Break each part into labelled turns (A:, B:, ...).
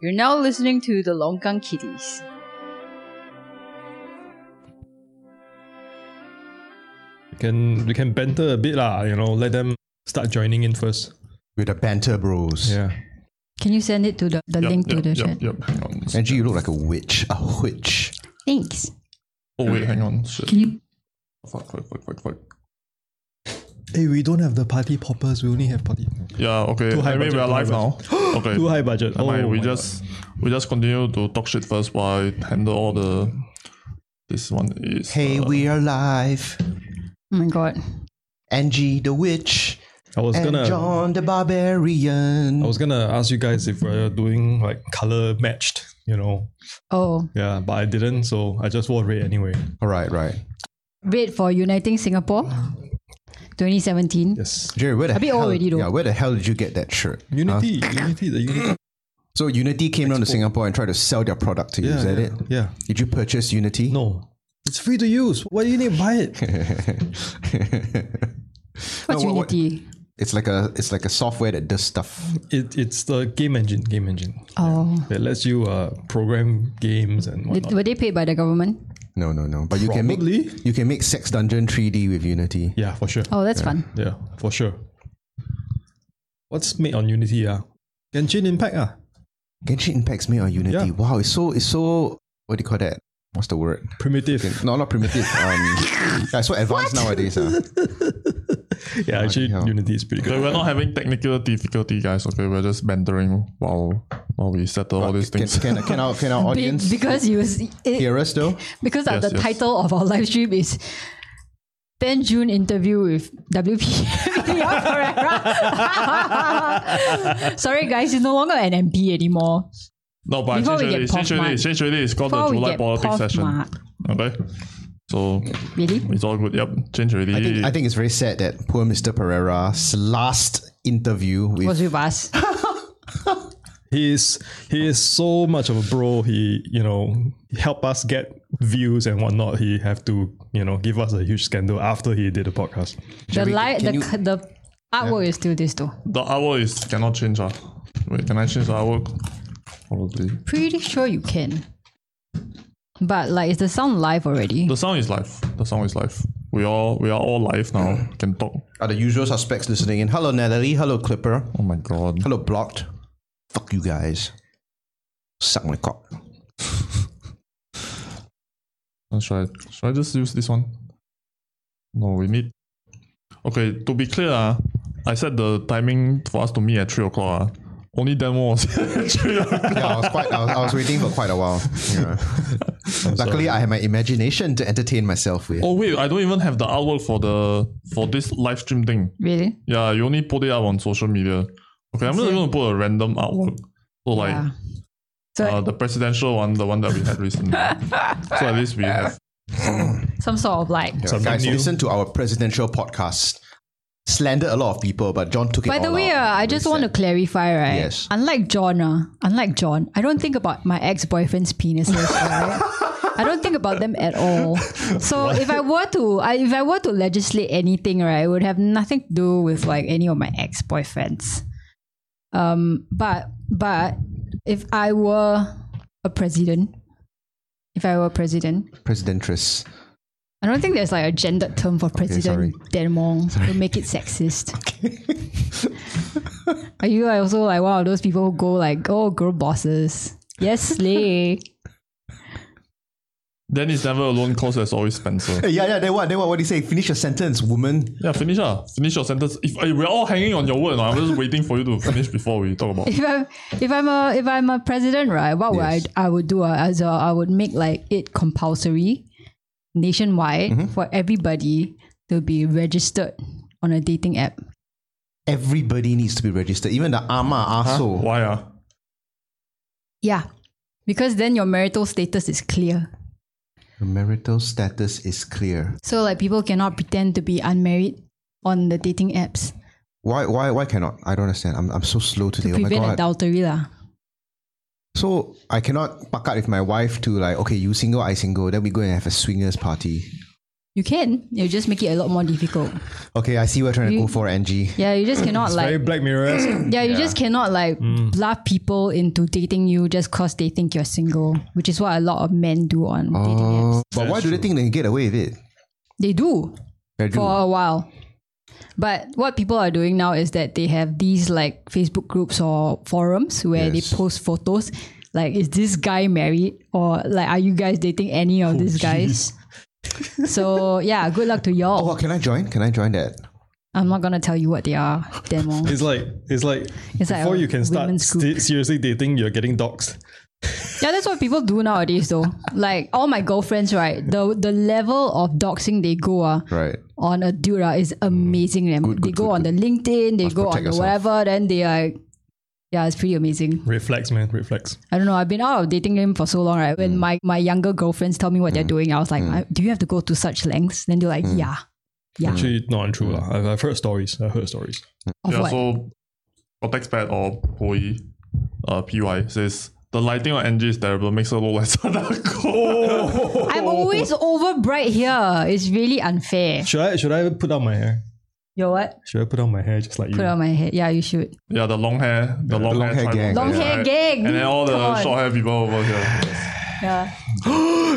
A: You're now listening to the Longgang Kitties.
B: We can we can banter a bit lah, you know, let them start joining in first.
C: With the banter bros.
B: Yeah.
D: Can you send it to the, the link to the
E: yep,
D: chat?
E: Yep, hang on.
C: Angie, you look like a witch. A witch.
D: Thanks.
E: Oh wait, hang on. Shit.
D: Can you?
E: Fuck, fuck, fuck, fuck, fuck.
B: Hey, we don't have the party poppers, we only have party.
E: Yeah, okay.
B: Too high
E: Anyway,
B: budget,
E: we are
B: too high
E: live now. okay.
B: Too high budget.
E: Never mind,
B: Oh
E: we
B: my
E: just we just continue to talk shit first while I handle all the this one is
C: Hey,
E: uh,
C: we are live.
D: Oh my god.
C: Angie the witch.
B: I was
C: and
B: gonna
C: John the barbarian.
B: I was gonna ask you guys if we're doing like color matched, you know.
D: Oh,
B: Yeah, but I didn't, so I just wore red anyway.
C: All right, right.
D: red for Uniting Singapore, 2017.
B: Yes.
C: Jerry, where the
D: A bit
C: hell,
D: old already though.
C: Yeah, where the hell did you get that shirt? huh?
B: Unity, unity, the unity.
C: So Unity came down to Singapore and tried to sell their product to you.
B: Yeah,
C: Is that
B: yeah,
C: it?
B: Yeah.
C: Did you purchase Unity?
B: No. It's free to use. Why do you need to buy it?
D: What's
C: No, what- what-
D: Unity?
C: It's like a it's like a software that does stuff.
B: it it's the game engine, game engine.
D: Oh,
B: It lets you uh, program games and
D: Did-
B: whatnot.
D: were they paid by the government?
C: No, no, no. But you can
B: Probably.
C: make you can make Sex Dungeon 3D with Unity.
B: Yeah, for sure.
D: Oh, that's fun.
B: Yeah, for sure. What's made on Unity? Ah, Genshin Impact. Ah,
C: Genshin Impact's made on Unity.
B: Yeah.
C: Wow, it's so it's so what do you call that? What's the word?
B: primitive.
C: No, not primitive. Um, yeah, so advanced nowadays. Uh.
B: yeah, actually,
C: hell.
B: Unity is pretty
E: Okay,
B: good.
E: we're not having technical difficulty, guys. Okay, we're just bantering while while we settle all these
C: Can,
E: things.
C: can, can our can our
D: Be-
C: audience
D: because you was, it,
C: hear us though?
D: because of
E: Yes,
D: the
E: yes.
D: title of our live stream is 10 June interview with WP Leon Pereira. Sorry guys, he's no longer an MP anymore.
E: no, but
D: Before
E: change
D: we get
E: already, change
D: Prof
E: already,
D: Mark-
E: change already. It's called
D: Before
E: the
D: we
E: July
D: get
E: politics
D: Prof
E: session.
D: Mark.
E: Okay, so
D: Really?
E: it's all good. Yep, change already.
C: I think, I think it's very sad that poor Mr. Pereira's last interview with
D: Was with us.
B: He is he is so much of a bro. He you know help us get views and whatnot. He have to you know give us a huge scandal after he did the podcast.
D: The li-
C: can
D: the,
C: you-
D: c the artwork is still this though.
E: the hour is cannot change. Ah, wait, can I change the hour? Probably.
D: Pretty sure you can. But like, is the sound live already?
E: The sound is live. The sound is live. We all we are all live now. Can talk.
C: are the usual suspects listening in. Hello Natalie, hello Clipper,
E: Oh my god.
C: hello Blocked. Fuck you guys. Suck my cock.
E: Uh, Should I, should I just use this one? No, we need. Okay, to be clear, ah, I said the timing for us to meet at 3 o'clock. ah. Only demo was at 3 o'clock.
C: Yeah, I was quite I was, I was waiting for quite a while. Yeah. Luckily I had my imagination to entertain myself with.
E: Oh, wait, I don't even have the artwork for the for this live stream thing.
D: Really?
E: Yeah, you only put it up on social media. Okay, I'm just
D: it.
E: going to put a random artwork. So, like,
D: Yeah. So
E: uh, the presidential one, the one that we had recently. so, at least we have.
D: some sort of like.
C: Yeah,
B: Something
C: guys,
B: new.
C: listen to our presidential podcast. Slandered a lot of people, but John took it.
D: By the
C: all
D: way,
C: out.
D: uh, I just want to clarify, right?
C: Yes.
D: Unlike John, uh, unlike John, I don't think about my ex-boyfriend's penises, right? I don't think about them at all. So if I were to, I, if I were to legislate anything, right, it would have nothing to do with like any of my ex-boyfriends. Um, but but if I were a president, if I were president,
C: presidentress.
D: I don't think there's like a gendered term for
C: sorry.
D: president anymore. They make it sexist. Are you like also like one of those people who go like, oh, girl bosses? Yes, slay.
E: Then it's never alone cause there's always Spencer.
C: Hey, Eh, yeah, yeah. Then what? Then what? What do you say? Finish your sentence, woman.
E: Yeah, finish ah. Finish your sentence. If eh, we're all hanging on your word, ah, I'm just waiting for you to finish before we talk about.
D: if I'm if I'm a if I'm a president, right? What would
C: Yes.
D: I I would do? Uh, as a, I would make like it compulsory nationwide
C: Mm-hmm.
D: for everybody to be registered on a dating app.
C: Everybody needs to be registered. Even the ama aso.
E: Why ah?
D: Yeah, because then your marital status is clear.
C: Your marital status is clear.
D: So like people cannot pretend to be unmarried on the dating apps
C: Why? Why? Why cannot? I don't understand. I'm, I'm so slow today.
D: to
C: oh my
D: prevent
C: god.
D: adultery lah.
C: so I cannot pack up with my wife to like. Okay, you single, I single. Then we go and have a swingers party.
D: You can. You just make it a lot more difficult.
C: Okay, I see what you're trying to
D: You-
C: go for, Angie.
D: Yeah, you
C: Mm,
D: just cannot like.
B: Very Black Mirror.
D: yeah, you just cannot like bluff people into dating you just because they think you're single, which is what a lot of men do on
C: Oh.
D: dating apps.
C: Uh, But why do they think they can get away with it?
D: They do
C: They do.
D: for a while. But what people are doing now is that they have these like Facebook groups or forums where
C: Yes.
D: they post photos. Like, is this guy married? Or like, are you guys dating any
C: Oh,
D: of these guys? so yeah, good luck to y'all.
C: Oh, can I join? Can I join that?
D: I'm not gonna tell you what they are, demo.
B: It's like it's like
D: It's like
B: before
D: a
B: you can start
D: women's group.
B: sti- seriously dating, you're getting doxxed.
D: Yeah, that's what people do nowadays, though. Like all my girlfriends, right? The the level of doxing they go ah
C: Right.
D: on a dude ah
C: Mm.
D: is amazing. Them they go on the LinkedIn, they go on
C: protect
D: the
C: yourself.
D: whatever, then they are. Yeah, it's pretty amazing.
B: Reflex, man, reflex.
D: I don't know. I've been out of dating game for so long, right?
C: Mm.
D: When my, my younger girlfriends tell me what they're doing, I was like, I, "Do you have to go to such lengths?" Then they're like,
C: Mm.
D: "Yeah, yeah."
B: Actually, not untrue. lah. I've, I've heard stories. I've heard stories.
D: Of
E: yeah,
D: what?
E: so for expat or POE, uh, PY says the lighting on NG is terrible, makes her look like Sadako.
D: Oh. I'm always over bright here. It's really unfair.
B: Should I should I put down my hair?
D: Yo, what?
B: Should I put down my hair just like
D: Put
B: you?
D: on my head. Yeah, you should.
E: Yeah, the long hair, the long,
C: long hair
E: hair,
C: gang.
D: Long hair gang.
E: and then all the
D: Come on.
E: short hair people over here.
D: Yeah.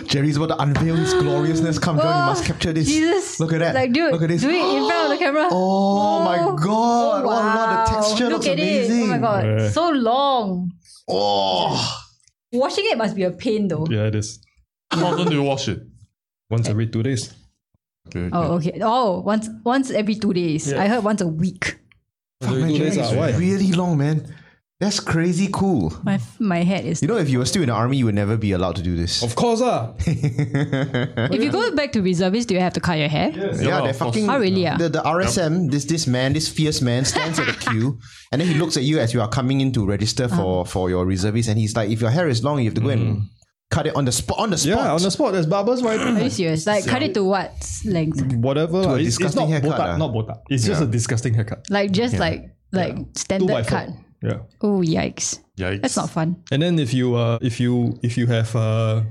C: Jerry's about to unveil his gloriousness. Come down, you
D: Oh,
C: must capture this.
D: Jesus.
C: Look at that.
D: Like, dude,
C: Look at this.
D: do it in front of the camera.
C: Oh my
D: Oh.
C: god! Wow, the
D: Wow.
C: texture
D: Look
C: looks
D: at
C: amazing.
D: It. Oh my god,
B: Yeah.
D: so long.
C: Oh,
D: Washing it must be a pain though.
B: Yeah, it is.
E: How often do you wash it?
B: Once every two days.
E: Okay, okay.
D: Oh okay. Oh, once once every two days.
B: Yeah.
D: I heard once a week.
C: fuck, man,
B: do
C: Jerry
B: this,
C: is
B: ah, why?
C: really long, man. That's crazy cool.
D: My f- my head is.
C: You know, if you were still in the army, you would never be allowed to do this.
B: Of course, ah.
D: if you go back to reservist, do you have to cut your hair?
C: yeah,
E: Yeah,
C: they're
E: of course.
C: fucking.
D: Oh, really, ah?
C: The, the RSM, this this man, this fierce man, stands at the queue, and then he looks at you as you are coming in to register
D: Uh.
C: for for your reservist, and he's like, "If your hair is long, you have to go and cut it on the spot, on the spot,
B: Yeah, on the spot. There's barbers
D: Are
B: right.
D: you serious? Like cut it to what length?
B: Whatever. lah. It's, it's
C: disgusting
B: not
C: haircut,
B: botak.
C: ah.
B: Not botak. It's just a disgusting haircut.
D: Like just like like
B: Two by
D: standard
B: four.
D: cut.
B: Yeah.
D: Oh yikes!
E: Yikes.
D: That's not fun.
B: And then if you uh if you if you have uh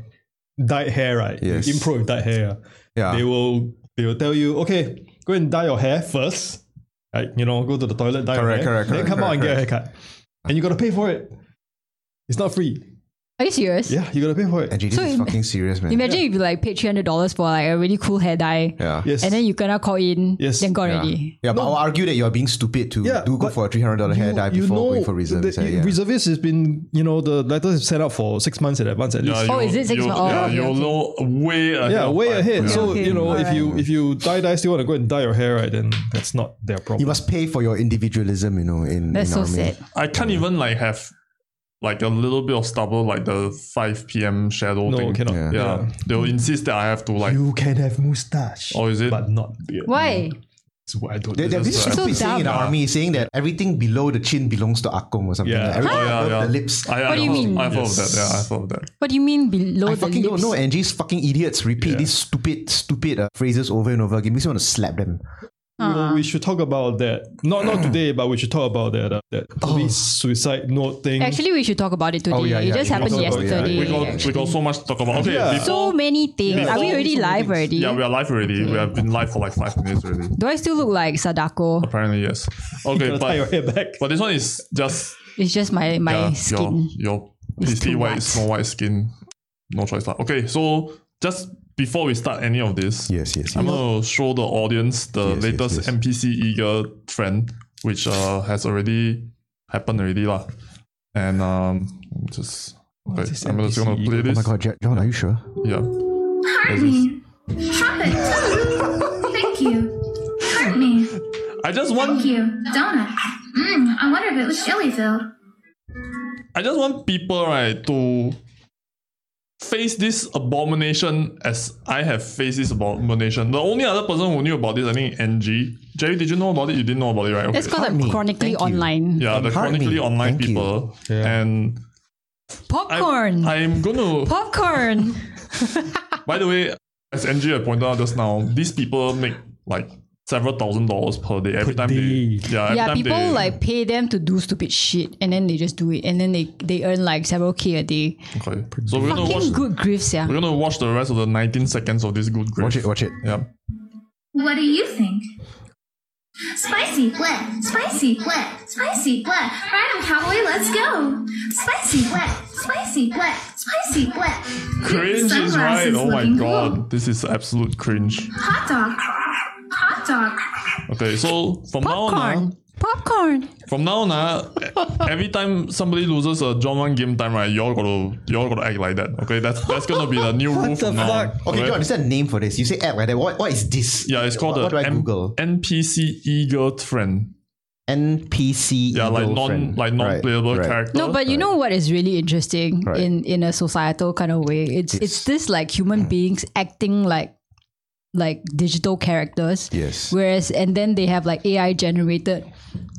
B: dyed hair, right?
C: Yes.
B: Impro with dyed hair.
C: Yeah.
B: They will they will tell you, okay, go and dye your hair first. Like, you know, go to the toilet, dye
C: Correct,
B: your hair.
C: correct,
B: then
C: correct,
B: come out and
C: correct,
B: get a haircut. And you gotta pay for it. It's not free.
D: Are you serious?
B: Yeah, you gotta pay for it.
C: And JD
D: So
C: is
D: im-
C: fucking serious, man.
D: Imagine if you like paid three hundred dollars for like a really cool hair dye,
C: yeah.
B: yes.
D: and then you cannot call in,
B: Yes.
D: then gone
C: Yeah,
D: already.
C: yeah but I'll argue that you're being stupid to
B: Yeah,
C: do go
B: but
C: for a three hundred dollar hair dye before going for reservist.
B: the-
C: hair, yeah.
B: Reservist has been, you know, the letters is set up for six months in advance at least.
E: Yeah,
D: Oh,
E: you-
D: is it six
E: you-
D: months? Oh,
E: Yeah,
D: okay,
E: you're
D: okay.
E: low, way ahead.
B: Yeah,
E: of
B: way
E: time.
B: ahead. so
D: okay,
B: you know, if
D: alright.
B: you if you dye dye still want to go and dye your hair, right? Then that's not their problem.
C: you must pay for your individualism, you know. In
D: That's
C: in
D: so
C: army.
D: sad.
E: I can't even like have like a little bit of stubble, like the five PM shadow
B: no,
E: thing.
B: cannot.
C: Yeah.
E: Yeah, they'll insist that I have to like.
B: You can have mustache.
E: Oh, is it?
B: But not beard.
D: Why?
B: That's what I don't
C: There, there's this
E: It's
C: stupid
D: so
C: saying in the
E: dumb.
C: army saying that everything below the chin belongs to akong or something.
B: Yeah.
C: Like, everything
E: oh, yeah,
C: above
E: yeah.
C: the lips.
E: I, I
D: What do you
E: thought-
D: mean?
E: I thought of
B: Yes.
E: that. Yeah, I thought of that.
D: What do you mean below
C: I
D: the
C: fucking
D: lips?
C: don't know. Angie's fucking idiots repeat these stupid, stupid uh, phrases over and over again. Makes me want to slap them.
B: Well, we should talk about that. Not not today, but we should talk about that. Uh, that police suicide note thing.
D: Oh. Actually, we should talk about it today.
C: Oh, yeah,
D: it
C: yeah,
D: just
C: we
D: happened
C: should talk about it.
D: yesterday.
E: We got we got so much to talk about. Okay,
B: Yeah.
D: so
E: before-
D: many things. Are we
E: Before-
D: already live already?
E: Yeah, we are live already. We have been live for like five minutes already.
D: Do I still look like Sadako?
E: Apparently, yes.
B: You
E: Okay,
B: gotta tie your
E: but
B: hair back.
E: but this one is just
D: It's just my my
E: yeah,
D: skin.
E: your your
D: It's
E: pasty
D: too
E: white,
D: white.
E: snow white skin. No choice lah. Okay, so just before we start any of this,
C: Yes, yes,
E: I'm gonna show the audience the
C: Yes, yes,
E: latest
C: yes.
E: NPC eager trend, which uh, has already happened already lah. And um, just okay,
B: is
E: I'm just gonna
B: NPC
E: play
C: Oh
E: this.
C: my god, Ja- John, are you sure?
E: Yeah.
F: Hurt me. Stop it. Thank you. Hurt me.
E: I just want
F: Thank you. Donut. Mmm, I wonder if it was jelly filled.
E: I just want people right to face this abomination as I have faced this abomination. The only other person who knew about this, I think, NG. Jerry, did you know about it? You didn't know about it, right?
D: That's
E: Okay.
D: because I'm
C: me.
D: chronically
C: Thank you.
D: online.
E: Yeah,
C: Pardon
E: the
C: me.
E: chronically online
C: Thank you.
E: people. And I'm,
D: Popcorn.
E: I'm gonna
D: Popcorn.
E: By the way, as Angie had pointed out just now, these people make like several thousand dollars per day every time
B: day.
E: they yeah, every
D: yeah,
E: time
D: people
E: they-
D: like pay them to do stupid shit and then they just do it and then they, they earn like several K a day.
E: okay. So we're gonna watch
D: Fucking good griefs, yeah.
E: we're gonna watch the rest of the 19 seconds of this good grief.
C: Watch it, watch it.
E: Yeah.
F: What do you think? Spicy, wet, spicy, wet, spicy, wet. Right on, cowboy, let's go. Spicy, wet, spicy, wet, spicy, wet.
E: Cringe is
F: Sunglasses
E: right. Oh my
F: looking
E: god.
F: cool.
E: This is absolute cringe.
F: Hot dog, hot dog.
E: Okay, so from now on,
D: Popcorn. Popcorn.
E: ah- from now on, ah, every time somebody loses a John 1 game time, right, you all gotta you all gotta act like that. Okay, that's that's gonna be the new rule
B: the
E: from now. on,
B: fuck?
C: Okay, John, is there a name for this? You say app like that. What, what is this?
E: Yeah, it's called
C: What, what do
E: the
C: I
E: M-
C: Google?
E: NPC eager friend.
C: NPC.
E: Yeah, like non
C: girlfriend.
E: like non
C: Right,
E: playable
C: right.
E: character.
D: No, but you know what is really interesting
C: Right.
D: in in a societal kind of way? It's it's, this like human
C: Mm.
D: beings acting like like digital characters.
C: Yes.
D: Whereas and then they have like AI generated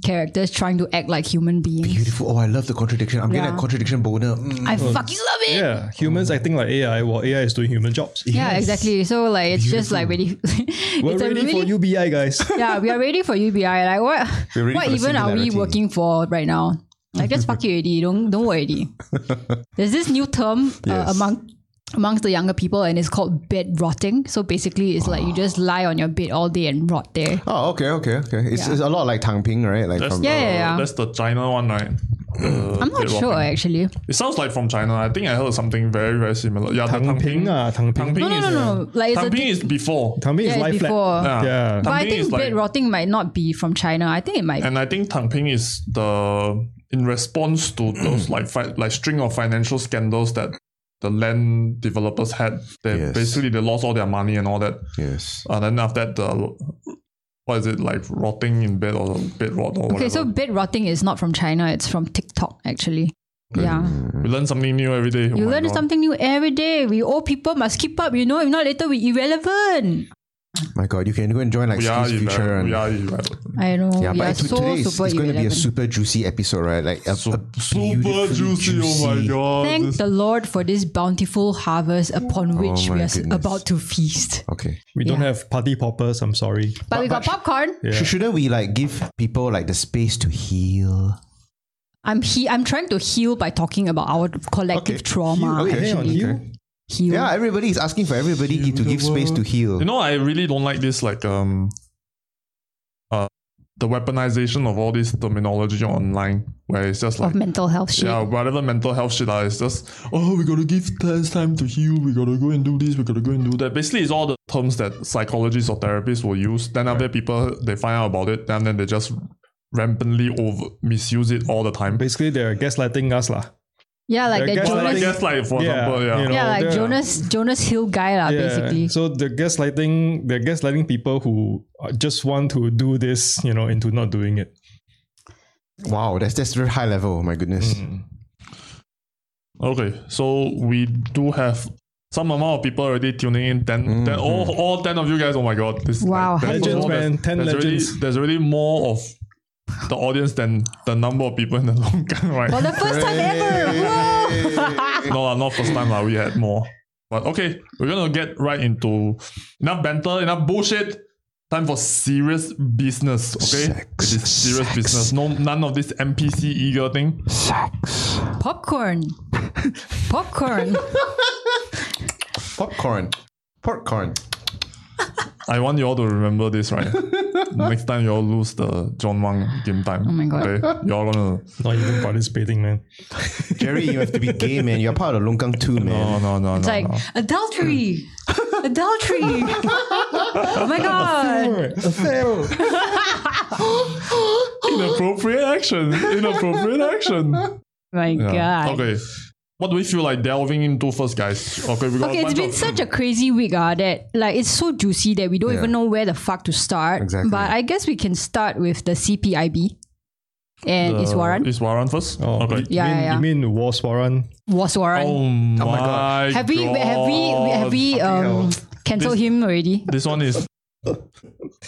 D: characters trying to act like human beings.
C: Beautiful. Oh, I love the contradiction. I'm getting
D: Yeah.
C: a contradiction boner. Mm.
D: I fucking love it.
B: Yeah, humans acting like AI while AI is doing human jobs.
D: Oh. Yeah, exactly. So like it's just like really
B: We're
D: it's a
B: ready
D: really
B: for UBI, guys.
D: yeah, we are ready for UBI. Like what?
C: We're ready
D: What
C: for the
D: even are we
C: singularity.
D: working for right now? Like just fuck it already. Don't don't worry. already. There's this new term uh,
C: Yes.
D: among amongst the younger people, and it's called bed rotting. So basically, it's
C: Ah.
D: like you just lie on your bed all day and rot there.
C: Oh, okay, okay, okay. It's,
D: Yeah.
C: it's a lot like Tang Ping, right? Like
E: that's
C: from
E: the,
D: Yeah, yeah, yeah.
E: that's the China one, right? Uh,
D: I'm not
E: they
D: sure
E: walking.
D: actually.
E: It sounds like from China. I think I heard something very, very similar. Yeah, the
B: Tang Ping, ah, Tang Ping.
E: Tang Ping
D: No, no,
E: is,
D: no, no. Like it's
E: Tang
D: a
E: Ping is before.
B: Tang Ping
D: yeah,
B: is life
D: before.
B: flat.
C: Ah,
E: Yeah.
B: Yeah.
D: But
E: Tang
D: I
E: Ping
D: think
E: is
D: bed
E: like-
D: rotting might not be from China. I think it might.
E: And I think Tang Ping is the in response to those like fi- like string of financial scandals that the land developers had. They
C: Yes.
E: basically they lost all their money and all that.
C: yes.
E: And then after that, the what is it like rotting in bed or bed rot or
D: okay,
E: whatever.
D: so bed rotting is not from China. It's from TikTok actually. Yeah.
E: we learn something new every day.
D: You
E: Oh my
D: learn
E: God.
D: something new every day. We old people must keep up, you know. If not, later we irrelevant.
C: My God, you can go and join like
E: We are
C: Skills Future
E: irrelevant.
C: and
E: We are irrelevant.
D: I know.
C: yeah,
D: we
C: but
D: are
C: it's-
D: so
C: today is,
D: super
C: it's going to be a
D: irrelevant.
C: super juicy episode, right? Like a,
E: So,
C: a
E: super
C: beautifully
E: juicy, Oh my god.
D: Thank
E: This-
D: the Lord for this bountiful harvest upon which
C: Oh my
D: we are s
C: goodness.
D: about to feast.
C: Okay.
B: We don't have party poppers, I'm sorry.
D: But, we got popcorn.
B: Yeah.
C: Sh- Shouldn't we like give people like the space to heal?
D: I'm he- I'm trying to heal by talking about our collective
C: Okay.
D: trauma.
C: Heal, okay.
B: Hey, on
D: actually.
B: you.
D: Heal.
C: Yeah, everybody is asking for everybody to give space to heal.
E: You know, I really don't like this like um uh the weaponization of all this terminology online where it's just like
D: Of mental health shit.
E: yeah, whatever mental health shit ah, it's just oh we gotta give test time to heal, we gotta go and do this, we gotta go and do that. Basically it's all the terms that psychologists or therapists will use. Then after people they find out about it, and then they just rampantly over misuse it all the time.
B: Basically, they're gaslighting us. lah.
D: Yeah, like
B: They're
D: that
E: Well, I
B: gaslighting-
D: Jonas.
E: guess like for example, yeah.
B: you know,
D: yeah, like
B: they're-
D: Jonas Jonas Hill guy lah,
B: Yeah,
D: Ah, basically.
B: So they're gaslighting, they're gaslighting people who uh, just want to do this, you know, into not doing it.
C: Wow, that's that's very high level. Oh my goodness.
E: Mm. Okay, so we do have some amount of people already tuning in. 10 ten- all, all ten of you guys. Oh my god! This is
D: Wow,
E: like-
D: Legends,
E: there's-
B: man, 10
E: there's already-
B: legends.
E: there's already more of the audience than the number of people in the long gun right?
D: For the first time ever. Whoa.
E: no, lah, not first time. lah, we had more. But okay, we're gonna get right into enough banter, enough bullshit. Time for serious business. Okay,
C: Sex,
E: it is serious
C: sex.
E: business. No, none of this NPC eager thing.
C: Sex.
D: popcorn. popcorn.
C: Popcorn. Popcorn.
E: I want you all to remember this, right? Next time you all lose the John Wang game time. Oh
D: my God.
E: Okay? You're all gonna
B: Not even participating, man.
C: Jerry, you have to be gay, man. You're part of Longkang too, man.
E: no no no
D: It's
E: no.
D: like
E: no.
D: adultery, adultery. oh my god!
E: inappropriate action, inappropriate action.
D: my
E: Yeah.
D: god!
E: Okay, what do we feel like delving into first, guys? Okay, we got
D: Okay,
E: a
D: it's
E: bunch
D: been
E: of-
D: such a crazy week, ah. That like it's so juicy that we don't even know where the fuck to start.
C: Exactly.
D: But I guess we can start with the CPIB and
E: Uh,
D: Iswaran,
E: Is Warren first?
B: Oh,
E: okay.
B: you
D: Yeah,
B: mean,
D: yeah, yeah.
B: You mean War Swaran?
D: Waswaran.
E: Oh my, god.
D: have we have we have we um cancelled
E: This-
D: him already?
E: This one is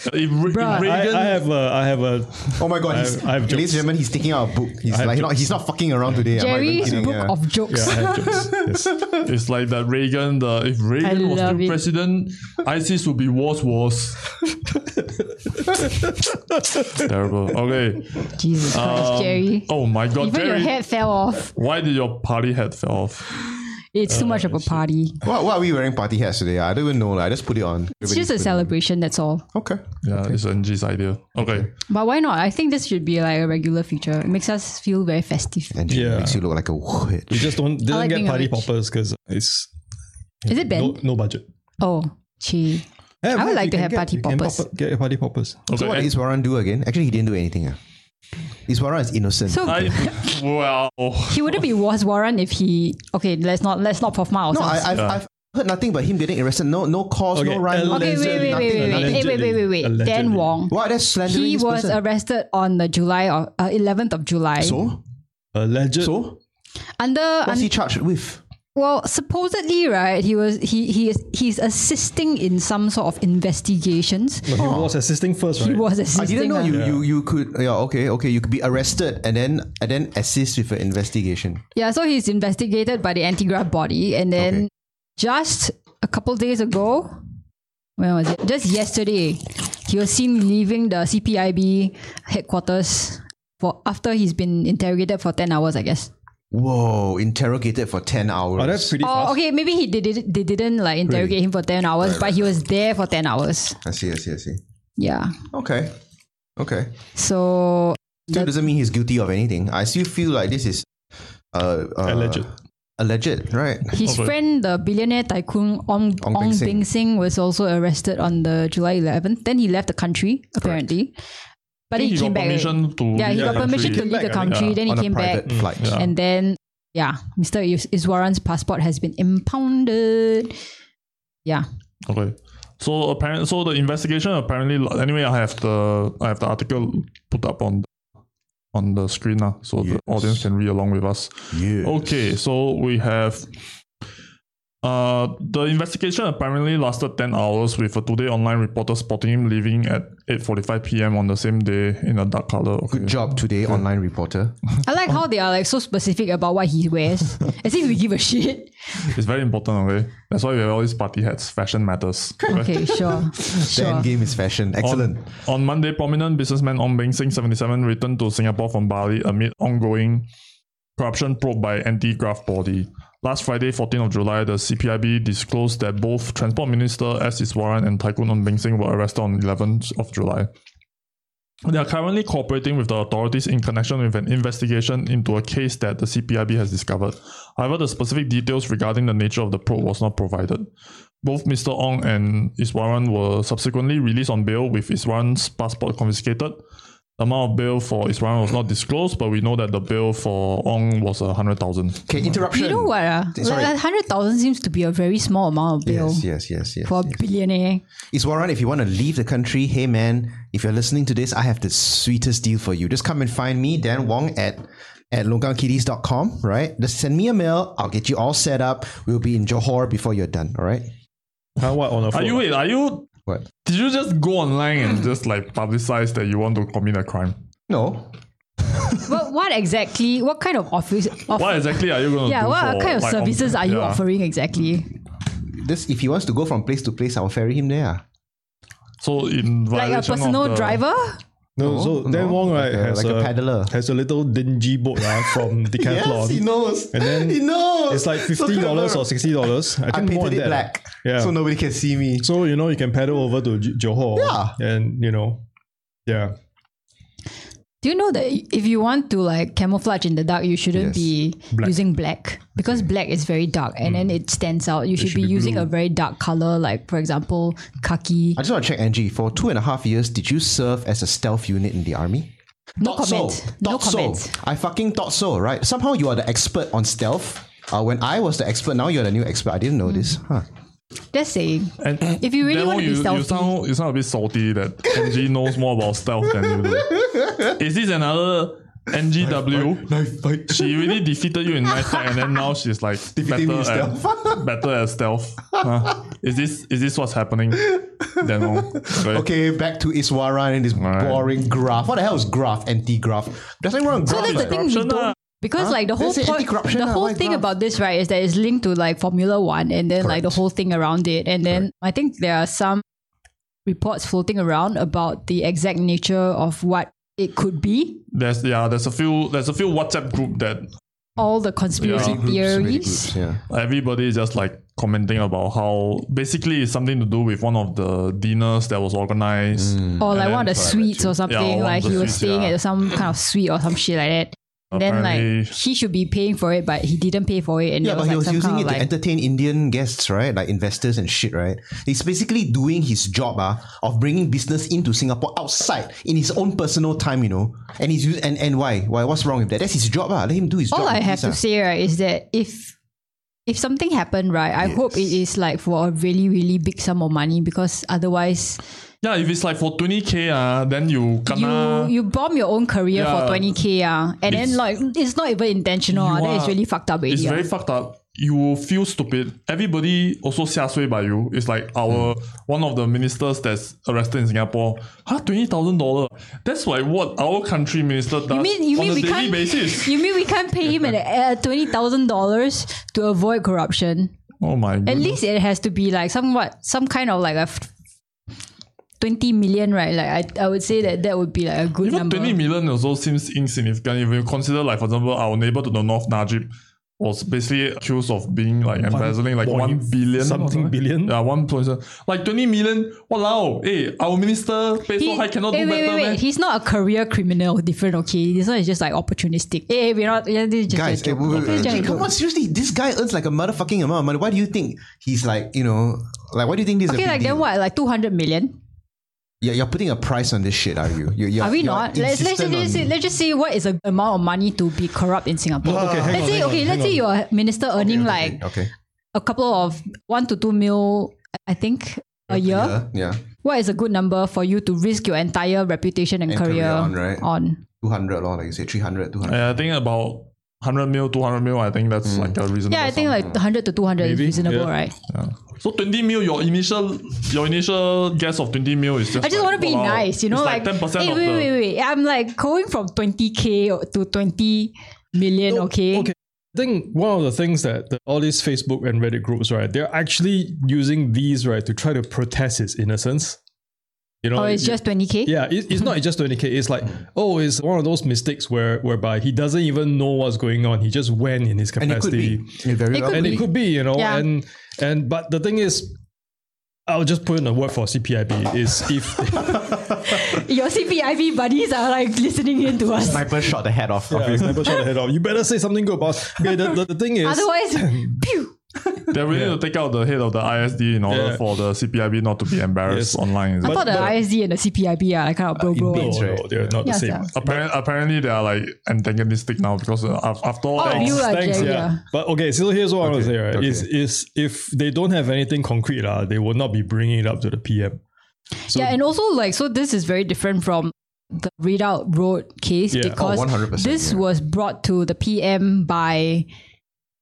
E: It, Re-
D: Bruh.
B: I,
E: Reagan,
B: I have a, I have a,
C: Oh my god, he's,
B: I've- I've
C: ladies and
B: jokes.
C: gentlemen, he's taking out a book. He's
B: have
C: like not,
B: jokes.
C: he's not fucking around today. I'm not even
D: Jerry's
C: kidding,
D: book
C: yeah.
D: of
B: yeah,
D: jokes.
B: I have jokes. Yes.
E: it's like that Reagan. The, if Reagan was
D: love
E: the
D: it.
E: president, ISIS would be worse, worse. Terrible. Okay.
D: Jesus Christ,
E: Um,
D: Jerry.
E: Oh my God,
D: Even your
E: Jerry.
D: head fell off.
E: Why did your party hat fell off?
D: It's too
E: Uh,
D: much of a party.
C: What, what are we wearing party hats today? I don't even know. Like, I just put it on.
D: It's just a celebration, that's all.
C: Okay.
E: Yeah, it's NG's idea. Okay.
D: But why not? I think this should be like a regular feature. It makes us feel very festive.
C: And she
B: Yeah.
C: makes you look like a
B: We
C: witch.
B: just don't didn't
D: like
B: get
D: being a
B: party
D: witch.
B: poppers because it's
D: Is it Ben?
B: no, no budget.
D: Oh, gee.
B: Yeah,
D: I would
B: but
D: like
B: you
D: to
B: can
D: have
B: get-
D: party
B: you can
D: poppers.
B: pop- get party poppers.
E: Okay.
C: So what
E: and-
C: did Iswaran do again? Actually, he didn't do anything. ah. Iswaran is innocent.
D: So
E: I well.
D: he wouldn't be was Warren if he okay, let's not let's not perform
C: no,
D: ourselves.
C: I, I've, I've heard nothing but him getting arrested. No, no cause,
B: Okay,
C: no rhyme, no
D: okay,
B: allegedly-
D: wait,
C: reason,
D: wait, wait,
C: nothing.
D: wait, wait, wait, wait, wait, wait, wait. Dan
B: Allegedly.
D: Wong.
C: What? That's slandering
D: He
C: this
D: was
C: person.
D: arrested on the July of uh, 11th of July.
C: so?
B: Alleged.
C: So?
D: under
C: What's he charged with?
D: Well, supposedly, right? He was he he is he's assisting in some sort of investigations.
B: No, he was assisting first, right?
D: He was
C: I
D: assisting.
C: didn't know
D: uh,
C: you, you you could yeah okay okay you could be arrested and then and then assist with an investigation.
D: Yeah, so he's investigated by the anti-grav body, and then
C: Okay.
D: just a couple days ago, when was it? Just yesterday, he was seen leaving the CPIB headquarters for after he's been interrogated for ten hours, I guess.
C: Whoa! Interrogated for ten hours.
B: Oh, that's pretty fast.
D: Oh, okay, maybe he did it, they didn't like interrogate him for ten hours, but he was there for ten hours.
C: I see. I see. I see.
D: Yeah,
C: Okay. Okay.
D: so
C: Still doesn't mean he's guilty of anything. I still feel like this is uh, uh
B: Alleged.
C: Alleged, right?
D: His
E: Okay.
D: friend, the billionaire tycoon Ong, Ong, Beng Seng. was also arrested on the July 11th. Then he left the country, apparently. But
E: think
D: he,
E: he
D: came
E: got
D: back.
E: permission
D: already.
E: to
D: yeah, he
E: leave
D: got
E: the
D: permission
E: country.
D: to leave the
B: Came back,
D: country.
E: yeah.
D: Then he
C: On a
D: came back.
C: private flight.
E: Mm, Yeah.
D: And then, yeah, Mr. Is- Iswaran's passport has been impounded. Yeah.
E: Okay. So apparent, so the investigation apparently. Anyway, I have the I have the article put up on on the screen now, so
C: Yes.
E: the audience can read along with us.
C: Yeah.
E: Okay, so we have uh the investigation apparently lasted 10 hours with a today online reporter spotting him leaving at 8:45 p.m. on the same day in a dark color. Okay.
C: Good job today, online reporter.
D: I like how they are like so specific about what he wears, as if we give a shit.
E: It's very important, okay? That's why we have all these party hats, fashion matters.
D: Okay, sure,
C: The
D: sure.
C: end game is fashion. Excellent.
E: On, on Monday, prominent businessman Ong Beng Seng, 77, returned to Singapore from Bali amid ongoing corruption probe by anti-graft body. Last Friday, 14th of July, the CPIB disclosed that both Transport Minister S. Iswaran and Tycoon Ong Beng Seng were arrested on 11th of July. They are currently cooperating with the authorities in connection with an investigation into a case that the CPIB has discovered. However, the specific details regarding the nature of the probe was not provided. Both Mr. Ong and Iswaran were subsequently released on bail with Iswaran's passport confiscated. The amount of bail for Iswaran was not disclosed, but we know that the bail for Ong was a hundred thousand.
C: Okay, interruption.
D: You know what? Uh,
C: Sorry.
D: like, 100,000 seems to be a very small amount of bill
C: Yes, yes, yes, yes.
D: for a billionaire.
C: Iswaran, if you want to leave the country, hey man, if you're listening to this, I have the sweetest deal for you. Just come and find me, Dan Wong, at at longangkiddies.com, right? Just send me a mail. I'll get you all set up. We'll be in Johor before you're done, all right?
B: Huh, what, on a
E: Are
B: phone?
E: you wait? Are you?
C: What?
E: Did you just go online and just like publicize that you want to commit a crime?
C: No.
D: But what exactly? What kind of office? Of,
E: What exactly are you going to
D: yeah,
E: do?
D: what
E: for,
D: kind of
E: like, Ong-
D: services are you
E: yeah.
D: offering exactly?
C: This if he wants to go from place to place, I'll ferry him there. ah.
E: So in
D: Like
E: violation
D: a
E: of
D: personal
E: the-
D: driver?
B: No, so
C: No,
B: Dan
C: no,
B: Wong
C: like
B: right
C: a-
B: has
C: like a peddler.
B: has a little dingy boat uh, from Decathlon.
C: knows.
B: And then
C: knows.
B: It's like
C: So
B: fifty dollars
C: clever.
B: or sixty dollars. I
C: I
B: think more
C: painted
B: than
C: it
B: that.
C: black.
B: Yeah.
C: So
B: So,
C: nobody can see me.
B: you know you can paddle over to J- Johor.
C: Yeah.
B: And you know, yeah.
D: Do you know that if you want to like camouflage in the dark, you shouldn't
C: Yes.
D: be using black because black is very dark and
E: Hmm.
D: then it stands out. You should,
B: should
D: be,
B: be
D: using
B: blue.
D: a very dark color, like for example, khaki.
C: I just want to check, Angie. For two and a half years, did you serve as a stealth unit in the army?
D: No
C: Thought
D: comment.
C: So.
D: No
C: Thought so.
D: comment.
C: I fucking thought so, right? Somehow you are the expert on stealth. Uh, when I was the expert, now you're the new expert. I didn't know this.
D: Hmm.
C: Huh.
D: Just saying.
E: And
D: If you really
E: Demo,
D: want to be
E: you,
D: stealthy.
E: you sound you sound a bit salty that MG knows more about stealth than you do. Is this another NGW.
C: Knife fight.
E: She really defeated you in knife fight, and then now she's like
C: Defeating
E: better
C: me
E: at
C: stealth.
E: better at stealth. Huh? Is this is this what's happening? Then oh, no. Right?
C: Okay, back to Iswaran and this
E: Alright.
C: boring graph. What the hell is graph? Anti-graph. There's nothing wrong with
D: So
C: graph.
D: that's the
C: right?
D: thing we
E: Corruption,
D: don't
E: ah.
D: because
C: Huh?
D: like the whole
C: That's it,
D: point,
C: anti-corruption,
D: the
C: ah,
D: whole
C: why
D: thing
C: graph?
D: about this right is that it's linked to like Formula One and then like the
C: Correct.
D: whole thing around it, and then I think there are some reports floating around about the exact nature of what it could be.
E: There's yeah, there's a few there's a few WhatsApp group that
D: All the conspiracy
E: Yeah.
C: Groups, really
D: theories.
C: groups, yeah.
E: everybody is just like commenting about how basically it's something to do with one of the dinners that was organized.
D: Or like
E: And
D: one of the
E: then-
D: suites or
E: Yeah,
D: something.
E: one of
D: like
E: the
D: he was
E: suites,
D: staying
E: yeah.
D: at some kind of suite or some shit like that. And then like
E: Apparently-
D: he should be paying for it, but he didn't pay for it. And
C: Yeah,
D: there
C: but he was
D: like, some
C: using
D: kind
C: it
D: of
C: to
D: like
C: entertain Indian guests, right? Like investors and shit, right? He's basically doing his job ah, of bringing business into Singapore outside in his own personal time, you know. And he's us- and and why? Why? What's wrong with that? That's his job. Ah. Let him do his job.
D: all I
C: with
D: have
C: this,
D: to say right is that if if something happened right, I hope it is like for a really really big sum of money because otherwise
E: Yeah, if it's like for 20k, uh, then you kena,
D: you you bomb your own career
E: Yeah.
D: for twenty k ah, and then like it's not even intentional.
E: You
D: Ah, then it's
E: are-
D: really fucked up. Already,
E: it's
D: ah.
E: very fucked up. You will feel stupid. Everybody also xia sui by you. It's like our one of the ministers that's arrested in Singapore. Huh, twenty thousand dollar. That's like what our country minister does
D: You mean you
E: on
D: mean we
E: a daily
D: can't
E: basis.
D: you mean we can't pay him an, uh, twenty thousand dollars to avoid corruption?
E: Oh my god.
D: At least it has to be like somewhat some kind of like a f- twenty million, right? Like I, I would say that that would be like a good
E: Even
D: number.
E: 20 million also seems insignificant if you consider, like, for example, our neighbor to the north, Najib, was basically accused of being like embezzling like
B: point
E: 1 billion. or
B: something billion?
E: Yeah, 1 billion. Like 20 million. Walao. Hey, our minister, pay so high, cannot
D: eh,
E: do
D: wait,
E: better,
D: wait, wait.
E: man.
D: He's not a career criminal. Different, okay. This one is just like opportunistic. Hey, we're not. Yeah, this is just
C: guys.
D: a joke.
C: eh, wait, wait,
D: This is
C: wait,
D: just a
C: eh, come
D: joke.
C: on, seriously, this guy earns like a motherfucking amount of money. Why do you think he's like you know? Like, why do you think this? is
D: Okay,
C: a big
D: like then
C: deal?
D: what? Like two hundred million?
C: Yeah, you're putting a price on this shit, are you? You're, you're,
D: Are we
C: you're
D: not? Let's let's just,
C: insistent
D: let's,
C: on-
D: just- let's just say what is the amount of money to be corrupt in Singapore.
B: Okay, hang
D: let's
B: on,
D: say
B: hang on,
D: okay.
B: hang
D: let's say
B: on.
D: you're a minister earning like
C: okay.
D: a couple of one to two mil, I think, a year.
C: Yeah, yeah,
D: What is a good number for you to risk your entire reputation and,
C: And
D: career,
C: career on, right?
D: on?
C: two hundred or like you say 300, 200.
E: Yeah, I think about 100 mil, 200 mil, I think that's like a reasonable
D: Yeah, I think
E: sum.
D: like hundred to two hundred is
B: Maybe,
D: reasonable,
B: yeah.
D: right?
E: So 20 mil, your initial your initial guess of 20 mil is just
D: I just
E: like,
D: want to be
E: walao.
D: nice, you know,
E: It's
D: like,
E: 10%
D: hey,
E: of
D: wait,
E: the...
D: wait, wait. I'm like going from twenty k to twenty million. okay,
B: Okay. I think one of the things that the, all these Facebook and Reddit groups, right, they're actually using these, right, to try to protest his innocence. You know,
D: or Oh, it's
B: you-
D: just twenty k.
B: Yeah, it, it's not just 20k. It's like, oh, it's one of those mistakes where whereby he doesn't even know what's going on. He just went in his
C: And
B: capacity
C: it could be. It very
D: It
C: well
D: could
B: and it could be, you know,
D: Yeah.
B: and and but the thing is, I'll just put in a word for CPIB is if
D: Your CPIV buddies are like listening in to us.
C: Sniper shot the head off. of
B: yeah,
C: his-
B: sniper shot the head off. You better say something good about. Okay, the, the, the thing is,
D: Otherwise, pew.
E: They're willing to take out the head of the ISD in order
B: Yeah.
E: for the CPIB not to be embarrassed
B: Yes.
E: online.
D: I
B: But-
D: thought the
B: but-
D: ISD and the CPIB are like kind of bro bro.
B: no,
C: indeed.
B: no, they're not
D: Yeah,
B: the same.
D: yeah.
E: Apparently, apparently they are like antagonistic now because uh, af- after all,
D: Oh, you are
B: Thanks,
D: Jay,
B: yeah.
D: yeah.
B: But okay, so here's what I want to say, right?
C: okay.
B: Is is if they don't have anything concrete, uh, they will not be bringing it up to the PM. So
D: yeah, and also like so this is very different from the readout road case
B: Yeah. Oh,
D: because
C: 100%,
D: this
C: yeah.
D: was brought to the PM by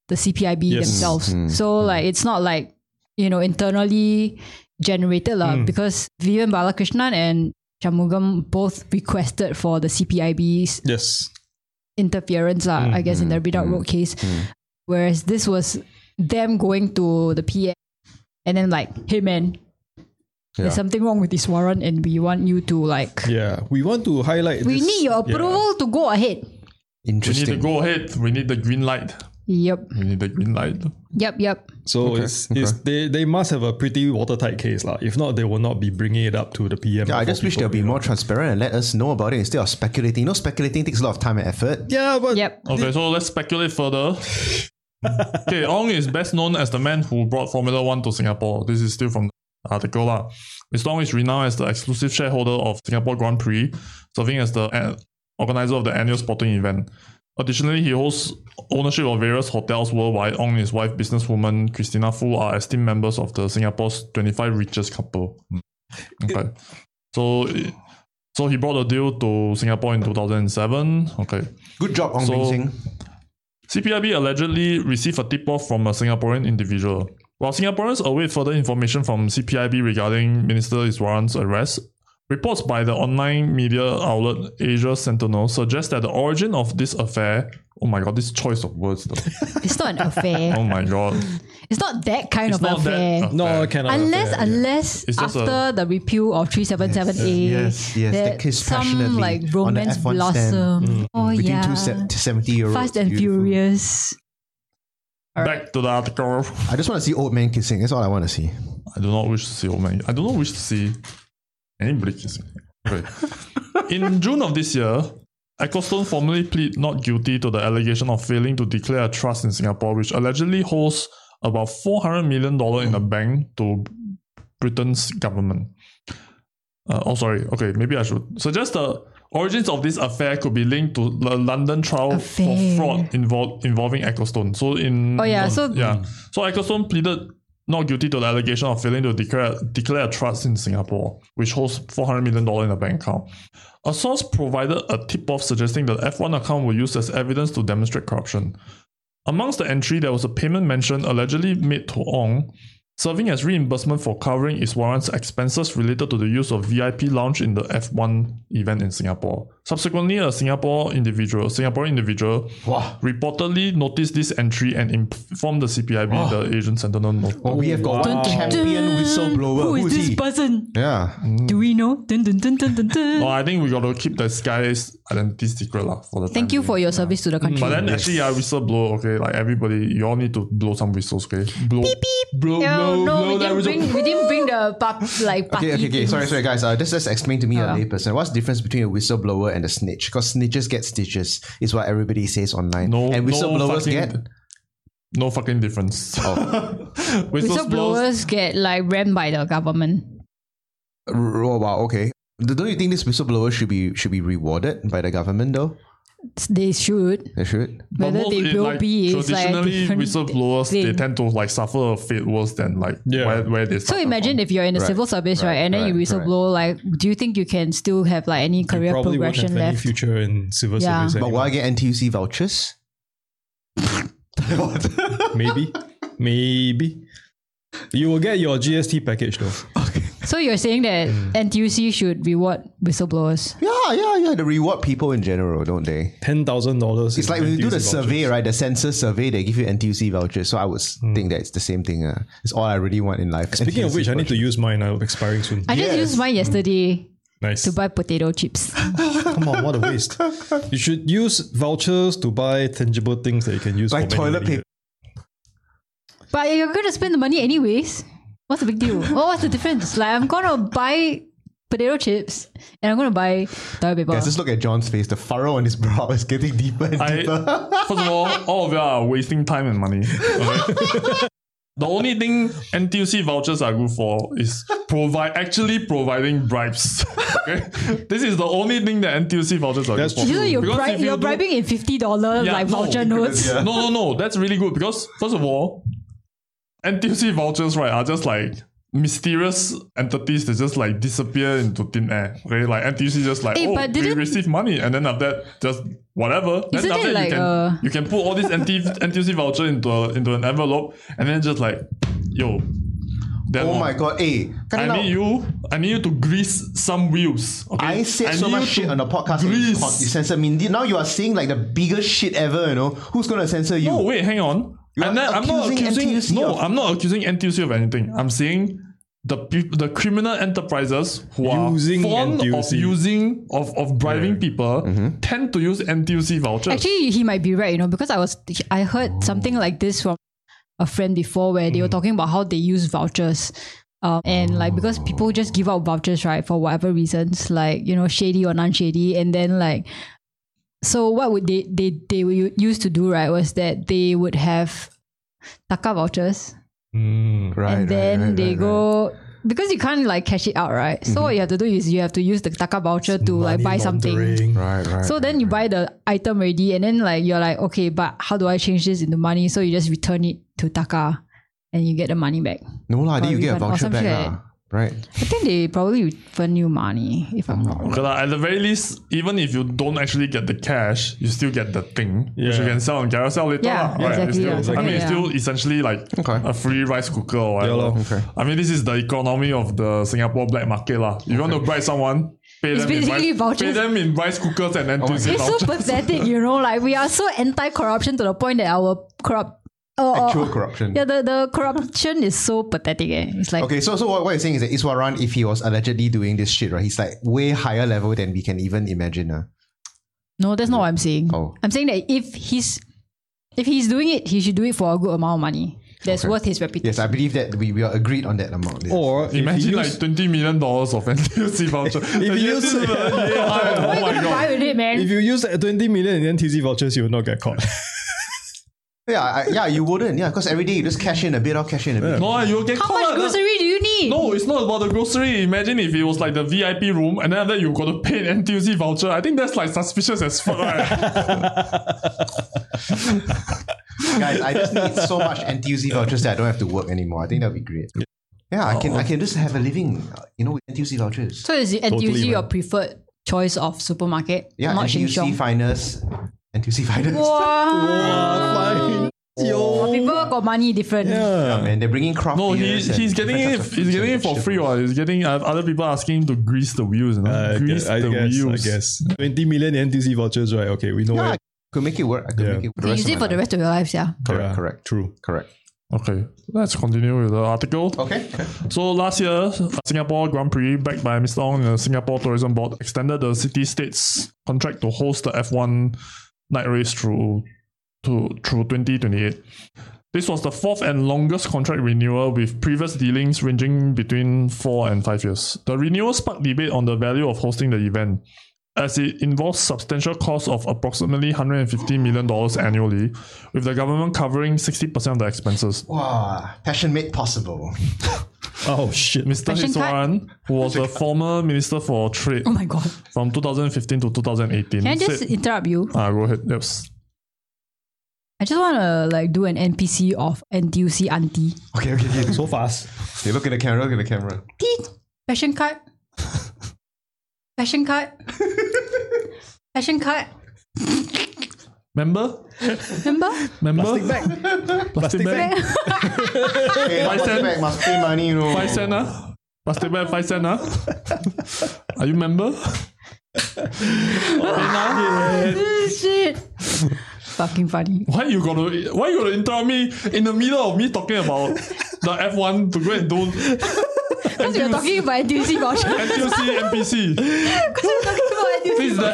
D: the CPIB
B: Yes. Mm-hmm.
D: themselves. so like it's not like you know internally generated lah
B: Mm.
D: because Vivian Balakrishnan and Shamugam both requested for the CPIB's
B: yes,
D: interference, lah. I guess, in the
E: Mm-hmm.
D: readout road case. Whereas this was them going to the PM and then like, hey man, there's something wrong with this warrant and we want you to like
B: yeah, we want to highlight.
D: we
B: this-
D: need your
B: yeah.
D: approval to go ahead.
E: we need to
C: Interesting.
E: go ahead. We need the green light.
D: Yep.
E: We need the green light.
D: Yep, yep.
B: So it's, it's they, they must have a pretty watertight case, lah. If not, they will not be bringing it up to the PM.
C: Yeah, I
B: for
C: just wish
B: people,
C: they'll be
B: you know.
C: more transparent and let us know about it instead of speculating. You know, speculating takes a lot of time and effort.
B: Yeah, but
D: Yep.
E: Okay, so let's speculate further. okay, Ong is best known as the man who brought Formula One to Singapore. This is still from the article. lah. Miss Ong is renowned as the exclusive shareholder of Singapore Grand Prix, serving as the an- organizer of the annual sporting event. Additionally, he holds ownership of various hotels worldwide. Ong and his wife, businesswoman Christina Fu, are esteemed members of the Singapore's 25 richest couple. Okay. Hmm. So So he brought the deal to Singapore in 2007. Okay.
C: Good job, Ong
E: So-
C: Beng Sing.
E: CPIB allegedly received a tip off from a Singaporean individual. While Singaporeans await further information from CPIB regarding Minister Iswaran's arrest, reports by the online media outlet Asia Sentinel suggest that the origin of this affair. Oh my god, this choice of words though.
D: It's not an affair.
E: oh my god.
D: It's not that kind
E: It's
D: of
E: not
D: affair.
E: that.
B: No,
E: affair.
B: I cannot.
D: Unless,
B: yeah, yeah.
D: unless
E: It's just
D: after the repeal of 377A,
C: Yes, yes, they
D: that
C: kissed
D: some
C: passionately
D: like
C: on the
D: romance
C: F1 stand.
D: blossom.
E: Mm.
D: Oh
C: Between
D: yeah,
C: two se- to 70 year olds.
D: Fast and
C: Beautiful.
D: Furious.
E: Back to the article.
C: I just want to see old men kissing. That's all I want to see.
E: I do not wish to see old man. I do not wish to see anybody kissing. Okay. In June of this year, Ecclestone formally plead not guilty to the allegation of failing to declare a trust in Singapore, which allegedly holds about four hundred million dollar in a bank to Britain's government. Uh, oh, sorry. Okay, maybe I should suggest the origins of this affair could be linked to the London trial
D: Affair.
E: for fraud involved involving Ecclestone. So in
D: Oh yeah, so
E: yeah. So Ecclestone pleaded not guilty to the allegation of failing to declare declare a trust in Singapore, which holds four hundred million dollars in a bank account. A source provided a tip off suggesting that F1 account were used as evidence to demonstrate corruption. Amongst the entry, there was a payment mention allegedly made to Ong, serving as reimbursement for covering Iswaran's expenses related to the use of VIP lounge in the F1 event in Singapore. Subsequently, a Singapore individual, Singapore individual, reportedly noticed this entry and informed the CPIB, the Asian Sentinel. Note.
C: Well, we have got one champion whistleblower.
D: Who is
C: Who's
D: this
C: he?
D: person?
C: Yeah.
D: Do we know? Dun, dun, dun, dun, dun, dun.
E: No, Oh, I think we got to keep this guy's identity secret lah, for the
D: Thank
E: time
D: you for
E: being.
D: your service to the country.
E: But then actually, yeah, whistle blow. Okay, like everybody, you all need to blow some whistles. Okay, blow, blow,
D: No,
E: blow,
D: no, we
E: blow that
D: didn't
E: whistle.
D: bring we didn't bring the pap, like party.
C: Okay, okay, okay. Sorry,
D: things.
C: sorry, guys. Uh, just, just explain to me, a
D: Oh.
C: layperson, what's the difference between a whistleblower and a snitch? Because snitches get stitches, is what everybody says online.
E: No,
C: and
E: no
C: whistleblowers
E: fucking-
C: get. Oh.
E: No fucking difference. Whistleblowers.
D: Whistleblowers get like ran by the government.
C: R- Oh, wow, okay. D- Don't you think this whistleblower should be should be rewarded by the government though?
D: They should.
C: They should.
E: But
D: Whether
E: most
D: they
E: in,
D: will
E: like,
D: be is like a
E: traditionally
D: different
E: whistleblowers they
D: thing.
E: tend to like suffer a fate worse than like
B: Yeah.
E: where, where they
D: So imagine if you're in the
C: Right,
D: civil service, right,
C: right,
D: and then you
C: right,
D: whistleblow, like, do you think you can still have like any
B: You
D: career
B: probably won't
D: progression
B: have any
D: left?
B: future in civil
D: Yeah.
B: service.
C: But
B: anyway.
C: will I get NTUC vouchers?
B: Maybe, maybe. You will get your GST package though.
D: So you're saying that NTUC should reward whistleblowers?
C: Yeah, yeah, yeah. They reward people in general, don't they?
B: Ten thousand dollars.
C: It's like when you do the survey, right? The census survey, they give you NTUC vouchers. So I would s- think that it's the same thing. Uh. It's all I really want in life.
B: Hmm. Speaking of which, I need to use mine. I'm expiring soon.
D: I just
C: Yes.
D: used mine yesterday
B: Nice.
D: to buy potato chips.
B: Come on, what a waste. You should use vouchers to buy tangible things that you can use
C: like
B: for many,
C: toilet
B: many
C: paper.
B: years.
D: but you're gonna spend the money anyways. What's the big deal? Oh, what's the difference? Like, I'm gonna buy potato chips and I'm gonna buy toilet paper.
C: Guys, just look at John's face. The furrow on his brow is getting deeper and
E: I,
C: deeper.
E: first of all, all of you are wasting time and money. okay? the only thing NTUC vouchers are good for is provide actually providing bribes. Okay? This is the only thing that NTUC vouchers are
B: That's
E: good for.
D: you know, you're,
E: Because
D: bri-
E: if you
D: you're
E: do-
D: bribing in fifty dollar
E: Yeah,
D: like
E: no,
D: voucher notes.
E: No, no, no. That's really good because first of all, NTUC vouchers right are just like mysterious entities that just like disappear into thin air. Okay, like NTUC just like
D: Eh,
E: oh
D: but
E: we
D: didn't-
E: receive money and then after that just whatever. Then
D: Isn't
E: after
D: it
E: you
D: like uh,
E: can
D: a-
E: you can put all these NT, NTUC voucher into a, into an envelope and then just like yo. that
C: Oh
E: one.
C: my god, hey,
E: I need you. I need you to grease some wheels. Okay?
C: I said so
E: need
C: much
E: you
C: shit
E: to
C: on the podcast. and You
E: Grease.
C: con- you censored me. Now you are saying like the biggest shit ever. You know who's gonna censor you?
E: No, wait, hang on.
C: You
E: and
C: are
E: then I'm not
C: accusing
E: accusing.
C: NTUC
E: no,
C: of-
E: I'm not accusing NTUC of anything. I'm saying the peop- the criminal enterprises who are
B: Using
E: fond of
B: NTUC.
E: using of, of bribing people
C: Mm-hmm.
E: tend to use NTUC vouchers.
D: Actually, he might be right, you know, because I was I heard something like this from a friend before where
C: Mm.
D: they were talking about how they use vouchers. Um, and like because people just give out vouchers right for whatever reasons like you know shady or non-shady and then like so what would they they they would used to do right was that they would have taka vouchers
B: Mm.
C: right,
D: and
C: right,
D: then
C: right,
D: they
C: right, right. Mm-hmm.
D: go because you can't like cash it out right so what you have to do is you have to use the taka voucher to like
B: Money
D: buy something
B: laundering.
C: Right, right.
D: so then you buy the item already, and then like you're like, okay, but how do I change this into money? So you just return it to Taka, and you get the money back.
C: no lah, then
D: Or
C: you get a
D: refund or Oh,
C: voucher
D: some
C: back
D: shit.
C: lah. right?
D: I think they probably refund you money if I'm wrong.
E: Okay, lah, at the very least, even if you don't actually get the cash, you still get the thing, which you
B: Yeah.
E: can sell on Carousel later.
D: Yeah,
E: lah, right?
D: exactly,
E: It's still-
D: yeah.
E: I mean, it's
D: Yeah.
E: still essentially like
C: Okay.
E: a free rice cooker or whatever.
B: Yeah, lah.
C: Okay.
E: I mean, this is the economy of the Singapore black market. lah. If you want to bribe someone, pay
D: It's
E: them, in
D: basically
E: rice, pay
D: vouchers.
E: them in rice cookers and then
C: my
E: Tuesday
D: It's so
E: voucher.
D: pathetic, you know. Like we are so anti-corruption to the point that our corrupt, oh, oh,
C: Actual corruption.
D: yeah, the, the corruption is so pathetic. Eh. It's like
C: Okay, so so what, what you're saying is that Iswaran, if he was allegedly doing this shit, right, he's like way higher level than we can even imagine. Uh.
D: no, that's not what I'm saying.
C: Oh.
D: I'm saying that if he's if he's doing it, he should do it for a good amount of money. That's worth his reputation.
C: Yes, I believe that we, we are agreed on that amount. yes.
B: Or if you
E: Imagine
B: use-
E: like twenty million dollars of NTUC voucher.
B: you use-
E: yeah, oh my
D: Gonna buy
E: god!
D: with it, man.
B: if you use that 20 million in NTZ vouchers, you will not get caught.
C: yeah, I, yeah, you wouldn't. Yeah, because every day you just cash in a bit, or cash in a bit.
E: No, you get
D: How
E: caught.
D: much
E: lah.
D: grocery do you need?
E: uh, No, it's not about the grocery. Imagine if it was like the VIP room and then after that you got to pay an NTUC voucher. I think that's like suspicious as fuck. Right?
C: Guys, I just need so much NTUC vouchers that I don't have to work anymore. I think that would be great. Yeah, I can I can just have a living, uh, you know, with NTUC vouchers.
D: So is NTUC
B: Totally,
D: your
B: man.
D: preferred choice of supermarket?
C: Yeah,
D: not Sheng
C: NTUC
D: Siong.
C: finers, NTUC finers.
D: Wow.
B: Oh, Yo.
D: People got money different.
B: Yeah.
C: Man, they're bringing craft
E: no, he,
C: beers and
E: he's getting
C: different
E: it.
C: types of
E: He's
C: foods
E: getting
C: and
E: it for free.
C: vegetables.
E: Or he's getting uh, other people asking him to grease the wheels. You know?
B: I
E: grease
B: guess, I,
E: the
B: guess, I
E: wheels.
B: guess. 20 million NTZ vouchers, right? Okay, we know
C: Yeah, I
B: where.
C: could make it work. I could
B: Yeah.
C: make it work.
D: You use it for the rest of your life, yeah.
C: Correct,
B: Yeah,
C: correct.
B: True.
C: Correct.
E: Okay, let's continue with the article.
C: Okay. okay.
E: So last year, uh, Singapore Grand Prix, backed by Mr. Ong and the Singapore Tourism Board, extended the city-state's contract to host the F1 night race through to through 2028. This was the fourth and longest contract renewal, with previous dealings ranging between four and five years. The renewal sparked debate on the value of hosting the event, as it involves substantial costs of approximately $150 million annually, with the government covering 60% of the expenses.
C: Wow, passion made possible.
B: Oh, shit.
E: Mr.
D: Passion card?
E: Hiswaran, who was the former Minister for Trade
D: Oh my god.
E: from 2015 to 2018,
D: Can I just
E: said,
D: interrupt you?
E: ah, go ahead. Yes.
D: I just wanna like do an NPC of NTUC auntie.
C: Okay, okay, okay.
B: So fast.
C: Hey, look at the camera, look at the camera.
D: Teeth. Fashion card. Fashion card. Fashion card.
E: Remember?
D: Remember?
E: Remember?
B: Plastic bag.
E: Plastic bag.
C: Hey,
E: Five
C: must
E: cent.
C: pay- must pay money, you know.
E: Five cent, ah. Plastic bag, five cent, ah. Are you member? Oh,
D: This shit. Fucking funny.
E: Why you gotta why you gotta interrupt me in the middle of me talking about the F1 to go and do
D: Because we're talking about NTUC voucher.
E: NTUC NPC? This is the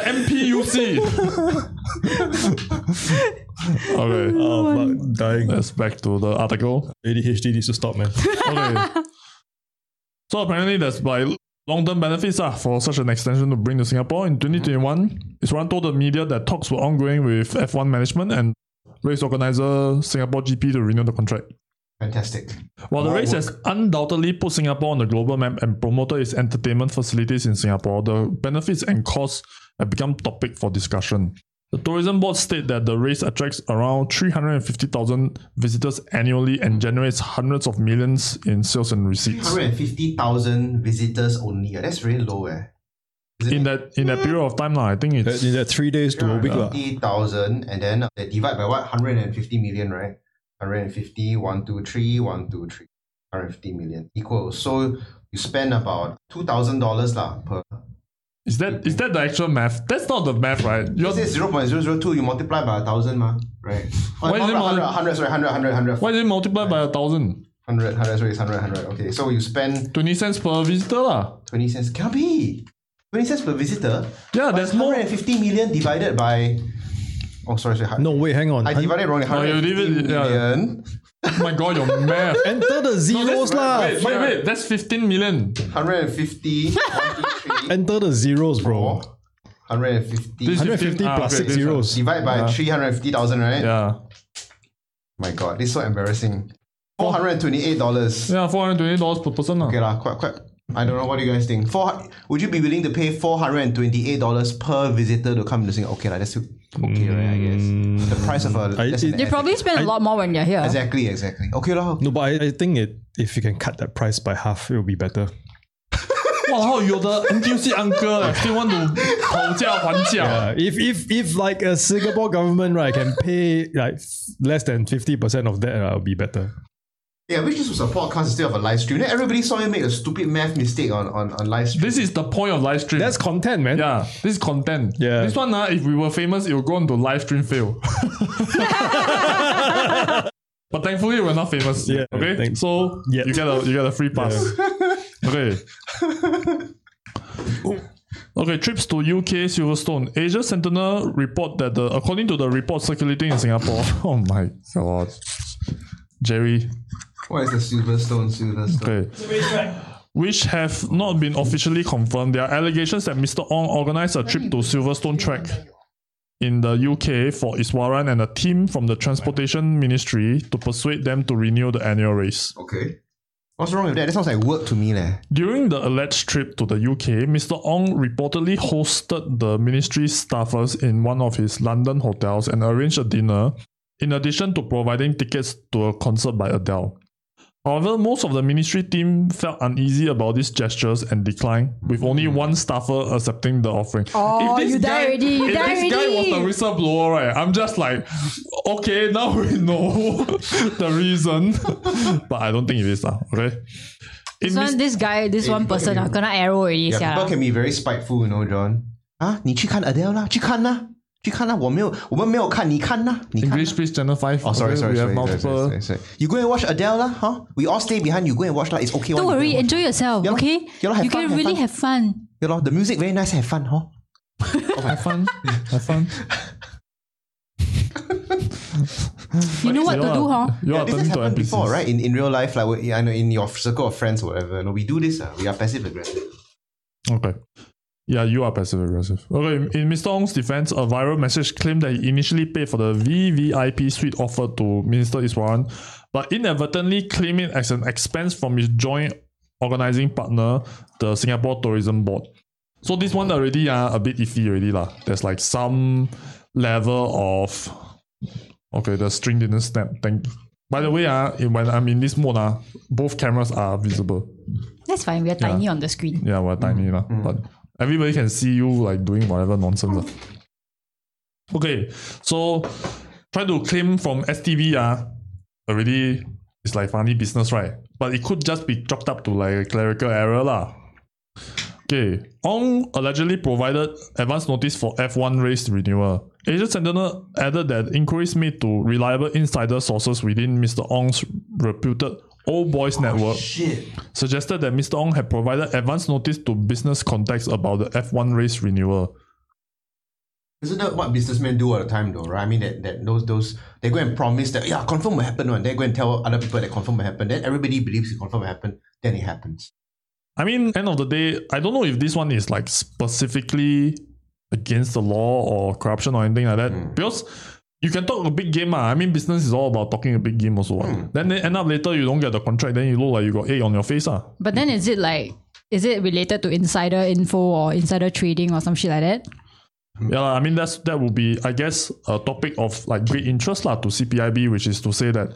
E: MPUC. okay.
B: Oh, fuck. Dying.
E: Let's back to the article.
B: ADHD needs to stop, man.
E: Okay. so apparently there's by long-term benefits ah, for such an extension to bring to Singapore. In 2021, Iswaran told the media that talks were ongoing with F1 management and race organizer Singapore GP to renew the contract.
C: Fantastic.
E: While the
C: More
E: race has undoubtedly put Singapore on the global map and promoted its entertainment facilities in Singapore, the benefits and costs have become topic for discussion. The tourism board state that the race attracts around 350,000 visitors annually and generates hundreds of millions in sales and receipts.
C: 150,000 visitors only. Uh, That's very low, eh?
E: In that in that period of time, lah, I think
B: That,
E: it's
B: in that three days to a week. lah.
C: 50,000 and then uh, they divide by what? 150 million, right? 150, 1, 2, 3, 1, 2, 3. 150 million equal. So you spend about $2,000 lah per.
E: is that is that the actual math? That's not the math, right? You're,
C: This is 0.002, you multiply by 1,000 mah, right? Oh,
E: Why is it
C: not 100,
E: multi-
C: 100, sorry, 100, 100, 100.
E: why did it multiply by a thousand?
C: 100, 100, sorry, it's 100, 100. Okay, so you spend
E: Twenty cents per visitor, lah.
C: 20 cents. Cannot be. 20 cents per visitor.
E: Yeah,
C: But
E: there's more.
C: 150 million divided by. Oh, sorry, sorry. hun-
B: No, wait, hang on.
C: I divided wrong.
E: you
C: 150
E: divided- yeah.
C: million.
E: Oh my god, your math.
B: Enter the zeros, lah.
E: Wait, wait, wait. That's fifteen million.
C: 150, 153,
B: Enter the zeros, bro.
C: 150.
E: This-
B: 150
E: Ah,
B: plus
E: okay,
B: six
E: this one.
B: zeros.
C: Divide by 350,000, right?
E: Yeah.
C: My god, this is so embarrassing. $428.
E: Yeah, four hundred twenty dollars per person. lah.
C: Okay, lah, quite, quite. I don't know. What do you guys think? Four, would you be willing to pay $428 per visitor to come to Singapore? Okay, lah, that's still okay, right? I guess.
E: Mm.
C: The price of a.
B: I-
C: that's an
B: it-
D: They
C: asset.
D: probably spend a lot more when they're here.
C: Exactly, exactly. Okay, lah.
B: No, but I, I think it if you can cut that price by half, it will be better.
E: Wow, you're the NTUC uncle. eh. Still want to 讨价还价。
B: Uh, if if if like a Singapore government right can pay like f- less than fifty percent of that, uh, will be better.
C: Yeah, which this was a podcast instead of a live stream. Then everybody saw you make a stupid math mistake on, on, on live stream.
E: This is the point of live stream.
B: That's content, man.
E: yeah, this is content.
B: Yeah.
E: This one, uh, if we were famous, it would go on to live stream fail. but thankfully, we're not famous.
B: Yeah,
E: okay.
B: thanks.
E: So
B: Yeah.
E: you get a you get a free pass. okay. Okay, trips to UK Silverstone. Asia Sentinel report that the according to the report circulating in Singapore. oh my god. Jerry,
C: What is the Silverstone, Silverstone?
E: Okay. Which have not been officially confirmed. There are allegations that Mr. Ong organized a trip to Silverstone Track in the UK for Iswaran and a team from the Transportation Ministry to persuade them to renew the annual race.
C: Okay. What's wrong with that? That sounds like work to me, leh.
E: During the alleged trip to the UK, Mr. Ong reportedly hosted the ministry's staffers in one of his London hotels and arranged a dinner, in addition to providing tickets to a concert by Adele. However, most of the ministry team felt uneasy about these gestures and declined, with only one staffer accepting the offering.
D: Oh,
E: If this
D: you die
E: guy-
D: already, you
E: if
D: die
E: this guy was
D: already.
E: the whistleblower, right? I'm just like, okay, now we know the reason. but I don't think it is, lah, okay?
D: This
E: In
D: one, this guy, this one
C: people
D: person,
C: can
D: ah,
C: be-
D: kena arrow already,
C: Yeah,
D: sia.
C: people can be very spiteful, you know, John. Ah, 啊，你去看 Adele 啦，去看啦，去看啦，我没有，我们没有看，你看啦，你看啦。
E: English, please, channel 5.
C: Oh, sorry,
E: Okay,
C: sorry,
E: We
C: sorry,
E: have
C: sorry,
E: multiple.
C: sorry, sorry, sorry. You go and watch Adele lah, huh? We all stay behind. You go and watch lah. It's okay.
D: Don't
C: one,
D: worry,
C: you go and watch.
D: enjoy yourself,
C: Yeah lah,
D: okay?
C: yeah lah, have
D: you
C: fun,
D: can
C: have
D: really
C: fun.
D: have fun.
C: Yeah, lor, the music very nice. Have fun, huh?
E: Have fun. Have fun.
D: You know what to do, huh?
E: You
C: Yeah,
E: are
C: this
E: turning
C: has
E: to
C: happened
E: NPCs.
C: before, right? In in real life, like we- I know in your circle of friends or whatever. No, we do this. Uh, we are passive aggressive.
E: Okay. Yeah, you are passive aggressive. Okay, in Mr. Ong's defense, a viral message claimed that he initially paid for the VVIP suite offered to Minister Iswaran, but inadvertently claimed it as an expense from his joint organizing partner, the Singapore Tourism Board. So this one already uh, a bit iffy already lah. There's like some level of okay, the string didn't snap. Thank. By the way, uh, when I'm in this mode, uh, both cameras are visible.
D: That's fine, we're tiny on the screen.
E: Yeah, we're tiny lah. But everybody can see you like doing whatever nonsense. lah. Okay, so try to claim from STV ah, already it's like funny business, right? But it could just be chalked up to like a clerical error lah. Okay, Ong allegedly provided advance notice for F1 race renewal. Agent Sentinel added that inquiries made to reliable insider sources within Mr. Ong's reputed Old Boys Network
C: Shit.
E: suggested that Mr. Ong had provided advance notice to business contacts about the F1 race renewal.
C: Isn't that what businessmen do all the time, though? Right? I mean, that, that those those they go and promise that yeah, confirm will happen. One, they go and tell other people that confirm will happen. Then everybody believes it confirm will happen. Then it happens.
E: I mean, end of the day, I don't know if this one is like specifically against the law or corruption or anything like that. Because you can talk a big game, ah. I mean, business is all about talking a big game also. ah. Then they end up later you don't get the contract, then you look like you got A on your face, ah.
D: But then is it like, is it related to insider info or insider trading or some shit like that?
E: Yeah, lah, I mean that's that would be, I guess, a topic of like great interest lah to CPIB, which is to say that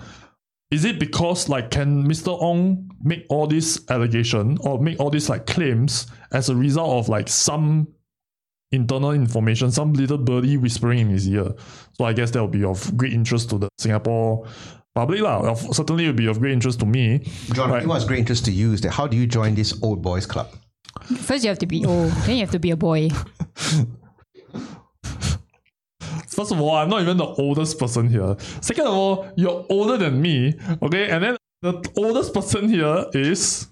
E: is it because like can Mr. Ong make all these allegation or make all these like claims as a result of like some internal information, some little birdie whispering in his ear. So I guess that would be of great interest to the Singapore public lah. Of, certainly, it would be of great interest to me.
C: John, I
E: Right.
C: think what's great interest to you is that how do you join this old boys club?
D: First, you have to be old, then you have to be a boy.
E: First of all, I'm not even the oldest person here. Second of all, you're older than me. Okay, and then the oldest person here is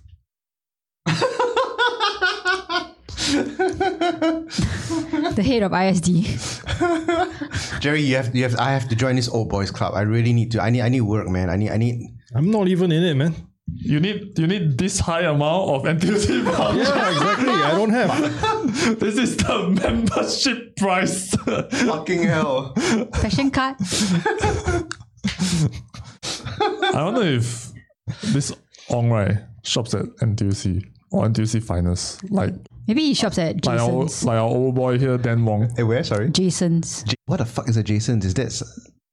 D: The head of ISD.
C: Jerry, you have you have I have to join this old boys club. I really need to. I need I need work, man. I need I need.
B: I'm not even in it, man.
E: you need you need this high amount of NTUC voucher.
B: Yeah, exactly. I don't have.
E: This is the membership price.
C: Fucking hell.
D: Fashion card.
E: I don't know if this Ong right shops at NTUC or NTUC Finance, like
D: Maybe he shops at
E: like our, old-
D: Jason's.
E: like our old boy here, Dan Wong.
C: Hey, where? Sorry.
D: Jason's.
C: J- what the fuck is adjacent? Is that? s-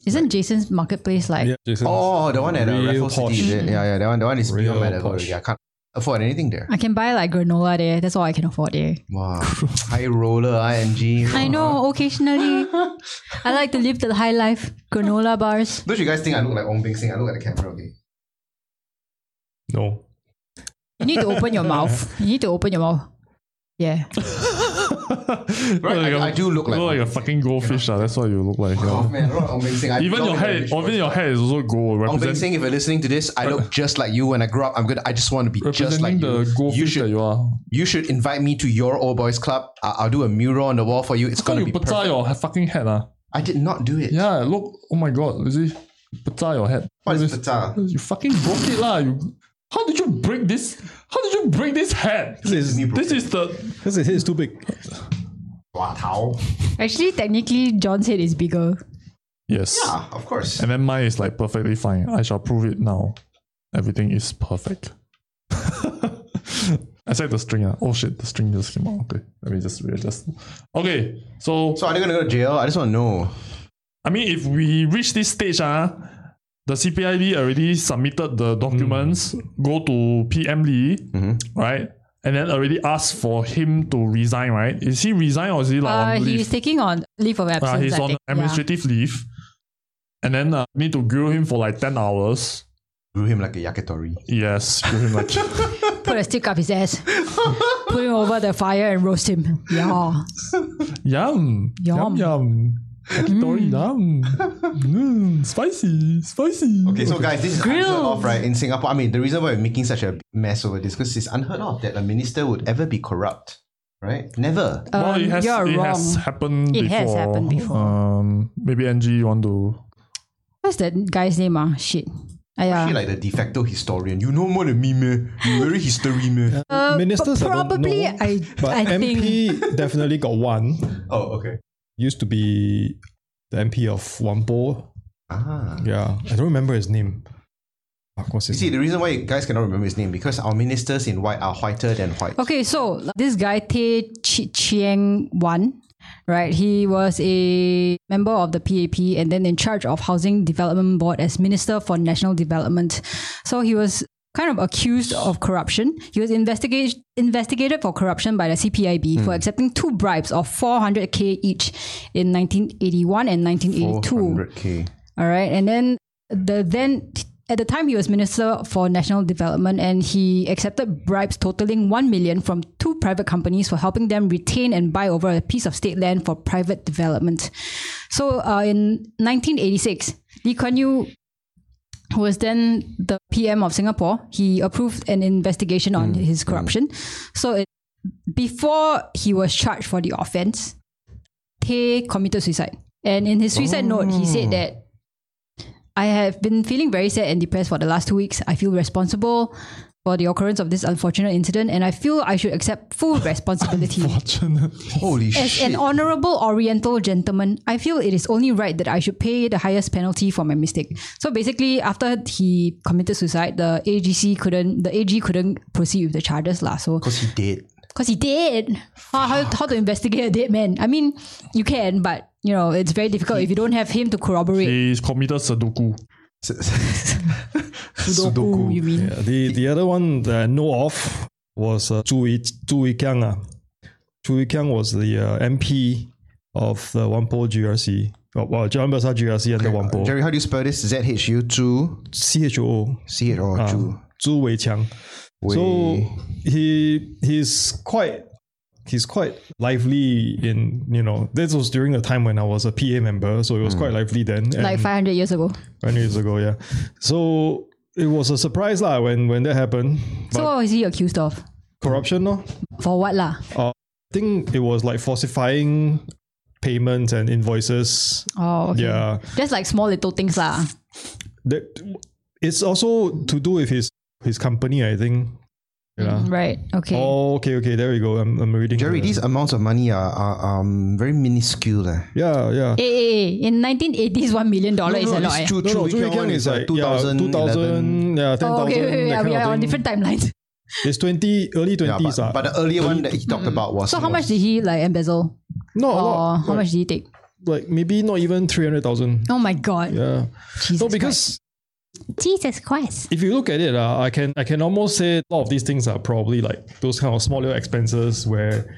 D: Isn't Jason's marketplace like
B: Yeah, Jason.
C: Oh, the one at uh,
B: Real
C: Raffles City.
B: posh.
C: is it? Yeah, yeah. That one. The one is
B: Real
C: beyond my level.
B: posh.
C: already. I can't. afford anything there.
D: I can buy like granola there. That's all I can afford there.
C: Wow. High roller, IMG.
D: I know occasionally. I like to live the high life. Granola bars.
C: Don't you guys think I look like Ong Beng Sing? I look at the camera, okay?
B: No.
D: You need to open your mouth. You need to open your mouth. Yeah.
C: Right, I- I do look like
E: you look like a
C: one.
E: fucking goldfish. ah. That's what you look like.
C: Oh
E: yeah.
C: man, I look like Ong Beng Sing. I
E: Even
C: belong
E: your
C: in
E: hair,
C: Irish
E: even
C: voice.
E: your hair is also gold.
C: Ong Beng
E: Represent,
C: Sing, if you're listening to this, I look just like you when I grow up. I'm good. I just want to be just like
E: representing
C: you.
E: the
C: you
E: goldfish that
C: should
E: you are.
C: you should invite me to your old boys club. I- I'll do a mural on the wall for you. It's
E: How
C: gonna
E: you
C: be
E: put
C: perfect.
E: your fucking head? Ah,
C: I did not do it.
E: yeah. Look, oh my god, you see, put your head.
C: What is
E: Look
C: pata?
E: this- You fucking broke it, lah. You, how did you break this? How did you break this head?
B: This is,
E: This is the
B: this is, it's too big.
D: Actually, technically, John's head is bigger.
E: yes.
C: Ah, of course.
E: And then mine is like perfectly fine. I shall prove it now. Everything is perfect. Except the string. ah. Oh shit, the string just came out. Okay, let me just readjust. Okay, so,
C: So are they gonna go to jail? I just want to know.
E: I mean, if we reach this stage, ah, the CPIB already submitted the documents, go to PM Lee, right? And then already asked for him to resign, right? Is he resign or is he like
D: Uh,
E: on leave?
D: he's taking on leave of absence.
E: Uh, he's
D: I
E: on
D: think.
E: administrative leave. And then uh, need to grill him for like 10 hours.
C: Grew him like a yakitori.
E: Yes, grill him like.
D: Yeah. Put a stick up his ass. Put him over the fire and roast him. Yeah.
E: Yum. Yum.
D: Yum.
E: Yum. Yakitori, yum. Mm, spicy. Spicy.
C: Okay, so guys, this is unheard
D: Grilled.
C: of, right? In Singapore, I mean, the reason why we're making such a mess over this because it's unheard of that a minister would ever be corrupt, right? Never.
E: well, it
D: Um,
E: has,
D: you're
E: it
D: wrong.
E: has happened
D: It
E: before.
D: has happened before.
E: Um, maybe NG, you want to.
D: What's that guy's name? Ah, shit.
C: I
D: Aya.
C: feel like the de facto historian. You know more than me, man. You very history, man.
D: Uh,
B: Ministers,
D: but probably
B: I don't know, but
D: I think
B: MP definitely got one.
C: Oh, okay.
B: Used to be the MP of Wampo.
C: Ah.
B: Yeah, I don't remember his name. Fuck, what's
C: You
B: his
C: see,
B: name?
C: the reason why you guys cannot remember his name because our ministers in white are whiter than white.
D: Okay, so this guy Tae Chi Chiang Wan, right? He was a member of the PAP and then in charge of Housing Development Board as Minister for National Development. So he was kind of accused of corruption. He was investigate, investigated for corruption by the CPIB for accepting two bribes of 400k each in 1981 and 1982.
C: 400k.
D: All right. And then the then at the time he was Minister for National Development and he accepted bribes totaling 1 million from two private companies for helping them retain and buy over a piece of state land for private development. So uh, in 1986, Lee Kuan Yew who was then the PM of Singapore, he approved an investigation on his corruption. So it, before he was charged for the offense, Tay committed suicide. And in his suicide note, he said that I have been feeling very sad and depressed for the last two weeks. I feel responsible for the occurrence of this unfortunate incident, and I feel I should accept full responsibility.
E: Fortunate.
C: Holy
D: As
C: shit.
D: an honorable oriental gentleman, I feel it is only right that I should pay the highest penalty for my mistake. So basically, after he committed suicide, the AGC couldn't, the AG couldn't proceed with the charges lah. So
C: Because he did.
D: because he did, how, how, how to investigate a dead man? I mean, you can, but you know it's very difficult if you don't have him to corroborate.
E: He's committed Sudoku.
D: Sudoku,
C: Sudoku.
D: you mean?
B: Yeah, the, the other one that I know of was uh, Zhu Wei Zhu Wei Kiang. ah. Zhu Wei Kiang was the uh, MP of the Wampo GRC. Well, Oh, well Jalan Besar GRC under Wampo.
C: Jerry, how do you spell this? ZHU2
B: CHO.
C: CHO2.
B: Zhu Wei Qiang. Uh, So he he's quite he's quite lively in you know this was during the time when I was a PA member, so it was quite lively then. and-
D: Like 500 years ago.
B: five years ago, yeah. So it was a surprise lah when when that happened.
D: So what was he accused of?
B: Corruption, no?
D: For what lah?
B: I think it was like falsifying payments and invoices.
D: Oh, okay.
B: Yeah.
D: Just like small little things lah.
B: That it's also to do with his his company, I think. Yeah.
D: Right. Okay.
B: Oh, okay, okay. There we go. I'm, I'm reading.
C: Jerry,
B: the-
C: these amounts of money are, are um, very minuscule. Eh.
B: Yeah, yeah.
D: Eh, eh, eh, in 1980s, one million dollar is a lot. eh.
C: Chu
B: No, no, Zhu Wei Kiang is like yeah, 2000, yeah, 10,000.
D: Oh, okay, wait, wait,
B: that
D: wait,
B: kind
D: we
B: of
D: are on
B: thing.
D: different timelines.
B: It's 20, early 20s.
C: Yeah, but,
B: ah.
C: but the earlier one that he talked about was
D: So how much did he like embezzle,
B: not a
D: or
B: lot.
D: Oh, how
B: like,
D: much did he take?
B: Like maybe not even 300,000.
D: Oh my god!
B: Yeah.
D: Jesus
B: no, because
D: Jesus Christ.
B: if you look at it, uh, I can I can almost say a lot of these things are probably like those kind of smaller expenses where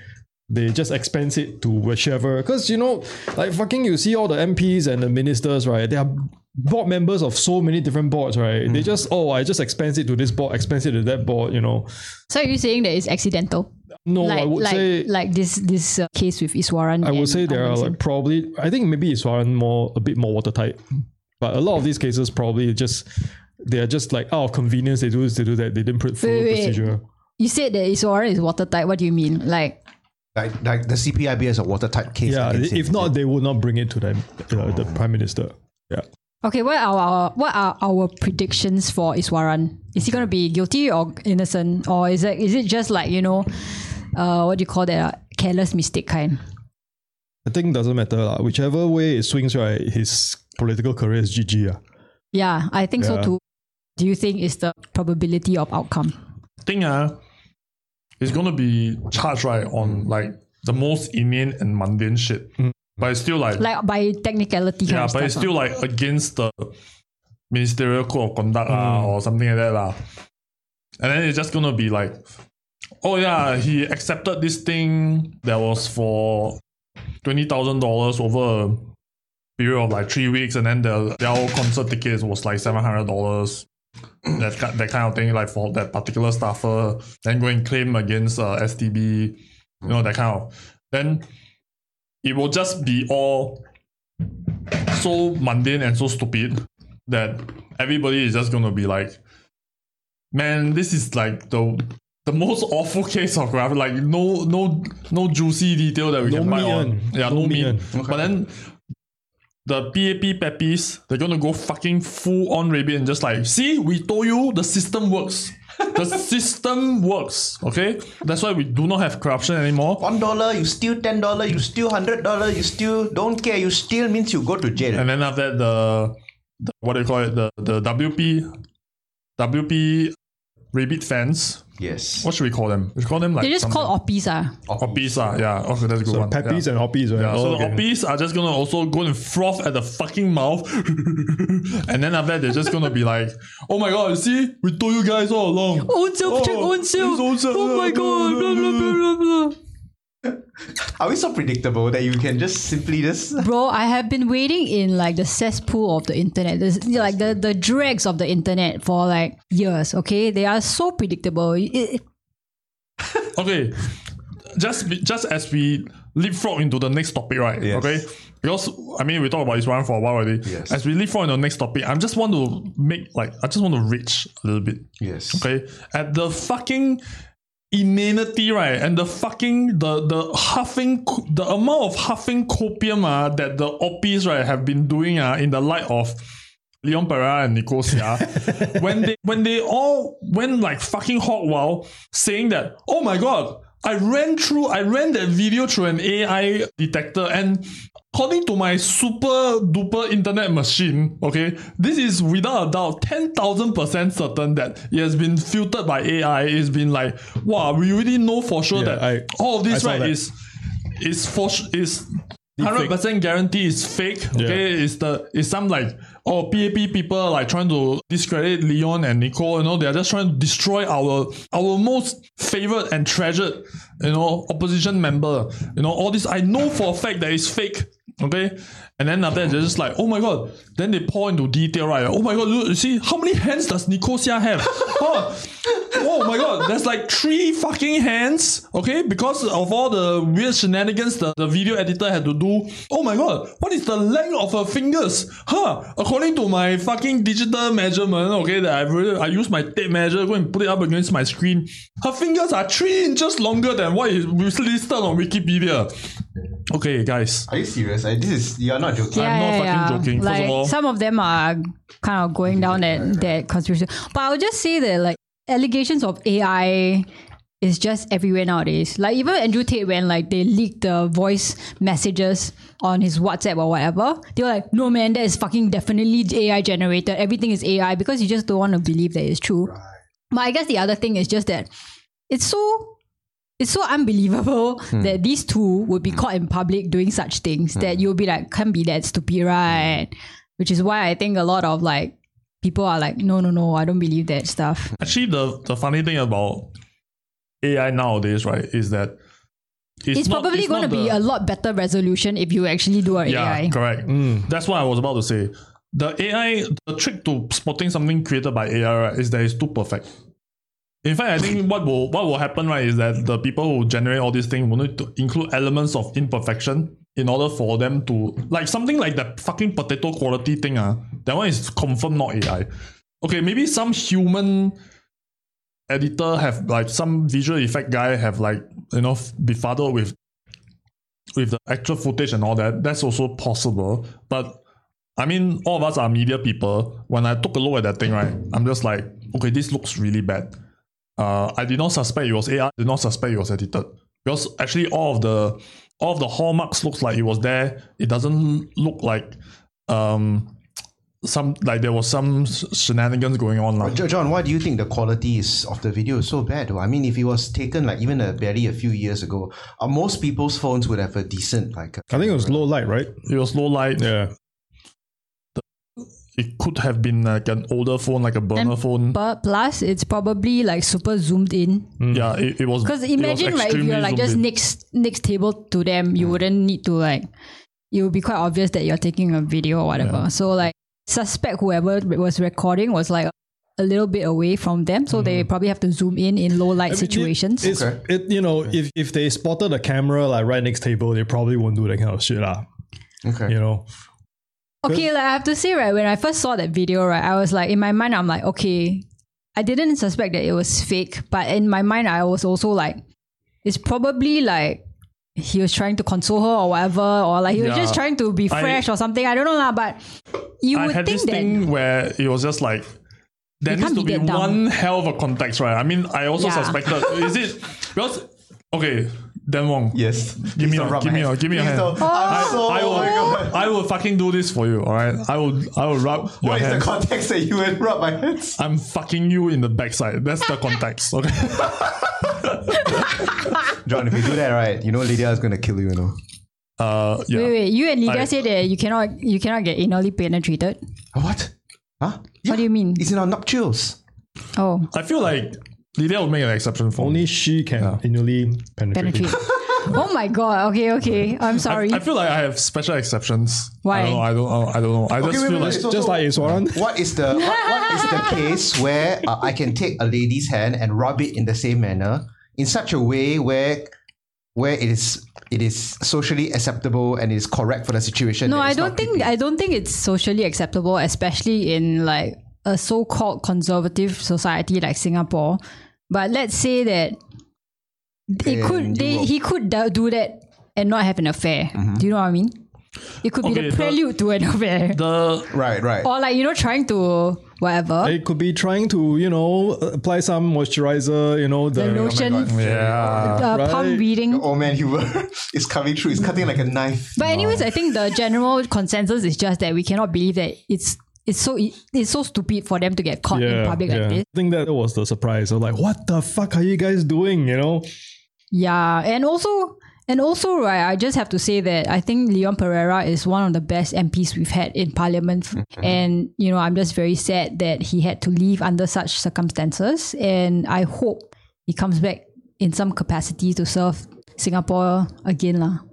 B: they just expense it to whichever. Because you know, like fucking, you see all the MPs and the ministers, right? They are board members of so many different boards, right?
D: Mm.
B: They just oh, I just expense it to this board, expense it to that board. You know,
D: So are you saying that it's accidental?
B: no,
D: like
B: I would
D: like,
B: say.
D: like this this uh, case with Iswaran.
B: I
D: and
B: would say there are
D: Amundsen.
B: like probably I think maybe Iswaran more a bit more watertight. But a lot of these cases probably just they are just like out of convenience they do this, they do that, they didn't put follow
D: Wait, wait.
B: procedure.
D: You said that Iswaran is watertight. What do you mean? Like
C: Like, like the CPIB is a watertight case.
B: Yeah,
C: against
B: if
C: him,
B: not,
C: is
B: they would not bring it to them, uh, the prime minister. Yeah,
D: okay, what are our what are our predictions for Iswaran? Is he gonna be guilty or innocent? Or is it is it just like, you know, uh what do you call that? Uh, careless mistake kind?
B: I think doesn't matter lah. Whichever way it swings, right, his political career is GG. ah.
D: Yeah, I think so
B: Yeah.
D: too. Do you think is the probability of outcome?
E: Thing ah, he's gonna be charged right on like the most inane and mundane shit, but it's still like,
D: Like by technicality kind
E: yeah,
D: of
E: but
D: stuff.
E: it's
D: ah?
E: still like against the ministerial code of conduct ah or something like that lah. And then it's just gonna be like, oh yeah, he accepted this thing that was for twenty thousand dollars over. a Period of like three weeks, and then the their whole concert tickets was like seven hundred dollars. that ki- that kind of thing, like for that particular staffer, then go and claim against uh, STB, you know that kind of. Then it will just be all so mundane and so stupid that everybody is just gonna be like, man, this is like the the most awful case of graph. Like no no no juicy detail that we
B: No
E: can buy
B: meat
E: on.
B: one.
E: Yeah, no,
B: No meat
E: meat.
B: one.
E: But then the PAP peppies, they're gonna go fucking full on rabid and just like, see, we told you the system works. the system works, okay? That's why we do not have corruption anymore.
C: One dollar, you steal ten dollar, you steal hundred dollar, you steal. Don't care. You steal means you go to jail.
E: And then after that, the, the what do you call it? The the WP WP rabid fans.
C: yes.
E: What should we call them? We should call them like
D: they just call oppies. ah.
E: oppies, ah. yeah. Okay, that's a good
B: So
E: one.
B: Peppies
E: yeah.
B: and Hoppies, right?
E: Yeah, so
B: Oh,
E: the
B: okay.
E: oppies are just gonna also go and froth at the fucking mouth, and then after that they're just gonna be like, "Oh my god, you see, we told you guys all along."
D: Own self check,
E: Oh,
D: own self.
E: it's own self,
D: Oh my
E: blah,
D: god, blah
E: blah,
D: blah
E: blah,
D: blah blah blah.
C: Are we so predictable that you can just simply just?
D: Bro, I have been waiting in like the cesspool of the internet, this, like the, the dregs of the internet for like years. Okay, they are so predictable. It- it-
E: okay just be- just as we leapfrog into the next topic right
C: Yes.
E: okay because i mean we talked about this one for a while already
C: Yes.
E: as we leapfrog into the next topic i just want to make like i just want to reach a little bit
C: Yes.
E: okay at the fucking inanity right and the fucking the the huffing co- the amount of huffing copium ah, that the oppies right have been doing ah, in the light of Leon Pereira and Nicosia, when they when they all went like fucking hog wild, saying that, oh my god, I ran through, I ran that video through an AI detector, and according to my super duper internet machine, okay, this is without a doubt ten thousand percent certain that it has been filtered by AI. It's been like, wow, we really know for sure
B: Yeah,
E: that
B: I-
E: all of
B: I
E: this
B: saw
E: right
B: that.
E: is is for su- is hundred percent guarantee is fake. Okay, it's the it's some like oh PAP people like trying to discredit Leon and Nicole. You know, they are just trying to destroy our our most favored and treasured you know opposition member. You know, all this I know for a fact that it's fake. Okay, and then after that, they're just like, oh my god. Then they pour into detail, right? Oh my god, look, you see how many hands does Nicosia have? Huh? oh my god, there's like three fucking hands, okay? Because of all the weird shenanigans the, the video editor had to do. Oh my god, what is the length of her fingers? Huh? According to my fucking digital measurement, okay, that I've really, I use my tape measure, go and put it up against my screen. Her fingers are three inches longer than what is listed on Wikipedia. Okay, guys.
C: Are you serious? I, this is you are not joking.
D: yeah,
E: not
D: yeah,
E: fucking
D: yeah.
E: joking. First
D: Like
E: of all-
D: some of them are kind of going down that that conspiracy. But I'll just say that like allegations of AI is just everywhere nowadays. Like even Andrew Tate when like they leaked the voice messages on his WhatsApp or whatever, they were like, "No man, that is fucking definitely AI generated. Everything is AI because you just don't want to believe that it's true." But I guess the other thing is just that it's so it's so unbelievable
E: Hmm.
D: that these two would be caught in public doing such
E: Hmm.
D: things that you'll be like, can't be that stupid, right? Which is why I think a lot of like people are like, no, no, no, I don't believe that stuff.
E: Actually, the, the funny thing about AI nowadays, right, is that
D: It's,
E: not-
D: probably
E: it's
D: going to
E: not
D: be
E: the-
D: a lot better resolution if you actually do our
E: yeah,
D: AI.
E: correct. That's what I was about to say. The AI, the trick to spotting something created by AI right, is that it's too perfect. In fact, I think what will what will happen right is that the people who generate all these things will need to include elements of imperfection in order for them to like something like that fucking potato quality thing. Ah, that one is confirmed not AI. Okay, maybe some human editor have like some visual effect guy have like you know f- befuddled with with the actual footage and all that, that's also possible. But I mean, all of us are media people. When I took a look at that thing, right, I'm just like, okay, this looks really bad. Uh, I did not suspect it was AI. I did not suspect it was edited because actually all of the all of the hallmarks looks like it was there. It doesn't look like um some like there was some sh- shenanigans going on. Like.
C: Oh, Jo- John, why do you think the quality is of the video is so bad? Though? I mean, if it was taken like even a, barely a few years ago, uh, most people's phones would have a decent like. uh,
B: I think it was low light, right?
E: It was low light.
B: Yeah.
E: It could have been like an older phone, like a burner phone.
D: But plus, it's probably like super zoomed in.
E: Yeah, it, it was.
D: Because
E: it was
D: imagine, right, if
E: extremely
D: you're like
E: zoomed
D: just
E: in.
D: next next table to them, you wouldn't need to like. It would be quite obvious that you're taking a video or whatever. So like, suspect whoever was recording was like a little bit away from them, so they probably have to zoom in in low light
B: Mm. I mean, it-
D: situations.
B: It's,
C: Okay.
B: It you know if if they spotted a camera like right next table, they probably won't do that kind of shit lah.
C: Okay.
B: You know.
D: Okay, like I have to say, right, when I first saw that video, right, I was like, in my mind, I'm like, okay, I didn't suspect that it was fake, but in my mind, I was also like, it's probably like he was trying to console her or whatever, or like he was
E: Yeah.
D: just trying to be
E: I-
D: fresh or something. I don't know, lah, but you
E: I
D: would
E: had
D: think
E: this
D: that.
E: thing where it was just like there
D: You
E: needs
D: can't
E: to
D: be
E: be,
D: that dumb.
E: one hell of a context, right? I mean, I also
D: Yeah.
E: suspected is it because okay, Dan Wong,
C: Yes.
E: give
C: Please
E: me
C: don't
E: a
C: rub
E: give
C: my
E: me a
C: hand.
E: give me a
C: Please
E: hand.
C: don't- I'm
D: Ah.
E: I,
C: so-
E: I will,
C: oh my God.
E: I will fucking do this for you, all right? I will, I will rub your
C: What is the
E: hands.
C: context that you would rub my hands?
E: I'm fucking you in the backside. That's the context, okay?
C: John, if you do that right, you know Lydia is gonna kill you. You know
E: Uh, yeah.
D: Wait, wait, you and Lydia
E: I-
D: say that you cannot you cannot get anally penetrated.
C: what? Huh? Yeah.
D: What do you mean?
C: It's in our nuptials.
D: Oh,
E: I feel like Lydia would make an exception for
B: Only
E: me.
B: she can annually penetrate.
D: penetrate. oh my god. Okay, okay. I'm sorry.
E: I feel like I have special exceptions.
D: Why?
E: I don't know. I don't, I don't know. I just
C: wait, wait,
E: feel like
C: wait, so-
B: Just like Iswaran.
C: What is the what, what is the case where uh, I can take a lady's hand and rub it in the same manner in such a way where where it is it is socially acceptable and is correct for the situation?
D: No,
C: and
D: I
C: it's
D: don't
C: not
D: think
C: creepy?
D: I don't think it's socially acceptable, especially in like a so-called conservative society like Singapore. But let's say that it
C: In
D: could they,
C: Europe. Mm-hmm.
D: he could do do that and not have an affair. Do you know what I mean? It could
E: Okay,
D: be
E: the-
D: the prelude to an affair,
E: the
C: right, right.
D: or like you know trying to whatever.
B: They could be trying to, you know, apply some moisturizer, you know, the,
E: oh
D: the lotion,
E: yeah.
D: uh, palm
B: Right.
D: reading.
C: Oh man, Huber is coming through. It's cutting like a knife.
D: But anyways, I think the general consensus is just that we cannot believe that it's it's so it's so stupid for them to get caught in public like this.
B: I think that was the surprise. I was like, what the fuck are you guys doing? You know?
D: Yeah, and also and also right, I just have to say that I think Leon Pereira is one of the best MPs we've had in Parliament,
E: Mm-hmm.
D: and you know I'm just very sad that he had to leave under such circumstances, and I hope he comes back in some capacity to serve Singapore again lah.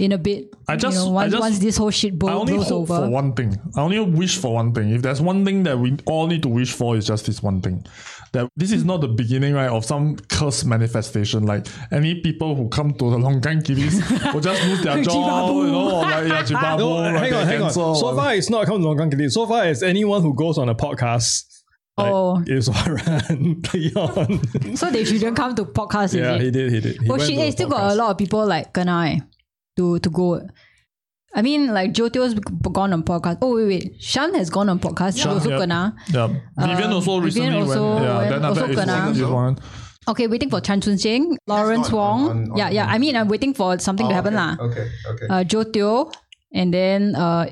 D: In a bit,
E: I just-
D: you know,
E: I
D: once,
E: just-
D: once this whole shit
E: I
D: blow,
E: only
D: blows
E: hope for
D: over,
E: one thing. I only wish for one thing. If there's one thing that we all need to wish for, is just this one thing. That this is not the beginning, right, of some curse manifestation. Like any people who come to the Longkang Kiddies will just lose their job,
D: Chibabu.
E: you know, or like yeah, Chibabu,
B: No,
E: or
B: hang
E: get
B: on, hang on.
E: cancer,
B: So
E: or-
B: far, it's not come to Longkang Kiddy. So far, as anyone who goes on a podcast, like,
D: Oh.
B: Iswaran, Leon.
D: so they shouldn't come to podcast.
B: yeah,
D: is it?
B: he did, he did. He
D: Oh
B: went
D: shit,
B: to
D: eh,
B: the
D: still got a
B: podcast.
D: lot of people like kena eh, to to go. I mean, like Joe Teo's gone on podcast. Oh wait, wait, Shan has gone on podcast. she
E: Shan,
D: also
E: yeah.
D: kena.
E: Yeah. Vivian also
D: Uh, Vivian
E: recently
D: also
E: went.
D: went-
E: Yeah, then after
D: also
E: that is-
D: kena.
E: is one.
D: Okay, waiting for Chan Chun Sing, Lawrence
C: on-
D: Wong.
C: on- on-
D: yeah, yeah. I mean, I'm waiting for something to happen lah.
C: Okay, okay.
D: Uh, Joe Teo, and then uh,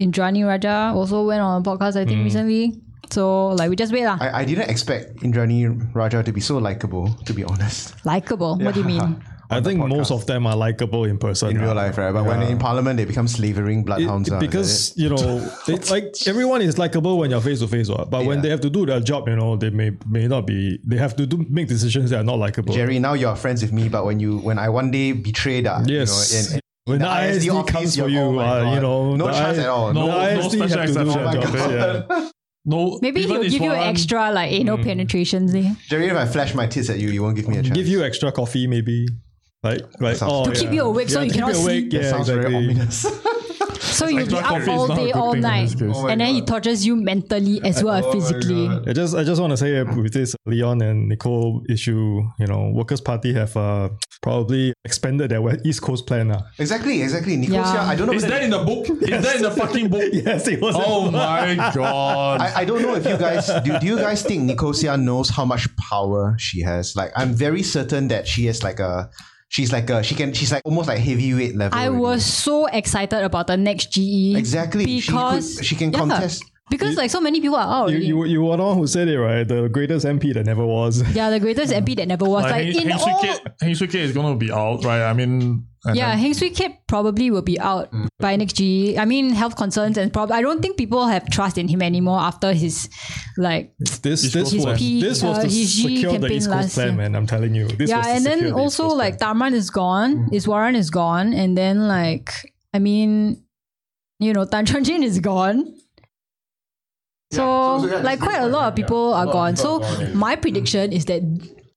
D: Indrani Raja also went on a podcast. I think recently. So like, we just wait lah.
C: I, I didn't expect Indrani Raja to be so likable, to be honest.
D: Likeable. What do you mean?
B: I think most of them are likable in person.
C: in
B: lah.
C: real life, right? But when
B: Yeah.
C: in parliament, they become slavering
B: It-
C: bloodhounds. uh, lah, is
B: because
C: it?
B: you know, it's like everyone is likable when you're face to face, but when
C: Yeah.
B: they have to do their job, you know, they may may not be. They have to do make decisions that are not likable.
C: Jerry, now you're friends with me, but when you when I one day betrayed, uh,
B: Yes.
C: you know, and, and
B: when
C: the
B: the
C: ISD
B: ISD,
C: office,
B: comes for
C: you're- oh
B: you,
C: my
B: uh, you
C: God.
B: know,
C: No
B: the
C: chance
B: I-
C: at all. No-
B: the
E: no
B: ISD
E: special
B: have to do
E: exception.
B: their
E: Oh my
B: job. Yeah.
E: No,
D: Maybe he'll
E: even if
D: give you an
E: one-
D: extra like anal penetrations. Eh?
C: Jerry, if I flash my tits at you, you won't give me a chance.
B: Give you extra coffee, maybe. Like, like
C: sounds-
B: oh,
C: To
D: keep
B: yeah.
D: you awake so
B: Yeah,
D: you
B: to keep
D: cannot
B: awake.
C: that
B: Yeah,
C: sounds
B: exactly.
C: very ominous.
D: So you'll be
E: Extra
D: up
E: coffee is
D: all
E: not a
D: day,
E: good
D: all
E: thing in
D: night,
E: this case.
C: Oh my
D: and then he
C: God.
D: tortures you mentally as well
C: Oh
D: as physically.
B: I just I just want to say uh, with this Leon and Nicole issue, you know, Workers' Party have uh, probably expanded their West- East Coast plan. Uh.
C: exactly, exactly. Nicosia,
D: Yeah.
C: I don't know.
E: Is
C: whether-
E: that in the book? Is that in the fucking book?
B: Yes, it was.
E: Oh my god.
C: I, I don't know if you guys do. Do you guys think Nicosia knows how much power she has? Like, I'm very certain that she has like a. She's like a. She can. She's like almost like heavyweight level.
D: I
C: already.
D: was so excited about the next GE.
C: Exactly. She could-
D: Because
C: she can
D: yeah,
C: contest.
D: Because like so many people are out.
B: You,
D: already.
B: you, you were the one who said it, right? The greatest MP that never was.
D: yeah, the greatest
C: Mm.
D: MP that never was.
E: Like,
D: Like,
E: Heng,
D: in
E: Heng Swee
D: all
E: Keat- Heng Swee Keat is gonna be out, right? I mean, and
D: Yeah,
E: then-
D: Heng Swee Keat probably will be out
C: Mm.
D: by next GE. I mean, health concerns and probably I don't think people have trust in him anymore after his like
B: This this
E: Coast
B: was,
E: plan.
D: His
B: this
D: P-
B: was
D: uh,
B: to
D: his G
B: secure the
D: campaign
B: East Coast
D: last
B: plan,
D: year.
B: man. I'm telling you. This was
D: yeah,
B: to
D: and
B: secure
D: then
B: the East
D: also
B: Coast
D: like
B: plan.
D: Tarman is
C: Mm.
D: gone, Iswaran is gone, and then like I mean, you know, Tan Chuan Jin is gone. So,
C: so- so yeah,
D: like
C: it's-
D: quite a lot of people are gone.
C: people
D: So
C: are gone, yeah.
D: my prediction is that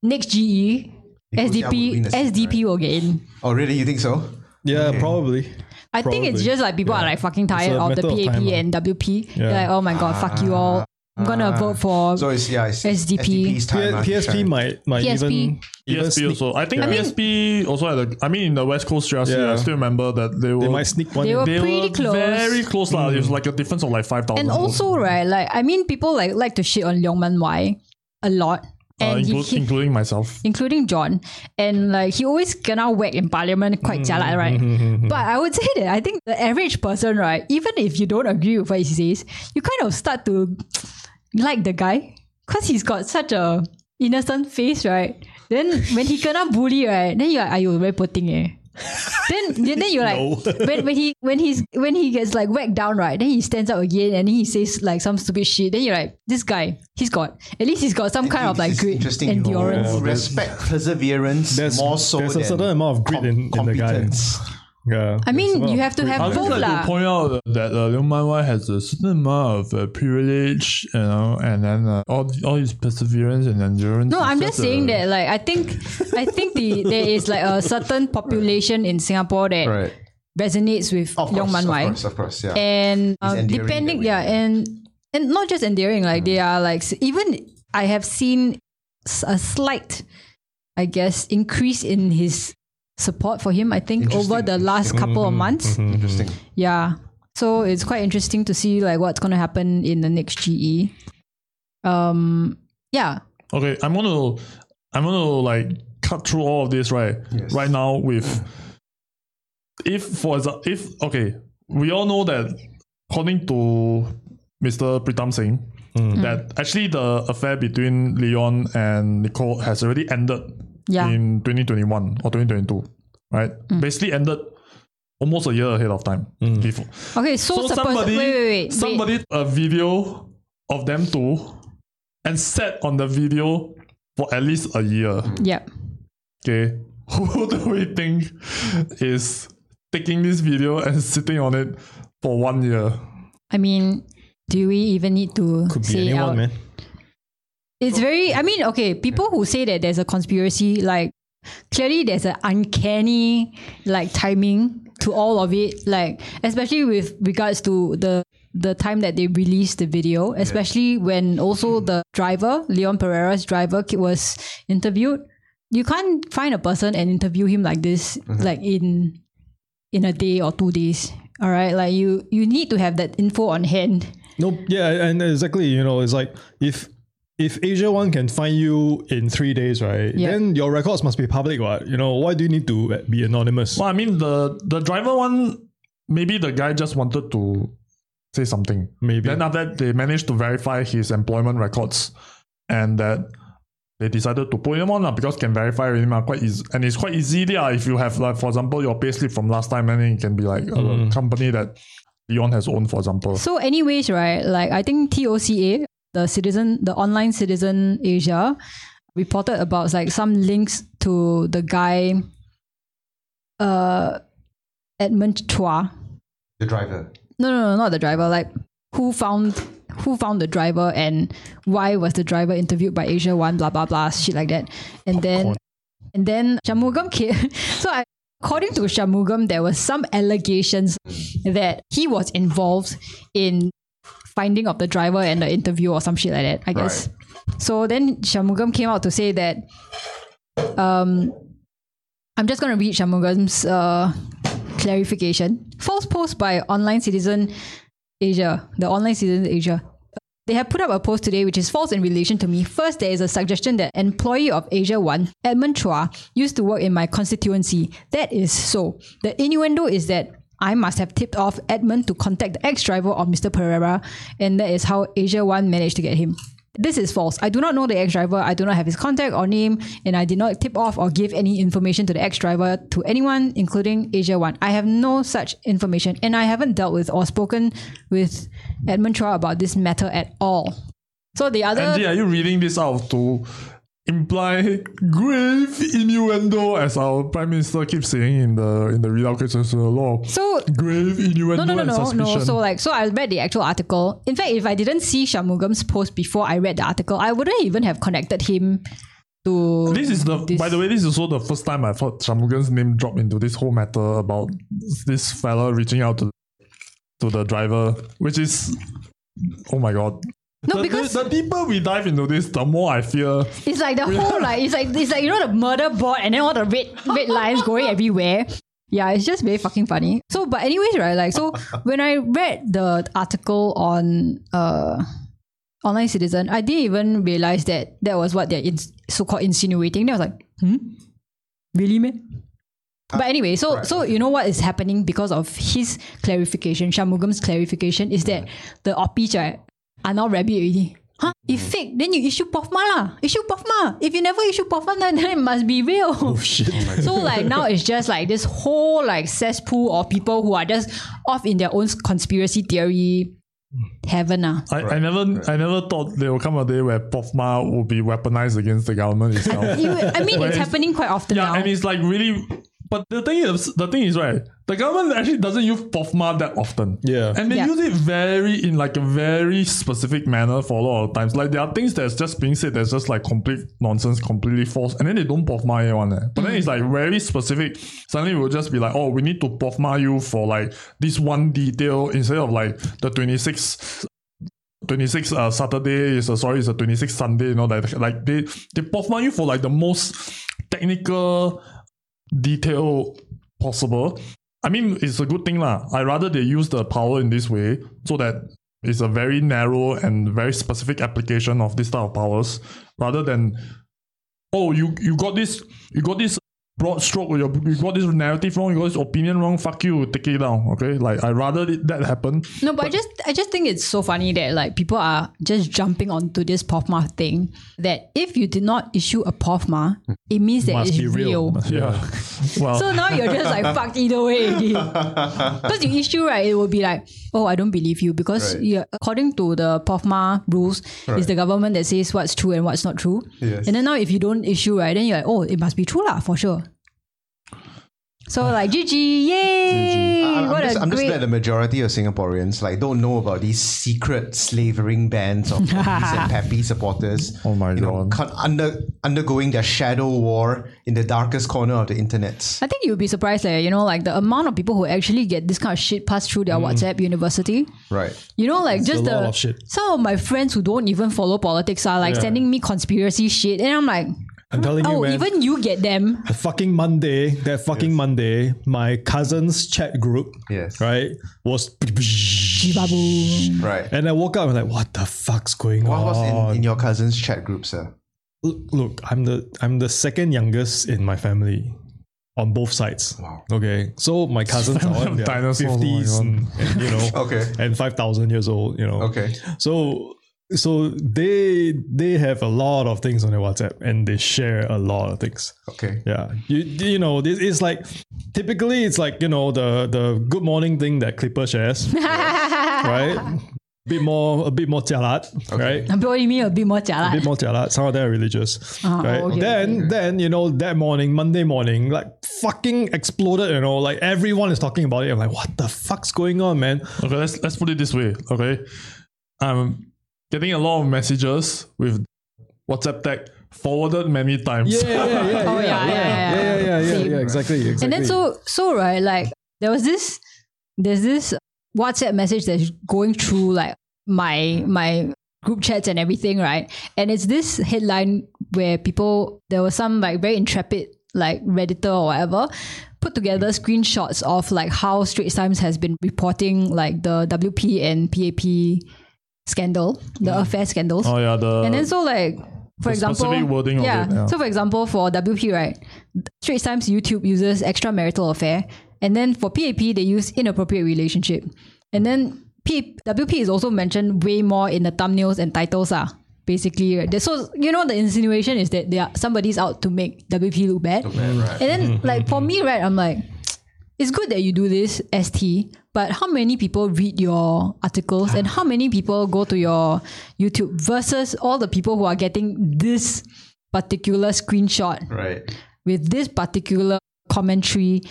D: next E, GE
C: would win
D: SDP
C: the seat,
D: SDP
C: right?
D: will get in.
C: Oh, really? You think so?
B: yeah, probably.
D: I think it's
B: Probably.
D: just like people are like fucking tired
B: a
D: of the
B: matter of
D: PAP
B: time,
D: and WP. They're
B: Yeah.
D: like, oh my god, fuck you all. I'm gonna vote for.
C: Ah. So it's yeah. It's
D: SDP.
B: P-
C: SDP's time. ah, it's
B: PSP
C: time.
B: might might
D: PSP.
B: even even
E: PSP
B: sneak,
E: also. I think
B: Yeah.
E: PSP also had a. I mean, in the West Coast GRC,
B: Yeah.
E: I still remember that they were.
B: they might Hmm. sneak one.
D: They
B: in.
D: were-
E: they
D: Pretty
E: were
D: close.
E: Very close, lah. It was like a difference of like five thousand.
C: oh.
D: and also, right, like I mean, people like like to shit on Leong Man Wai a lot,
E: uh,
D: and he
E: inclu-
D: keep,
E: including myself.
D: including John, and like he always kena whack in parliament quite jialat, right? But I would say that I think the average person, right, even if you don't agree with what he says, you kind of start to like the guy because he's got such a innocent face, right? Then when he kena bully, right, then you're like, ayo, very poor thing, eh. then, then then you're like when, when he when he's when he gets like whacked down right then he stands up again and then he says like some stupid shit then you're like this guy he's got at least he's got some kind of
C: This
D: like
C: is
D: great
C: interesting.
D: endurance
C: Oh, respect, perseverance,
B: There's-
C: more so
B: there's a
C: than
B: certain amount of grit in- in the guy.
C: competence.
B: yeah,
D: I mean
B: Well,
D: you have to
E: I
D: have
E: would just
D: both
E: like to
D: lah
E: point out that uh, Liu Manwai has a certain amount of uh, privilege, you know, and then uh, all all his perseverance and endurance.
D: No,
E: is
D: I'm just saying
E: a-
D: that like I think I think the there is like a certain population in Singapore that
C: Right.
D: resonates with
C: Of course,
D: Yong Man
C: of
D: Wai.
C: course, of course, yeah.
E: Mm-hmm.
D: And um,
C: endearing
D: depending
C: that way.
D: yeah, and and not just endearing, like they are like s- even I have seen s- a slight I guess increase in his support for him, I think, over
C: Interesting, Mm-hmm.
D: the last couple of months.
C: Interesting.
D: Yeah. So it's quite interesting to see like what's gonna happen in the next GE. Um yeah.
E: Okay, I'm gonna I'm gonna like cut through all of this right
C: Yes.
E: right now with if for example if okay we all know that according to Mr. Pritam Singh that actually the affair between Leon and Nicole has already ended
D: Yeah.
E: in 2021 or 2022 right basically ended almost a year ahead of time before
D: Okay, so,
E: so
D: suppose
E: somebody,
D: wait, wait, wait. wait.
E: somebody a video of them two and sat on the video for at least a year.
D: Yeah.
E: Okay. Who do we think is taking this video and sitting on it for one year?
D: I mean, do we even need to
B: could be
D: say
B: anyone,
D: out?
B: man.
D: It's very. I mean, okay, people who say that there's a conspiracy, like clearly there's an uncanny like timing to all of it, like especially with regards to the the time that they released the video, especially when also the driver Leon Pereira's driver ki- was interviewed. You can't find a person and interview him like this, like in in a day or two days. All right, like you you need to have that info on hand.
B: No, yeah, and exactly. You know, it's like if if Asia One can find you in three days, right?
D: Yeah.
B: Then your records must be public, right? You know, why do you need to uh, be anonymous?
E: Well, I mean the the driver one, maybe the guy just wanted to say something.
B: Maybe.
E: Then after that, they managed to verify his employment records and that they decided to put them on lah because can verify really mah, quite easy and it's quite easy there if you have like for example your payslip from last time and then it can be like
D: Mm.
E: a company that Leon has owned for example.
D: So, anyways, right? Like I think TOCA, the citizen, the online citizen Asia, reported about like some links to the guy, uh, Edmund Chua.
C: The driver.
D: No, no, no, not the driver. Like who found who found the driver and why was the driver interviewed by Asia One? Blah blah blah, shit like that. And then and then Shamugam came. so I. According to Shamugam, there was some allegations that he was involved in finding of the driver and the interview or some shit like that, I guess. So then Shamugam came out to say that um I'm just gonna read Shamugam's uh clarification. False post by online citizen Asia, the online citizen Asia. They have put up a post today which is false in relation to me. First, there is a suggestion that employee of Asia One, Edmund Chua, used to work in my constituency. That is so. The innuendo is that I must have tipped off Edmund to contact the ex-driver of Mr. Pereira, and that is how Asia One managed to get him. This is false. I do not know the ex-driver. I do not have his contact or name, and I did not tip off or give any information to the ex-driver to anyone, including Asia One. I have no such information, and I haven't dealt with or spoken with Edmund Chua about this matter at all. So the other
E: Angie, are you reading this out to imply grave innuendo as our prime minister keeps saying in the in the readout cases of the law?
D: so
E: grave innuendo
D: No, no, no,
E: and
D: no,
E: suspicion.
D: no. So like, so I read the actual article. In fact, if I didn't see Shamugam's post before I read the article, I wouldn't even have connected him to.
E: This is the
D: This-
E: by the way, this is also the first time I've heard Shamugan's name drop into this whole matter about this fella reaching out to to the driver, which is oh my god.
D: No,
E: the,
D: because-
E: the, the deeper we dive into this, the more I fear
D: It's like the whole like it's like it's like you know the murder board and then all the red red lines going everywhere. Yeah, it's just very fucking funny. So, but anyways, right? Like, so when I read the article on uh online citizen, I didn't even realize that that was what they're in, so called insinuating. Then I was like, hmm, really, man. But anyway, so so you know what is happening because of his clarification, Shamugam's clarification is that the opich right, are now rabbit already. Huh? If fake, then you issue POFMA lah. Issue POFMA. If you never issue POFMA, then, then it must be real. Oh shit. so like now it's just like this whole like cesspool of people who are just off in their own conspiracy theory heaven ah.
E: I, I never I never thought there will come a day where POFMA will be weaponized against the government itself.
D: You- I mean,
E: Well,
D: it's
E: it's-
D: happening quite often
E: yeah,
D: now.
E: and it's like really but the thing is the thing is right, the government actually doesn't use POFMA that often.
B: Yeah.
E: And they
D: Yeah.
E: use it very in like a very specific manner for a lot of times. Like there are things that's just being said that's just like complete nonsense, completely false, and then they don't POFMA you on it. eh? But then it's like very specific. Suddenly we'll just be like, oh, we need to POFMA you for like this one detail instead of like the 26 26 uh, Saturday is a, sorry, it's a 26 Sunday, you know, like, like they, they POFMA you for like the most technical detail possible. I mean, it's a good thing lah. I rather they use the power in this way so that it's a very narrow and very specific application of this type of powers rather than oh you you got this you got this broad stroke or you you got this narrative wrong you got this opinion wrong fuck you take it down okay like I rather it- that happen
D: No, but, I just I just think it's so funny that like people are just jumping onto this POFMA thing that if you did not issue a POFMA, it means that
B: Must
D: it's
B: be real.
D: real.
E: yeah well
D: So
C: Oh.
D: now you're just like fucked either way. Because the issue, right, it will be like, oh, I don't believe you because
C: Right.
D: you're, according to the POFMA rules, it's
C: Right.
D: the government that says what's true and what's not true.
C: Yes.
D: And then now if you don't issue, right, then you're like, oh, it must be true lah, for sure. So like, GG, yay!
C: I- I'm,
D: what
C: just,
D: a
C: I'm just
D: great...
C: glad the majority of Singaporeans like don't know about these secret slavering bands of Pappies and Pappy supporters.
E: Oh my
C: you know,
E: God.
C: con- under, undergoing their shadow war in the darkest corner of the internet.
D: I think you'd be surprised there, you know, like the amount of people who actually get this kind of shit passed through their
C: Mm.
D: WhatsApp university.
C: Right.
D: You know, like just
B: a
D: the
B: lot of shit.
D: some of my friends who don't even follow politics are like sending me conspiracy shit. And I'm like,
B: I'm telling you,
D: oh,
B: man.
D: even you get them.
B: the fucking Monday, that fucking Monday, my cousin's chat group,
C: Yes.
B: right, was.
D: Babu.
C: Right.
B: And I woke up and like, what the fuck's going
C: What
B: on?
C: was in, in your cousin's chat group, sir?
B: L- look, I'm the I'm the second youngest in my family on both sides.
C: Wow.
B: Okay. So my cousins are on their
E: Dinosaurs, oh my
B: 50s
E: God.
B: and, and, you know
C: Okay.
B: and 5000 years old, you know.
C: Okay.
B: So so they they have a lot of things on their WhatsApp and they share a lot of things.
C: Okay.
B: Yeah, you you know this is like typically it's like you know the the good morning thing that Clipper shares, right? Bit more a bit more jialat, right?
D: A bit what you mean a bit more
B: A bit
D: jialat.
B: more jialat. Some of them are religious,
D: Ah,
B: right?
D: okay,
B: then then you know that morning Monday morning like fucking exploded. You know like everyone is talking about it. I'm like what the fuck's going on, man?
E: Okay, let's let's put it this way. Okay, I'm getting a lot of messages with WhatsApp tag forwarded many times.
B: Yeah, yeah, yeah, yeah,
D: Oh, yeah, yeah, yeah.
B: yeah, yeah, yeah, yeah,
D: Same.
B: yeah, exactly, exactly.
D: And then so so right, like there was this there's this WhatsApp message that's going through like my my group chats and everything, right? And it's this headline where people there was some like very intrepid like redditor or whatever put together
E: Mm.
D: screenshots of like how Straits Times has been reporting like the WP and PAP scandal, the affair scandals.
E: Oh yeah, the
D: And then so like for
E: the
D: example,
E: specific wording of
D: yeah,
E: it, yeah.
D: So for example, for WP, right, Straits Times YouTube uses extramarital affair, and then for PAP they use inappropriate relationship, and then P- WP is also mentioned way more in the thumbnails and titles, ah. Basically, right? They- so you know the insinuation is that they are, somebody's out to make WP look bad, and then like for me, right, I'm like, it's good that you do this st but how many people read your articles and how many people go to your youtube versus all the people who are getting this particular screenshot
C: Right.
D: with this particular commentary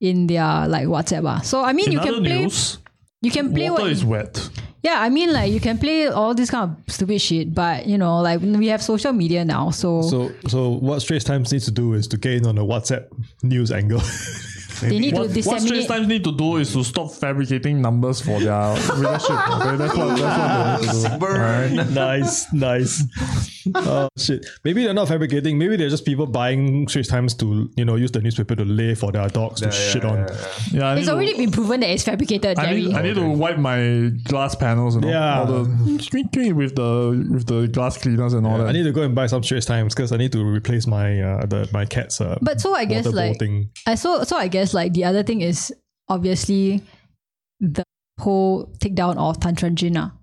D: in their like whatsapp ah. so i mean
E: in
D: you
E: other
D: can play
E: news,
D: you can play
E: water
D: what
E: is wet.
D: yeah i mean like you can play all this kind of stupid shit but you know like we have social media now so,
B: So, so what Straits Times needs to do is to gain on the WhatsApp news angle.
D: they need
E: What,
D: to
E: what Straits
D: disseminate
E: Times need to do is to stop fabricating numbers for their relationship. Okay, that's what, that's what they need to do. Alright?
B: nice, nice. Oh shit! Maybe they're not fabricating. Maybe they're just people buying Straits Times to you know use the newspaper to lay for their dogs to shit on. Yeah,
E: Yeah, I need
D: it's
E: to-
D: already been proven that it's fabricated
E: I
D: jerry
E: need, I need to wipe my glass panels and all-
B: Yeah.
E: all, the squeaking with the with the glass cleaners and all that.
B: I need to go and buy some Straits Times because I need to replace my uh, the my cat's. Uh,
D: But so I guess
B: water bowl
D: like
B: thing.
D: I so so I guess like the other thing is obviously the whole takedown of Tantran Jina. ah.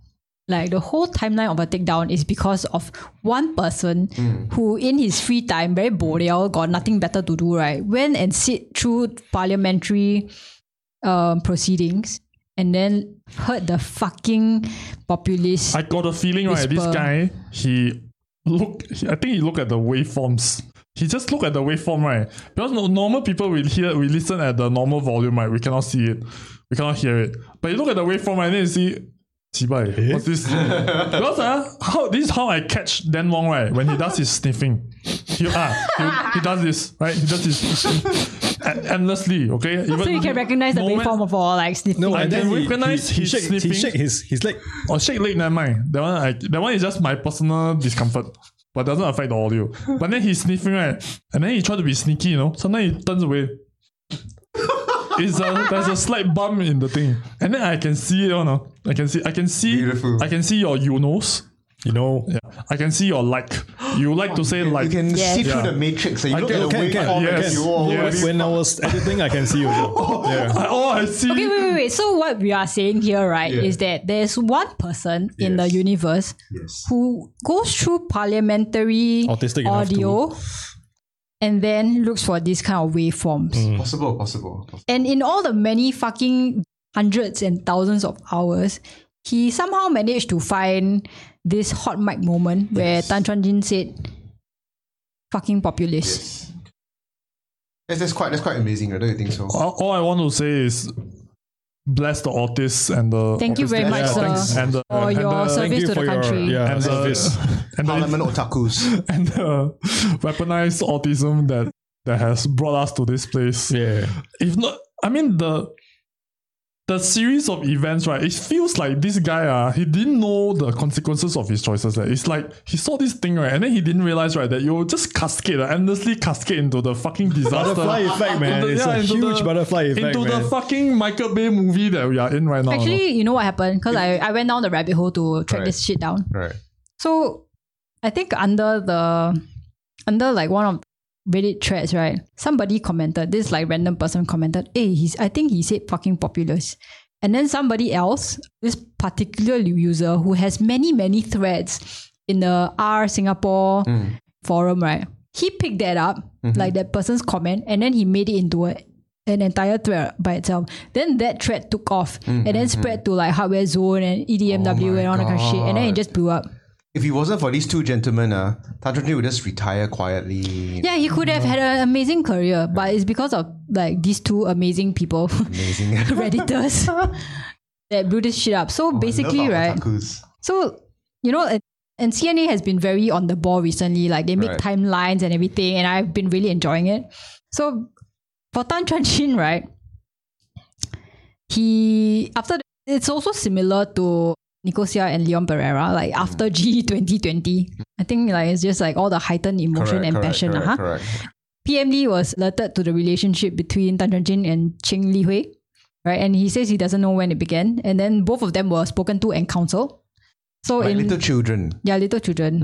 D: Like the whole timeline of a takedown is because of one person who in his free time, very boreal, got nothing better to do, right? Went and sit through parliamentary um, proceedings and then heard the fucking populist
E: I got a feeling right. This
D: Whisper.
E: guy, he look. he- I think he look at the waveforms. He just look at the waveform, right? Because no, normal people will hear, we listen at the normal volume, right? We cannot see it, we cannot hear it. But you look at the waveform, right? And then you see. Chibai, what's this? because ah, how this is how I catch Dan Wong right when he does his sniffing. He ah he, he does this right. He does this en- endlessly. Okay,
D: so you can recognize the waveform of all like sniffing.
B: No,
E: I
B: and then
E: can
B: he,
E: recognize
B: he, he,
E: his
B: shake, he
E: sniffing.
B: shake his his leg.
E: Or Oh, shake leg, never mind. That one, I, that one is just my personal discomfort, but doesn't affect the audio. But then he's sniffing right, and then he try to be sneaky. You know, sometimes he turns away. it's a, there's a slight bump in the thing, and then I can see it. You know, I can see, I can see,
C: Beautiful.
E: I can see your you knows.
B: You know,
E: Yeah, I can see your like. You like to say
C: You
E: like.
C: can
D: Yes.
C: see through
E: Yeah.
C: the matrix and you
E: I
C: look
E: can-
C: at the
E: can-
C: wave
E: can-
C: form
E: yes,
C: and you all
E: yes.
B: when I was editing, I can see you. Yeah.
E: I- oh, I see.
D: Okay, wait, wait, wait. So what we are saying here, right,
C: Yeah.
D: is that there's one person in the universe
C: Yes.
D: who goes through parliamentary
B: Autistic enough
D: audio and then looks for these kind of waveforms.
E: Mm.
C: Possible, possible.
D: And in all the many fucking hundreds and thousands of hours, he somehow managed to find this hot mic moment where Tan Chuan Jin said, fucking populist.
C: Yes. That's, that's quite that's quite amazing, right? don't you think so?
D: Oh,
E: All, all I want to say is bless the autists and the.
D: Thank you very
E: autistic-
D: much,
E: Yeah,
D: sir,
E: thanks. And the,
D: for
E: and
D: your
E: the-
D: service
B: you
D: to the
B: for your-
D: country.
B: yeah.
E: and uh,
B: service.
E: the, and the
C: Parliament otakus.
E: and the weaponized autism that that has brought us to this place.
B: Yeah.
E: If not, I mean the the series of events, right? It feels like this guy, uh, he didn't know the consequences of his choices. eh. It's like he saw this thing, right, and then he didn't realize, right, that you just cascade, uh, endlessly cascade into the fucking disaster.
B: Butterfly effect, man.
E: Into the-
B: It's
E: yeah,
B: a
E: into
B: huge
E: the-
B: butterfly effect,
E: into
B: man.
E: the fucking Michael Bay movie that we are in right now.
D: Actually, you know what happened? Because I, I went down the rabbit hole to track this shit down.
C: Right.
D: So I think under the under like one of Reddit threads, right? Somebody commented, this like random person commented, hey, he's I think he said fucking populous. And then somebody else, this particular user who has many, many threads in the R Singapore forum, right? He picked that up, like that person's comment, and then he made it into a, an entire thread by itself. Then that thread took off and then spread to like Hardware Zone and E EDMW and all that kind of shit. And then it just blew up.
C: If it wasn't for these two gentlemen, uh, Tan Chun Jin would just retire quietly.
D: Yeah, he could have had an amazing career, but it's because of like these two amazing people,
C: Amazing.
D: redditors, that blew this shit up. So basically,
C: Oh, Love our
D: right?
C: otakus.
D: So you know, and- and CNA has been very on the ball recently. Like they make
C: Right.
D: timelines and everything, and I've been really enjoying it. So for Tan Chuan Chin, right? He after th- it's also similar to Nicosia and Leon Pereira. Like after
C: Hmm.
D: G twenty twenty, I think like it's just like all the heightened emotion
C: Correct,
D: and
C: correct,
D: passion.
C: correct,
D: uh-huh.
C: correct.
D: PM Lee was alerted to the relationship between Tan Chuan Jin and Cheng Li Hui, right? And he says he doesn't know when it began. And then both of them were spoken to and counseled. So
C: Like
D: in
C: little children. Hmm.
D: yeah, little children,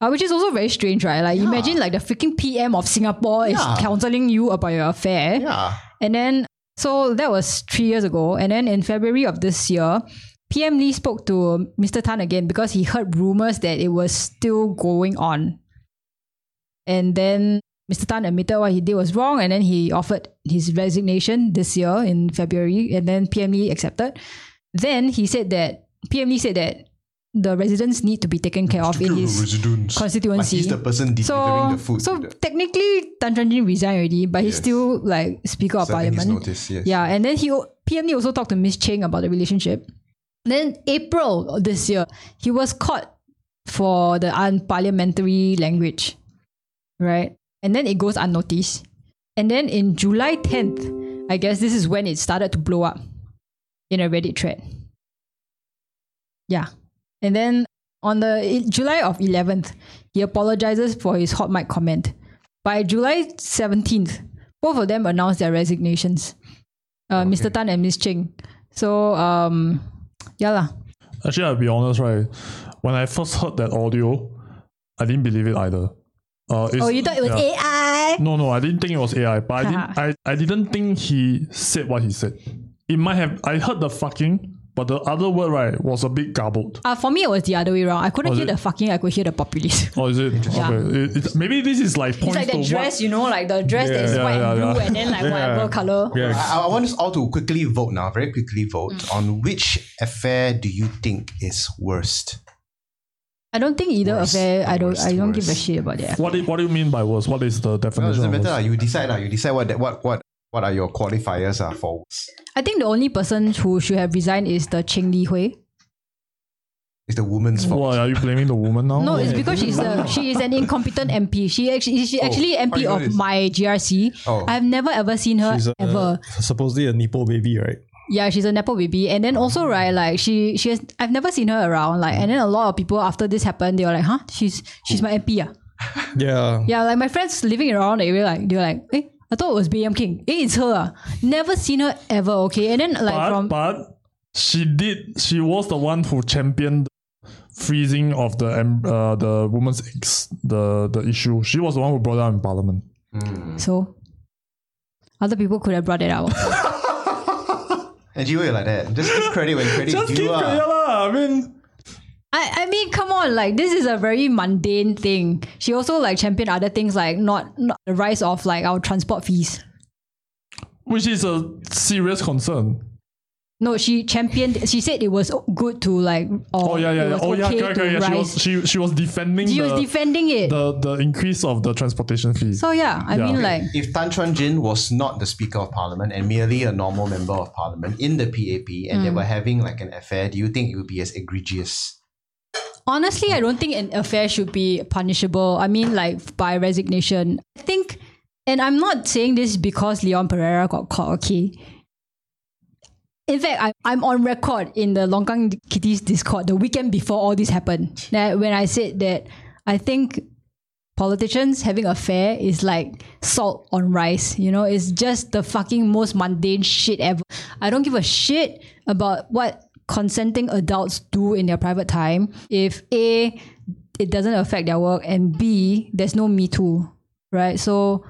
D: uh, which is also very strange, right? Like imagine like the freaking PM of Singapore
C: Yeah.
D: is counseling you about your affair,
C: Yeah.
D: and then so that was three years ago, and then in February of this year. PM Lee spoke to Mr. Tan again because he heard rumors that it was still going on. And then Mr. Tan admitted what he did was wrong, and then he offered his resignation this year in February, and then PM Lee accepted. Then he said that PM Lee said that the residents need to be taken care of in his
C: Like
D: constituency.
C: he's the person delivering
D: so,
C: the food.
D: so
C: to the-
D: technically, Tan Chuan Jin resigned already, but he's
C: Yes.
D: still like Speaker of
C: serving his
D: Parliament.
C: notice, yes.
D: Yeah, and then he PM Lee also talked to Miss Cheng about the relationship. Then April this year, he was caught for the unparliamentary language, right? And then it goes unnoticed. And then in July 10th, I guess this is when it started to blow up in a Reddit thread. Yeah. And then on the i- July of 11th, he apologizes for his hot mic comment. By July 17th, both of them announced their resignations. Uh, Mr. Tan and Miss Cheng. So, um, yeah lah.
E: Actually, I'll be honest, right? When I first heard that audio, I didn't believe it either. Uh, it's-
D: Oh, you thought it was
E: yeah.
D: AI?
E: No, no, I didn't think it was AI, but I didn't, I, I didn't think he said what he said. It might have, I heard the fucking, but the other word, right, was a bit garbled.
D: Uh, for me, it was the other way around. I couldn't
E: Was
D: hear
E: it?
D: the fucking, I could hear the populist.
E: Oh, is it?
D: Yeah.
E: Okay. It- it's- maybe this is like
D: It's
E: points
D: like that
E: to
D: dress,
E: what.
D: you know, like the dress that is
E: Yeah,
D: white and
E: yeah,
D: blue
E: yeah.
D: and then like whatever color.
B: Yeah.
C: I, I want us all to quickly vote now, very quickly vote
D: Mm.
C: on which affair do you think is worst?
D: I don't think either
C: Worst,
D: affair. I don't.
C: worst,
D: I don't
C: worst.
D: give a shit about that.
E: What do, what do you mean by worse? What is the
C: No, it
E: definition?
C: doesn't
E: of
C: matter. lah.
E: worse?
C: You decide. lah. You decide what that- what what what are your qualifiers are for worst.
D: I think the only person who should have resigned is the Cheng Li Hui.
C: It's the woman's fault.
E: Why are you blaming the woman now?
D: No, it's
C: Oh.
D: because she's a, she is an incompetent MP. She actually she actually
C: how
D: MP
C: you Oh, know
D: of
C: this?
D: my GRC.
C: Oh.
D: I've never ever seen her
B: She's a,
D: ever.
B: uh, supposedly a nipple baby, right?
D: Yeah, she's a nepo baby, and then also right, like she she has. I've never seen her around. Like, and then a lot of people after this happened, they were like, "Huh? She's she's my MP, ah."
B: Yeah.
D: Yeah, like my friends living around the area, like they're like, "Hey, I thought it was BM King. Hey, it's her. ah." Never seen her ever. Okay, and then like
E: but,
D: from
E: but she did. She was the one who championed freezing of the em- uh, the woman's ex, the the issue. She was the one who brought it up in parliament.
D: so other people could have brought it out.
C: And you were like that. Just give credit when credit
E: Just
C: due.
E: keep
C: lah.
E: clear lah. I mean,
D: I, I mean, come on, like this is a very mundane thing. She also like championed other things like not, not the rise of like our transport fees.
E: which is a serious concern.
D: No, she championed. She said it was good to like. Or
E: Oh yeah, yeah,
D: it
E: yeah.
D: was
E: Oh yeah,
D: okay
E: correct,
D: to
E: correct. Yeah. She
D: rise.
E: was she she was defending
D: She
E: the,
D: was defending it.
E: the the increase of the transportation fee.
D: so yeah, I
E: Yeah.
D: mean like
C: If Tan Chuan Jin was not the Speaker of Parliament and merely a normal member of Parliament in the PAP and they
D: Hmm.
C: were having like an affair, do you think it would be as egregious?
D: honestly, I don't think an affair should be punishable. I mean like by resignation. I think, and I'm not saying this because Leon Pereira got caught. Okay. In fact, I, I'm on record in the Longkang Kitties Discord the weekend before all this happened. That when I said that I think politicians having a fair is like salt on rice. You know, it's just the fucking most mundane shit ever. I don't give a shit about what consenting adults do in their private time if A, it doesn't affect their work, and B, there's no me too, right? So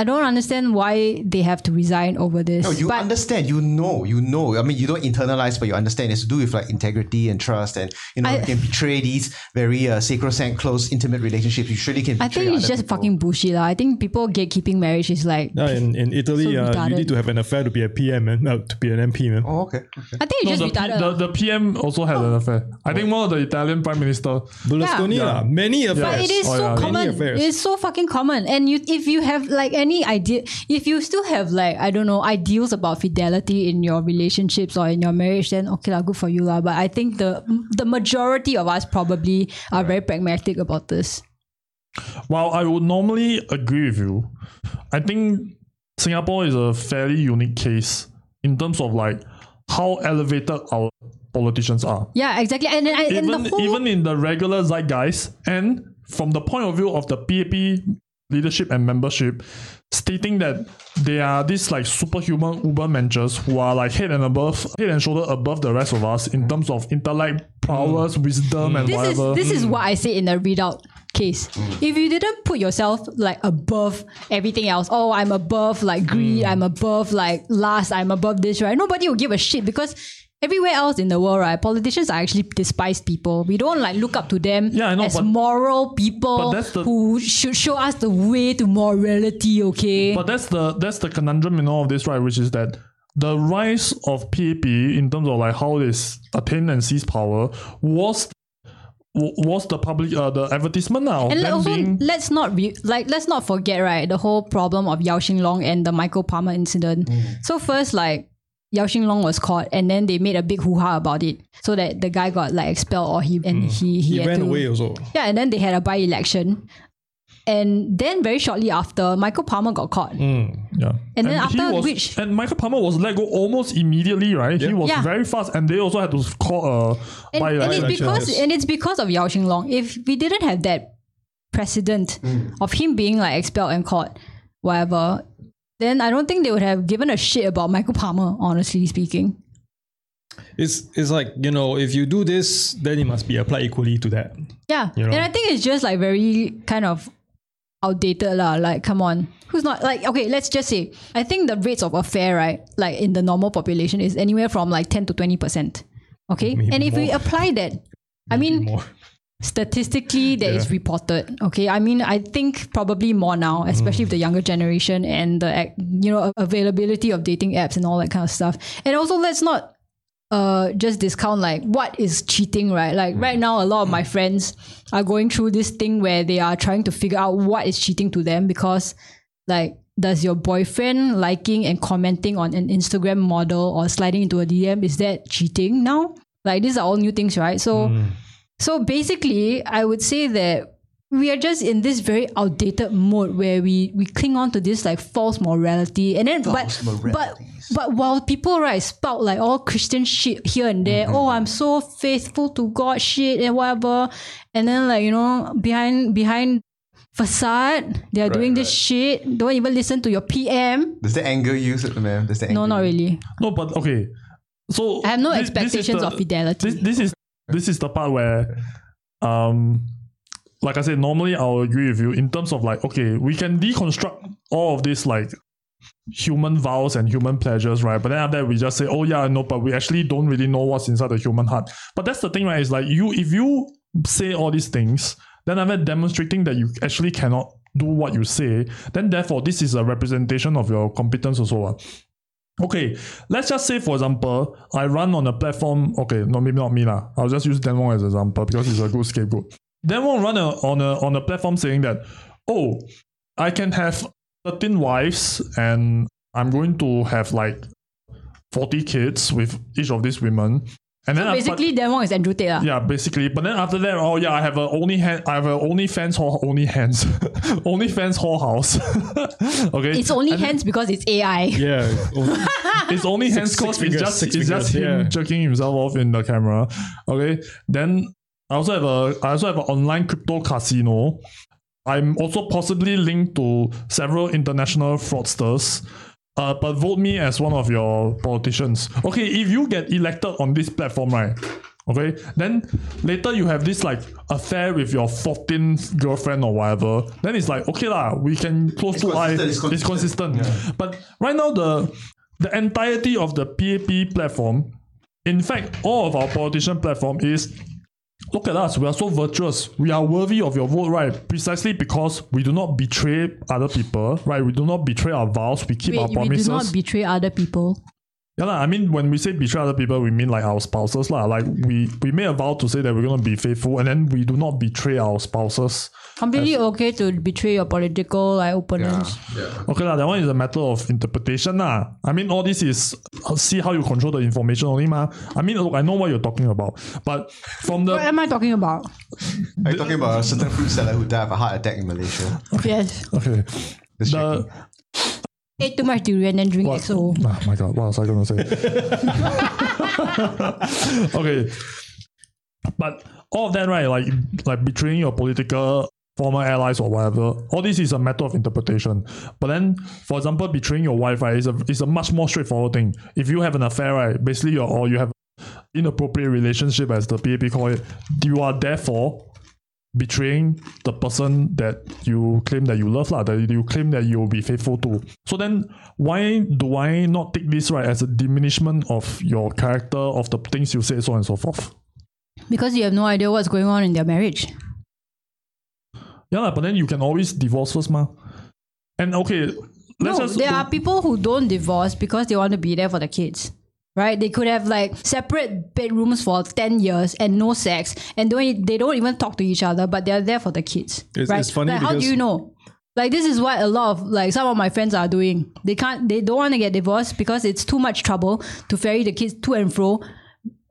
D: I don't understand why they have to resign over this.
C: No, you
D: but
C: understand. You know. You know. I mean, you don't internalize, but you understand. It's to do with like integrity and trust, and you know,
D: I-
C: you can betray these very uh, sacrosanct, close, intimate relationships. You surely can. Betray
D: I think it's
C: other
D: just
C: people.
D: fucking bushy lah. I think people gatekeeping marriage is like
B: Yeah, in, in Italy,
D: So
B: uh, you
D: retarded.
B: need to have an affair to be a PM, man. Uh, to be an MP, man.
C: Oh, okay. okay.
D: I think it's
E: the,
D: just
E: P-
D: retarded. Oh.
E: the, the PM also had an affair. I think one of the Italian prime minister.
B: Berlusconi,
E: Yeah.
B: lah. many affairs.
D: But it is
E: Oh,
D: so
E: yeah.
D: common.
B: Many affairs.
D: It's so fucking common. And you, if you have like any idea, if you still have like I don't know ideals about fidelity in your relationships or in your marriage, then okay lah, good for you lah. But I think the the majority of us probably are very pragmatic about this.
E: While I would normally agree with you, I think Singapore is a fairly unique case in terms of like how elevated our politicians are.
D: Yeah, exactly. And then I, and
E: even
D: the whole
E: even in the regular zeitgeist, and from the point of view of the PAP leadership and membership, stating that they are these like superhuman uber mentors who are like head and above, head and shoulder above the rest of us in terms of intellect, prowess, wisdom, and
D: Mm. this
E: whatever. Hmm.
D: is this is what I say in the readout case. If you didn't put yourself like above everything else, oh I'm above like greed,
E: Hmm.
D: I'm above like lust, I'm above this, right? Nobody will give a shit because everywhere else in the world, right, politicians are actually despised people. We don't like look up to them
E: Yeah, I know,
D: as
E: but-
D: moral people
E: but that's the-
D: who should show us the way to morality, okay?
E: But that's the that's the conundrum in all of this, right? Which is that the rise of PAP in terms of like how they s- attain and seize power was wa- was the public uh, the advertisement now
D: and let- also, let's not re- like let's not forget right the whole problem of Yao Xing Long and the Michael Palmer incident.
B: Mm.
D: So first, like Yao Xing Long was caught, and then they made a big hoo ha about it, so that the guy got like expelled or he and he he,
B: Mm. He
D: had
B: ran
D: to-
B: away also.
D: Yeah, and then they had a by election. And then very shortly after, Michael Palmer got caught.
E: Yeah.
D: And then
E: he
D: after
E: was,
D: which-
E: and Michael Palmer was let go almost immediately, right? He was
D: Yeah.
E: very fast, and they also had to call uh, a
D: And,
E: by
D: and it's
E: election.
D: because
B: yes.
D: and it's because of Yao Xing Long. If we didn't have that precedent of him being like expelled and caught, whatever, then I don't think they would have given a shit about Michael Palmer. Honestly speaking,
B: It's it's like you know, if you do this, then it must be applied equally to that.
D: yeah.
B: You know.
D: And I think it's just like very kind of outdated lah. Like, come on, who's not like okay? Let's just say I think the rates of affair right, like in the normal population, is anywhere from like ten to twenty percent. Okay,
B: Maybe
D: and if we
B: more.
D: apply that, I mean.
B: More.
D: statistically that is
B: Yeah. Mm.
D: reported okay i mean i think probably more now especially with the younger generation and the ac- you know availability of dating apps and all that kind of stuff and also let's not uh just discount like what is cheating right like right now a lot of my friends are going through this thing where they are trying to figure out what is cheating to them because like does your boyfriend liking and commenting on an Instagram model or sliding into a DM is that cheating now? Like these are all new things, right? So
C: Mm.
D: so basically, I would say that we are just in this very outdated mode where we we cling on to this like false morality and then
C: False
D: but but
C: moralities.
D: but while people right spout like all Christian shit here and there,
C: Mm-hmm.
D: oh I'm so faithful to God shit and whatever, and then like you know behind behind facade they are doing this shit. Don't even listen to your PM.
C: Does that anger you, man? Does that anger
D: No, not
C: you?
D: really.
E: no, but okay. So
D: I have no
E: thi- this is
D: expectations
E: the-
D: of fidelity.
E: This, this is this is the part where, um, like I said, normally I'll agree with you in terms of like okay, we can deconstruct all of this like human vows and human pleasures, right? But then after that, we just say, oh yeah, no, but we actually don't really know what's inside the human heart. But that's the thing, right? Is like you, if you say all these things, then after that demonstrating that you actually cannot do what you say, then therefore this is a representation of your competence also. ah. what. Okay, let's just say for example, I run on a platform. Okay, no, maybe not me lah. I'll just use Dan Wong as an example because he's a good scapegoat. Dan Wong run a, on a on a platform saying that, oh, I can have thirteen wives and I'm going to have like forty kids with each of these women. And then I- but-
D: Basically, that one is Andrew Tate. ah. lah.
E: yeah, basically. But then after that, oh yeah, I have a only hand, I have a only fans whole only hands, only fans whole house. okay,
D: It's only
E: And then-
D: hands because it's AI.
B: Yeah. Oh,
E: it's only hands
B: six
E: cause it's
B: fingers,
E: just
B: six
E: it's just
B: fingers,
E: him
B: yeah.
E: jerking himself off in the camera. Okay, then I also have a I also have an online crypto casino. I'm also possibly linked to several international fraudsters. Uh, but vote me as one of your politicians. Okay, if you get elected on this platform, right? Okay. Then later you have this like affair with your 14th girlfriend or whatever. Then it's like, okay lah, we can close
C: It's
E: two eyes.
C: consistent, it's
E: It's consistent. But right now the the entirety of the PAP platform, in fact, all of our politician platform is look at us, we are so virtuous. We are worthy of your vote, right? Precisely because we do not betray other people, right? We do not betray our vows, we keep our
D: Wait, we
E: promises.
D: do not betray other people.
E: Yeah, lah. I mean, when we say betray other people, we mean like our spouses, lah. Like we we made a vow to say that we're gonna be faithful, and then we do not betray our spouses.
D: Completely okay to betray your political like opponents.
E: Okay, lah. That one is a matter of interpretation, lah. I mean, all this is uh, see how you control the information only, ma. I mean, look, I know what you're talking about, but from
D: What
E: the
D: am I talking about?
C: Are you talking about a certain fruit seller who died of a heart attack in Malaysia?
D: Yes.
E: okay,
C: Just
E: the
D: Ate too much durian and drink
E: What?
D: XO.
E: Oh my god, what was I gonna say? okay. But all of that, right? Like like betraying your political former allies or whatever. All this is a matter of interpretation. But then, for example, betraying your wife, right, is a is a much more straightforward thing. If you have an affair, right, basically you're or you have inappropriate relationship as the PAP call it, you are therefore betraying the person that you claim that you love, lah, that you claim that you'll be faithful to. So then why do I not take this right as a diminishment of your character, of the things you say, so on and so forth?
D: Because you have no idea what's going on in their marriage.
E: Yeah, lah, but then you can always divorce first, ma. And okay,
D: no,
E: let's just
D: there are people who don't divorce because they want to be there for the kids. Right? They could have like separate bedrooms for 10 years and no sex and don't e-, they don't even talk to each other, but they're there for the kids.
B: It's-
D: right?
B: it's funny
D: like, how do
B: because-
D: you know? Like this is what a lot of like some of my friends are doing. They can't they don't want to get divorced because it's too much trouble to ferry the kids to and fro,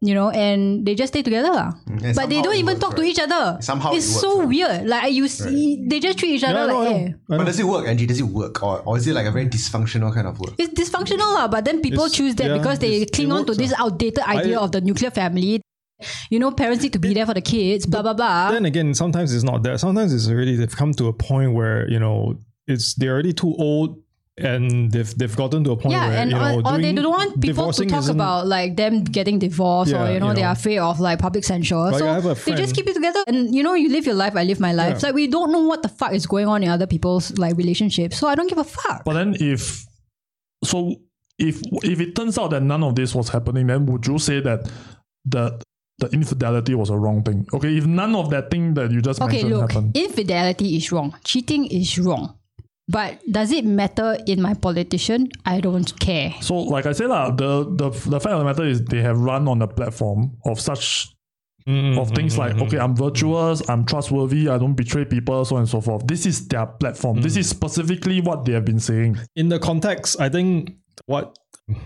D: you know, and they just stay together. lah.
C: Mm, and
D: But they
C: somehow
D: don't
C: it
D: even
C: works,
D: talk to
C: right?
D: each other.
C: Somehow
D: it's
C: it works,
D: so
C: right?
D: weird. Like you see, they just treat each other
B: I know,
D: like
B: I know.
D: eh.
B: I know.
C: But does it work, Angie? Does it work? Or, or is it like a very dysfunctional kind of work?
D: It's dysfunctional, lah, but then people
B: It's-
D: choose that
B: yeah,
D: because they
B: it's-
D: cling
B: it
D: on to
B: works,
D: this outdated idea
B: I-
D: of the nuclear family. You know, parents need to be there for the kids, blah, blah, blah.
B: then again, sometimes it's not that. Sometimes it's already they've come to a point where you know it's they're already too old, and they've they've gotten to a point
D: yeah,
B: where
D: and
B: you know
D: or, or they
B: doing-
D: don't want people to
B: divorcing
D: talk
B: isn't-
D: about like them getting divorced
B: Yeah,
D: or you know,
B: you
D: they
B: know.
D: are afraid of like public censure. so
B: I have a
D: they just
B: friend-
D: keep it together and you know, you live your life, I live my life. It's Like we don't know what the fuck is going on in other people's like relationships. So I don't give a fuck.
E: But then if so if if it turns out that none of this was happening, then would you say that the the infidelity was a wrong thing? Okay, if none of that thing that you just
D: Okay,
E: mentioned
D: look,
E: happened.
D: infidelity is wrong. Cheating is wrong. But does it matter in my politician? I don't care.
E: So, like I said, lah, the, the the fact of the matter is they have run on a platform of such
B: Mm,
E: of things like okay, I'm virtuous, I'm trustworthy, I don't betray people, so on and so forth. This is their platform. This is specifically what they have been saying.
B: in the context, I think what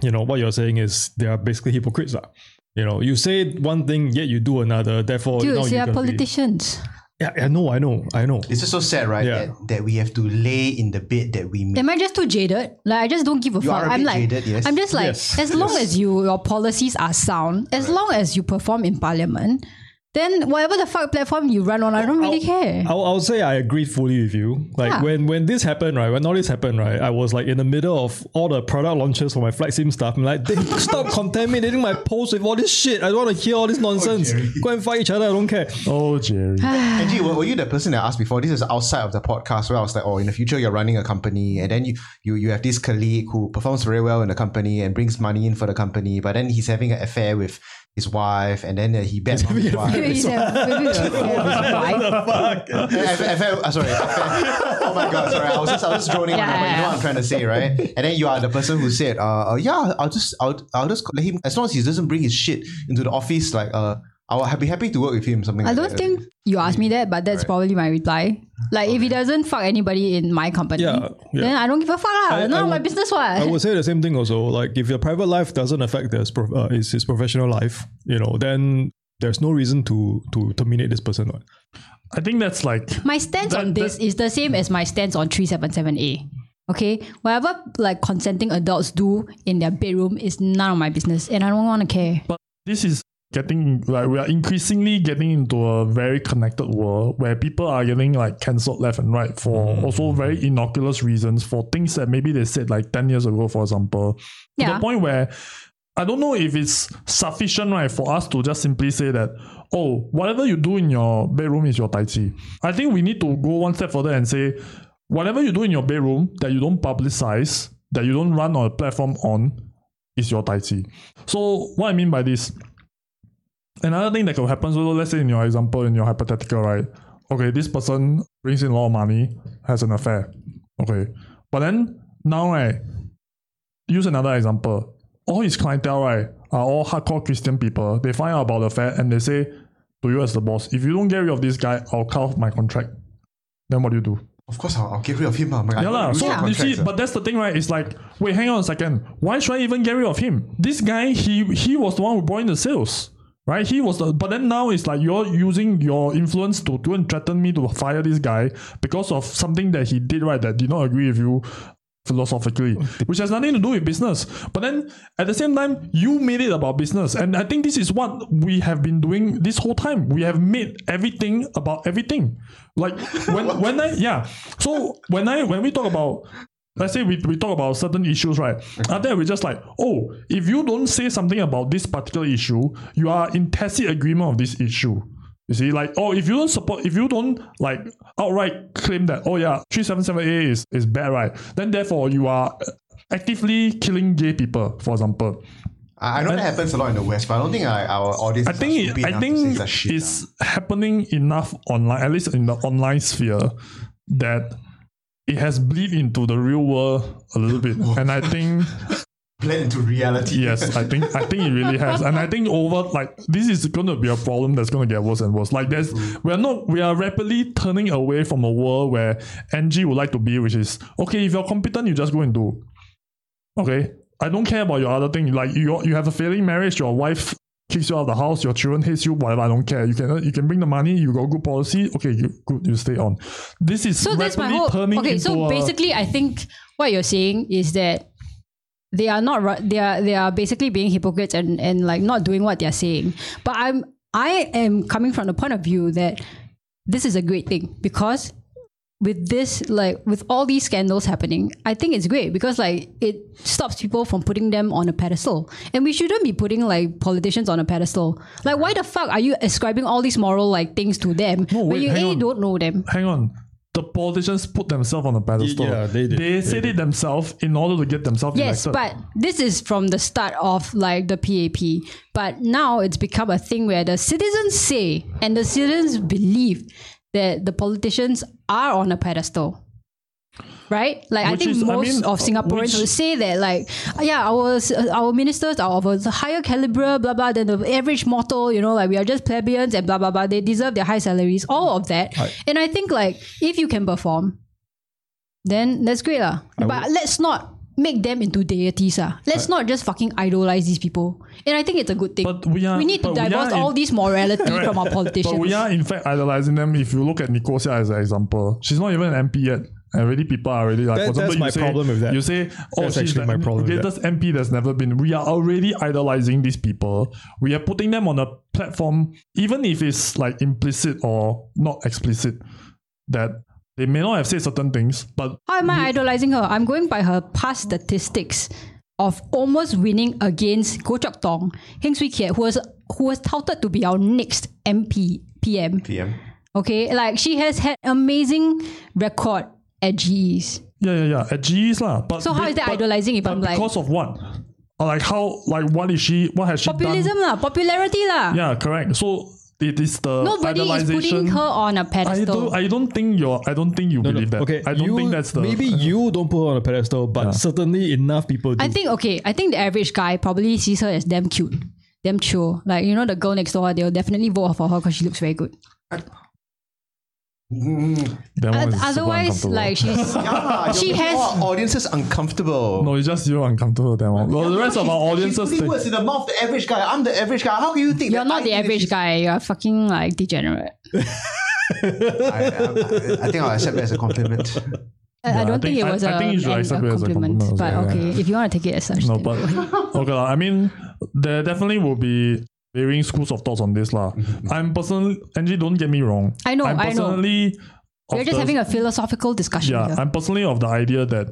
B: you know what you're saying is they are basically hypocrites. lah. You know, you say one thing, yet you do another. Therefore,
D: Dude,
B: now
D: they
B: you're
D: are
B: gonna be-
D: politicians.
B: Yeah, I know, I know, I know.
C: It's just so sad, right?
B: Yeah.
C: That, that we have to lay in the bed that we make.
D: Am I just too jaded? Like I just don't give a
C: You
D: fuck.
C: are a
D: I'm
C: bit
D: like
C: jaded, yes.
D: I'm just like
B: Yes,
D: as long as you your policies are sound, as long as you perform in parliament, then whatever the fuck platform you run on, I don't really care.
B: I'll, I'll say I agree fully with you. Like
D: Yeah.
B: when when this happened, right? When all this happened, right? I was like in the middle of all the product launches for my flight sim stuff. I'm like, they stop contaminating my post with all this shit. I don't want to hear all this nonsense. Go and fight each other. I don't care.
E: Oh, Jerry.
C: Angie, were, were you the person that asked before? This is outside of the podcast where I was like, oh, in the future you're running a company, and then you you you have this colleague who performs very well in the company and brings money in for the company, but then he's having an affair with his wife, and then uh, he bets on his wife.
D: He's a- maybe he's a- Why?
C: F- F- F- uh, sorry. F- oh my god, sorry. I was just I was just droning on,
D: Yeah,
C: but you
D: yeah,
C: know what
D: yeah.
C: I'm trying to say, right? And then you are the person who said, uh, uh yeah, I'll just I'll, I'll just let him as long as he doesn't bring his shit into the office, like uh I will be happy to work with him, something
D: I
C: like
D: don't
C: that.
D: think you asked me that, but that's
C: Right.
D: probably my reply. Like if he doesn't fuck anybody in my company,
B: Yeah, yeah.
D: then I don't give a fuck. lah.
B: I-
D: None
B: I
D: of my
B: would-
D: business what.
B: I would say the same thing also. Like if your private life doesn't affect this prof- uh, his, his professional life, you know, then there's no reason to to terminate this person. Right?
E: I think that's like
D: My stance
E: That-
D: on this is the same as my stance on 377A. Okay? Whatever like consenting adults do in their bedroom is none of my business and I don't want to care.
E: but this is getting like we are increasingly getting into a very connected world where people are getting like cancelled left and right for also very innocuous reasons for things that maybe they said like 10 years ago for example to
D: Yeah.
E: the point where I don't know if it's sufficient, right, for us to just simply say that, oh, whatever you do in your bedroom is your Tai Chi. I think we need to go one step further and say, whatever you do in your bedroom that you don't publicize, that you don't run on a platform on, is your Tai Chi. So, what I mean by this, another thing that could happen, so let's say in your example, in your hypothetical, right? Okay, this person brings in a lot of money, has an affair. Okay. But then now right, use another example. All his clientele, right, are all hardcore Christian people. They find out about the affair and they say to you as the boss, if you don't get rid of this guy, I'll carve my contract. Then what do you do?
C: Of course, I'll, I'll get rid of him. ah. My- I
E: Yeah,
C: don't
E: lah.
C: lose
E: So
C: the
E: you
C: contracts,
E: see,
C: ah.
E: but that's the thing, right? It's like, wait, hang on a second. Why should I even get rid of him? This guy, he he was the one who brought in the sales, right? He was the. But then now it's like you're using your influence to go and threaten me to fire this guy because of something that he did, right? That did not agree with you philosophically, which has nothing to do with business. But then at the same time, you made it about business. And I think this is what we have been doing this whole time. We have made everything about everything. Like when when I yeah. So when I when we talk about let's say we, we talk about certain issues, right? And then we're just like, oh, if you don't say something about this particular issue, you are in tacit agreement of this issue. You see, like, oh, if you don't support, if you don't like outright claim that, oh yeah, 377A is, is bad, right? Then therefore you are actively killing gay people, for example.
C: ah. I I know that happens a lot in the West, but I don't think I, our audience.
E: I think it, I think it's happening enough online, at least in the online sphere, that it has bleed into the real world a little bit. and I think
C: bled ah. into reality.
E: Yes, I think I think it really has, and I think over like this is going to be a problem that's going to get worse and worse. Like there's we are not we are rapidly turning away from a world where NG would like to be, which is okay if you're competent, you just go and do. Okay, I don't care about your other thing. Like you you have a failing marriage, your wife kicks you out of the house, your children hates you, whatever. I don't care. You can you can bring the money, you got good policy. Okay, you good, you stay on. This is
D: So that's my
E: rapidly
D: whole.
E: turning
D: Okay,
E: into
D: so
E: a-
D: basically, I think what you're saying is that they are not ru- they are they are basically being hypocrites and and like not doing what they're saying. But I'm I am coming from the point of view that this is a great thing because with this like with all these scandals happening i think it's great because like it stops people from putting them on a pedestal and we shouldn't be putting like politicians on a pedestal like why the fuck are you ascribing all these moral like things to them
E: No,
D: when
E: wait,
D: you
E: hang
D: a
E: on.
D: don't know them
E: hang on. The politicians put themselves on a pedestal.
B: Yeah, they did. They
E: said it themselves in order to get themselves
D: Yes,
E: elected.
D: but this is from the start of like the PAP. But now it's become a thing where the citizens say and the citizens believe that the politicians are on a pedestal. Right? Like
E: Which
D: I think
E: is- I
D: most
E: mean,
D: of Singaporeans
E: which-
D: would say that like yeah, our uh, our ministers are of a higher caliber blah blah than the average mortal, you know, like we are just plebeians and blah blah blah. They deserve their high salaries, all of that. and I think like if you can perform then that's great lah. But let's not make them into deities ah. Let's not just fucking idolize these people. And I think it's a good thing.
E: Uh, But we are-
D: need to
E: but we are
D: divorce all
E: in-
D: these morality from our politicians.
E: But we are in fact idolizing them. If you look at Nicosia as an example, she's not even an MP yet. And already people are already like,
B: That-
E: for
B: that's
E: example, you
B: my
E: say,
B: problem with that.
E: You say, oh,
B: That's
E: she's
B: actually
E: the
B: my problem with
E: greatest MP that's never been. We are already idolizing these people. We are putting them on a platform, even if it's like implicit or not explicit, that they may not have said certain things, but
D: How am I idolizing her? I'm going by her past statistics of almost winning against Goh Chok Tong, Heng Swee Keat, who was who was touted to be our next MP PM.
C: PM.
D: Okay, like she has had amazing record at GEs.
E: Yeah, yeah, yeah. At GE's lah. But
D: So how
E: be-
D: is that
E: but-
D: idolizing if
E: but
D: I'm like-
E: because of what? Or like how? Like what is she? What has she
D: Populism lah, popularity lah.
E: done? Yeah, correct. So it is the
D: Nobody is
E: idolization.
D: putting her on a
E: I
D: pedestal.
E: don't. I don't think you're. I don't think you
B: No, no,
E: believe that.
B: Okay,
E: I don't
B: you-
E: think that's the.
B: maybe you don't put her on a pedestal, but certainly enough people do.
D: I think okay. I think the average guy probably sees her as damn cute, damn chill. Like you know, the girl next door, they'll definitely vote for her because she looks very good.
E: That one
D: Oth-
E: is super
D: otherwise,
E: uncomfortable.
D: like she's
C: Ah,
D: She
C: you're making
D: has-
C: our audiences uncomfortable.
E: No, it's just you uncomfortable. That one. Well, the rest of our
C: She's
E: audiences.
C: putting
E: They,
C: words in the mouth of the average guy. I'm the average guy. How can you think
D: you're
C: that
D: not
C: I
D: the
C: think that
D: average
C: she's-
D: guy. You're fucking like degenerate.
C: I, I, I think I'll accept that as a compliment.
D: I- I don't think,
E: think-
D: it
E: I-
D: was
E: I
D: a
E: think you should
D: an-
E: accept
D: a
E: it as a
D: compliment,
E: compliment
D: but
E: also, yeah.
D: okay, if you want to take it as such,
E: no,
D: then
E: but okay lah. I mean, there definitely will be varying schools of thoughts on this lah.
B: Mm-hmm.
E: I'm personally, Angie. Don't get me wrong.
D: I know,
E: I'm
D: I know.
E: personally. of
D: we're just
E: the-
D: having a philosophical discussion.
E: yeah,
D: here.
E: I'm personally of the idea that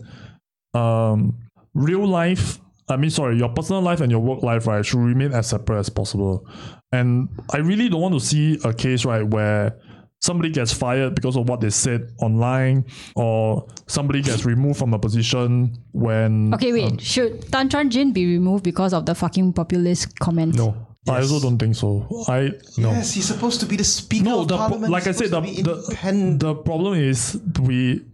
E: um, real life I mean, sorry, your personal life and your work life, right, should remain as separate as possible. And I really don't want to see a case, right, where somebody gets fired because of what they said online, or somebody gets removed from a position when.
D: Okay, wait. Should Tan Chuan Jin be removed because of the fucking populist comments?
B: No.
E: I also don't think so. I
C: Yes, he's supposed to be the speaker.
E: no,
C: of
E: the,
C: parliament.
E: like I
C: He's
E: said, the,
C: supposed to be
E: the,
C: independent.
E: the problem is we.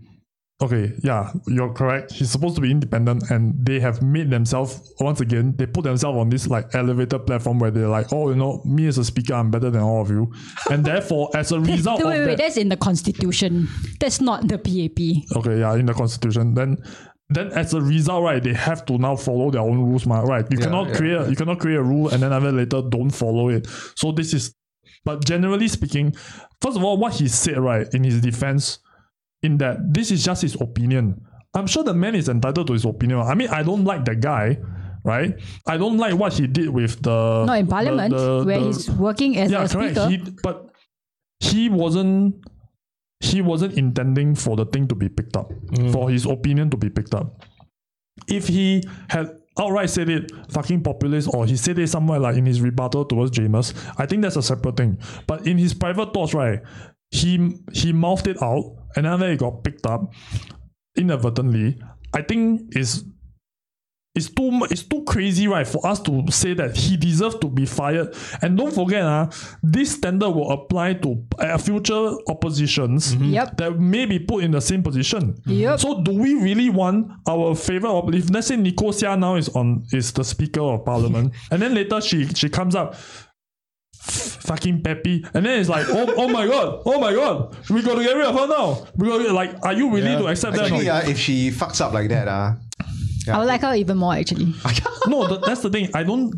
E: Okay, yeah, you're correct. He's supposed to be independent, and they have made themselves once again. They put themselves on this like elevator platform where they're like, "Oh, you know, me as a speaker, I'm better than all of you," and therefore, as a result
D: Wait,
E: of
D: wait, wait.
E: that,
D: That's in the constitution. That's not the PAP.
E: okay, yeah, in the constitution, then then as a result, right, they have to now follow their own rules, ma, right? You cannot create you cannot create a rule and then have it later don't follow it. So this is but generally speaking, first of all, what he said, right, in his defense, in that this is just his opinion. I'm sure the man is entitled to his opinion. I mean, I don't like the guy, right? I don't like what he did with the
D: Not in
E: the-
D: parliament,
E: the-
D: where
E: the-
D: he's working as a
E: correct.
D: speaker.
E: He, but he wasn't he wasn't intending for the thing to be picked up, for his opinion to be picked up. If he had outright said it fucking populist or he said it somewhere like in his rebuttal towards James, I think that's a separate thing. But in his private thoughts, right, he he mouthed it out and then after it got picked up inadvertently. I think is it's too mu- it's too crazy, right, for us to say that he deserves to be fired. And don't forget, uh, this standard will apply to uh, future oppositions
D: Yep.
E: that may be put in the same position.
D: Yep.
E: So do we really want our favorite op- if let's say Nicosia now is on is the speaker of parliament and then later she she comes up f- fucking peppy and then it's like oh, oh my god oh my god we gotta get rid of her now we gotta, like are you willing to accept that or
C: Actually,
E: not?
C: uh, if she fucks up like that, uh,
D: I would like her even more actually.
E: no th- that's the thing I don't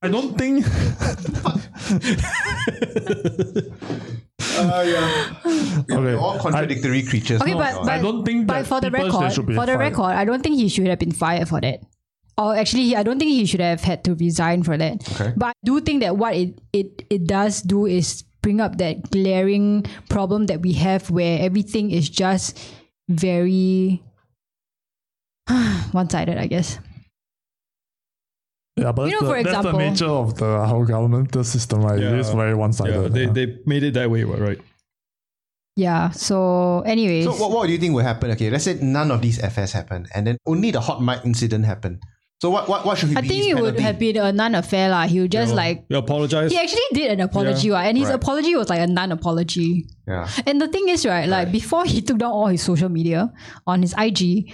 E: I don't think
C: Ah,
E: okay
C: all contradictory creatures.
D: Okay,
C: No,
D: but,
C: no,
D: but
E: I don't think
D: but
E: that
D: for the
E: people should-
D: record,
E: should be
D: for the
E: fired.
D: record, I don't think he should have been fired for that. Or actually, he- I don't think he should have had to resign for that.
C: Okay.
D: But I do think that what it, it it does do is bring up that glaring problem that we have where everything is just very one-sided, I guess.
E: yeah but
D: You
E: that's
D: know,
E: the-
D: for
E: that's the
D: example-
E: nature of the our governmental system right it
B: Yeah.
E: is very one sided
B: Yeah, they, they made it that way, right?
D: Yeah. So, anyways,
C: So what, what do you think will happen? Okay, let's say none of these FS happen, and then only the hot mic incident happened. So what what, what should
D: I
C: be
D: think
C: his
D: it would
C: penalty?
D: have been a non-affair lah. He would just like
B: Oh. You apologize.
D: he actually did an apology,
B: Yeah.
D: lah, and his
C: Right.
D: apology was like a non-apology.
C: Yeah.
D: And the thing is, right, like before he took down all his social media on his IG,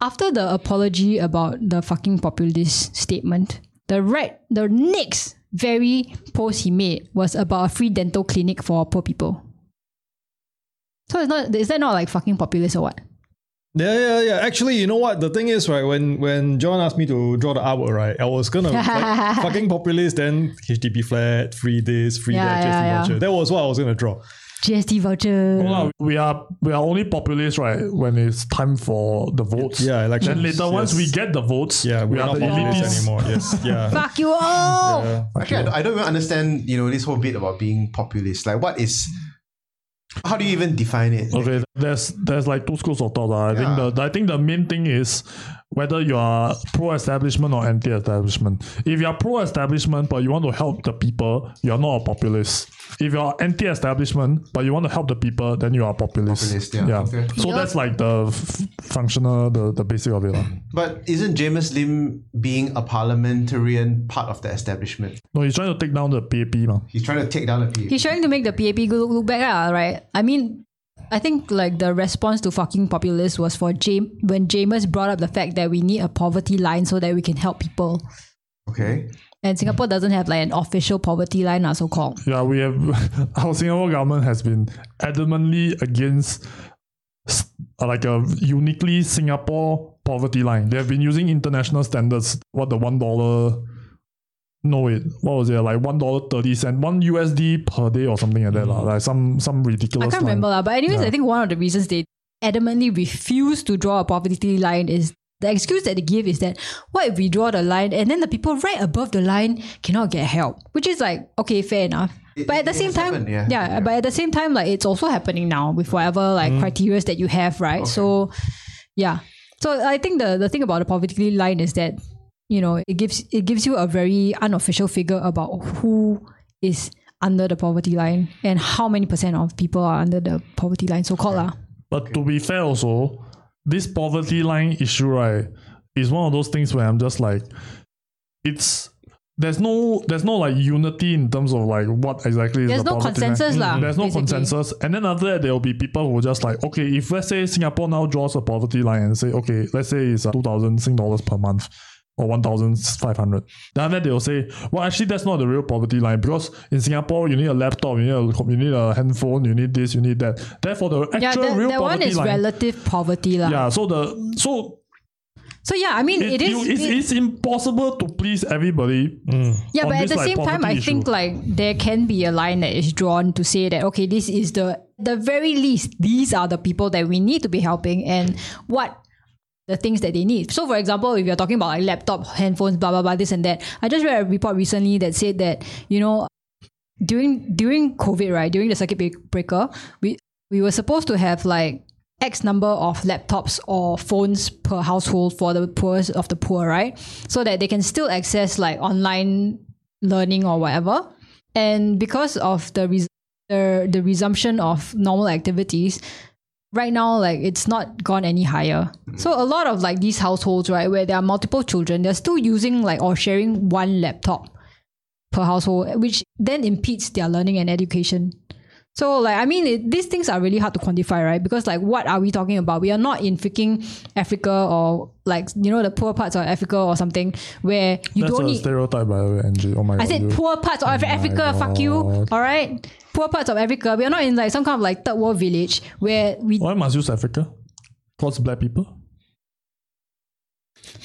D: after the apology about the fucking populist statement, the right the next very post he made was about a free dental clinic for poor people. So it's not is that not like fucking populist or what?
B: Yeah, yeah, yeah. Actually, you know what? The thing is, right, when when John asked me to draw the artwork, right, I was gonna like, fucking populist, then HDP flat, free this, free
D: Yeah,
B: that, just
D: yeah, yeah.
B: voucher. That was what I was gonna draw.
D: GST voucher.
E: No, we are we are only populist, right? When it's time for the votes.
B: Yeah,
E: Then
B: elections,
E: later, once
B: yes.
E: we get the votes,
B: Yeah,
E: we
B: we're
E: are
B: not
E: the E elitists.
B: populist anymore. Yes, yeah.
D: Fuck you all.
C: Actually, I don't, I don't even understand. You know this whole bit about being populist. Like, what is? How do you even define it?
E: Okay, there's there's like two schools of thought. lah. I
C: Yeah.
E: think the I think the main thing is whether you are pro-establishment or anti-establishment. If you are pro-establishment but you want to help the people, you are not a populist. If you are anti-establishment but you want to help the people, then you are a populist.
C: Populist, yeah. Okay.
E: So that's like the f- functional, the, the basic of it. uh. lah.
C: But isn't James Lim being a parliamentarian part of the establishment?
E: No, he's trying to take down the PAP, man.
C: He's trying to take down the PAP.
D: He's trying to make the PAP go look, look back, lah, right? I mean, I think like the response to fucking populist was for James when James brought up the fact that we need a poverty line so that we can help people.
C: Okay.
D: And Singapore doesn't have like an official poverty line, ah, or so called.
E: Yeah, we have our Singapore government has been adamantly against s- uh, like a uniquely Singapore poverty line. They have been using international standards. What the one dollar? No wait, what was it like one dollar thirty cent, one USD per day or something like that lah. Like some some
D: Mm. I
E: ridiculous.
D: can't
E: line.
D: remember, lah. But anyways, I think one of the reasons they adamantly refuse to draw a poverty line is the excuse that they give is that what if we draw the line and then the people right above the line cannot get help, which is like okay, fair enough.
C: It-
D: but at the
C: it
D: same
C: has
D: time,
C: happened, yeah.
D: yeah, but at the same time, like it's also happening now with whatever like
E: Mm.
D: criteria that you have, right? So, yeah. So I think the the thing about the poverty line is that you know, it gives it gives you a very unofficial figure about who is under the poverty line and how many percent of people are under the poverty line, so called lah.
E: But to be fair, also, this poverty line issue, right, is one of those things where I'm just like, it's there's no there's no like unity in terms of like what exactly is
D: There's
E: the
D: no
E: poverty
D: consensus
E: line. Mm.
D: lah,
E: There's no
D: basically.
E: consensus, and then after that there will be people who just like okay, if let's say Singapore now draws a poverty line and say okay, let's say it's uh, two thousand Sing dollars per month. Or 1,500. Then after that they'll say, well, actually, that's not the real poverty line because in Singapore, you need a laptop, you need a, com- you need a handphone, you need this, you need that. Therefore, the actual
D: Yeah, that,
E: real
D: that
E: poverty
D: one is
E: line.
D: relative poverty lah.
E: Yeah, so the so
D: So yeah, I mean
E: it,
D: it is.
E: you- it's,
D: it- Mm.
E: it's impossible to please everybody.
D: yeah,
E: on
D: but at
E: this,
D: the
E: like,
D: same time, I
E: poverty
D: think
E: issue.
D: like there can be a line that is drawn to say that okay, this is the the very least. These are the people that we need to be helping, and what the things that they need. So, for example, if you're talking about like laptop, handphones, blah blah blah, this and that. I just read a report recently that said that you know during during COVID, right, during the circuit break- breaker, we we were supposed to have like X number of laptops or phones per household for the poorest of the poor, right? So that they can still access like online learning or whatever. And because of the res- the, the resumption of normal activities, right now like it's not gone any higher. So a lot of like these households, right, where there are multiple children, they're still using like or sharing one laptop per household, which then impedes their learning and education. So, like, I mean, it, these things are really hard to quantify, right? Because, like, what are we talking about? We are not in freaking Africa or, like, you know, the poor parts of Africa or something where you
E: That's a
D: don't need.
E: stereotype, by the way, Angie. Oh my
D: I
E: god.
D: said
E: you-
D: poor parts of Africa, fuck you.
E: Oh God.
D: All right? Poor parts of Africa. We are not in, like, some kind of, like, third world village where we.
E: Why must use Africa? Cause black people.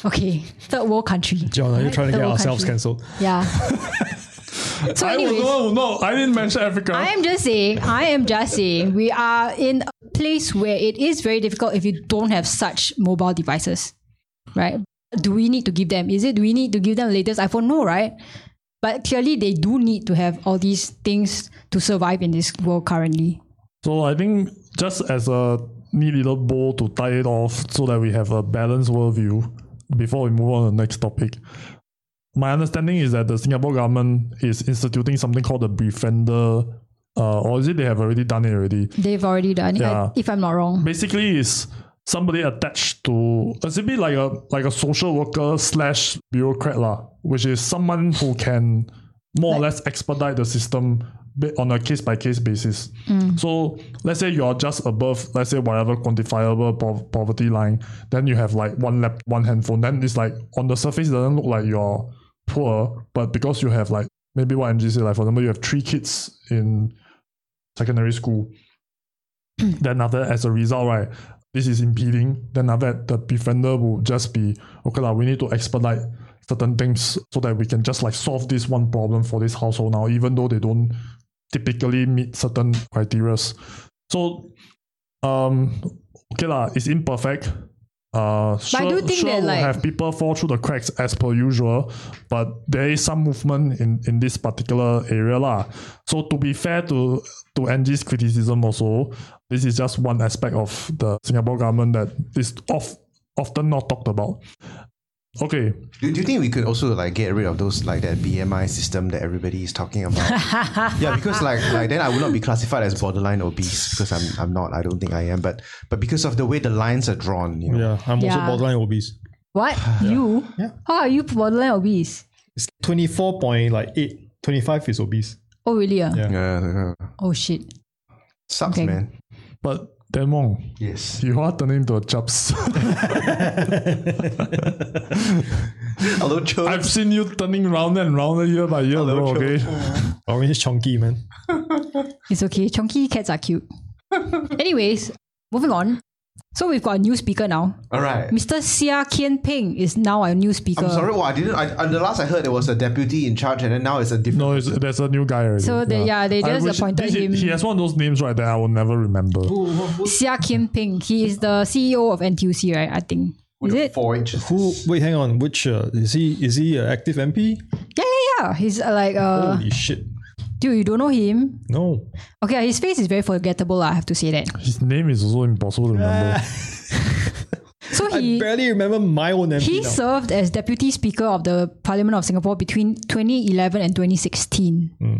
D: Okay, third world country.
B: John, are you trying to get
D: Third world
B: ourselves
D: country.
B: cancelled?
D: Yeah. so,
E: I was the
D: anyways.
E: one who no, I didn't mention Africa.
D: I am just saying, I am just saying, we are in a place where it is very difficult if you don't have such mobile devices, right? Do we need to give them? Is it, do we need to give them the latest iPhone? No, right? But clearly, they do need to have all these things to survive in this world currently.
E: so I think just as a neat little bowl to tie it off, so that we have a balanced worldview before we move on to the next topic. My understanding is that the Singapore government is instituting something called the Befriender, uh, or is it they have already done it already?
D: They've already done it, I-
E: Yeah.
D: if I'm not wrong.
E: basically is somebody attached to it's a bit like a like a social worker slash bureaucrat lah, which is someone who can more or less expedite the system ba- on a case by case basis. So let's say you are just above, let's say whatever quantifiable pov- poverty line, then you have like one lap, one handphone. Then it's like on the surface it doesn't look like you're poor, but because you have like maybe what MG said, like for example, you have three kids in secondary school then after that, as a result, right, this is impeding. Then after that, the befriender will just be okay lah. We need to expedite certain things so that we can just like solve this one problem for this household now, even though they don't typically meet certain criteria. So, um, okay lah, it's imperfect. Uh, sure,
D: I do think
E: sure
D: that,
E: we'll
D: like-
E: have people fall through the cracks as per usual, but there is some movement in in this particular area lah. So to be fair to to Angie's criticism also, this is just one aspect of the Singapore government that is of, often not talked about. Okay,
C: Do, do you think we could also like get rid of those like that BMI system that everybody is talking about? yeah, because like like then I would not be classified as borderline obese because I'm I'm not. I don't think I am. But but because of the way the lines are drawn, you
B: Yeah,
C: know,
B: I'm
D: Yeah.
B: also borderline obese.
D: What? You? How are you borderline obese?
B: It's 24 point like eight. 25 is obese.
D: Oh, really? ah?
B: Yeah.
C: yeah, yeah.
D: Oh, shit.
C: sucks,
D: Okay.
C: man.
E: but Demong,
C: Yes,
E: you are turning into a chubs.
C: hello, Cho.
E: I've seen you turning round and round year by year, bro.
C: Hello,
E: Okay,
B: Orange chunky, man.
D: It's okay. Chunky cats are cute. Anyways, moving on. So we've got a new speaker now.
C: All right.
D: Mr. Xia Kian Ping is now our new speaker.
C: I'm sorry. Well, I didn't. I, uh, the last I heard, there was a deputy in charge, and then now it's a different.
E: no, it's, there's a new guy already.
D: So they- yeah, they
E: I
D: just
E: wish-
D: appointed
E: this-
D: him.
E: He has one of those names right that I will never remember.
D: Xia Kian Ping. He is the CEO of NTUC, right? I think. Is it?
C: Four inches.
B: Who? Wait, hang on. Which uh, is he? Is he an active MP?
D: Yeah, yeah, yeah. He's uh, like, uh,
B: Holy shit!
C: Oh.
D: dude, you don't know him.
B: No.
D: Okay, his face is very forgettable. lah, I have to say that.
E: His name is also impossible to remember.
D: So So he-
B: I barely remember my own MP
D: He
B: now.
D: served as Deputy Speaker of the Parliament of Singapore between 2011 and 2016.
E: Hmm.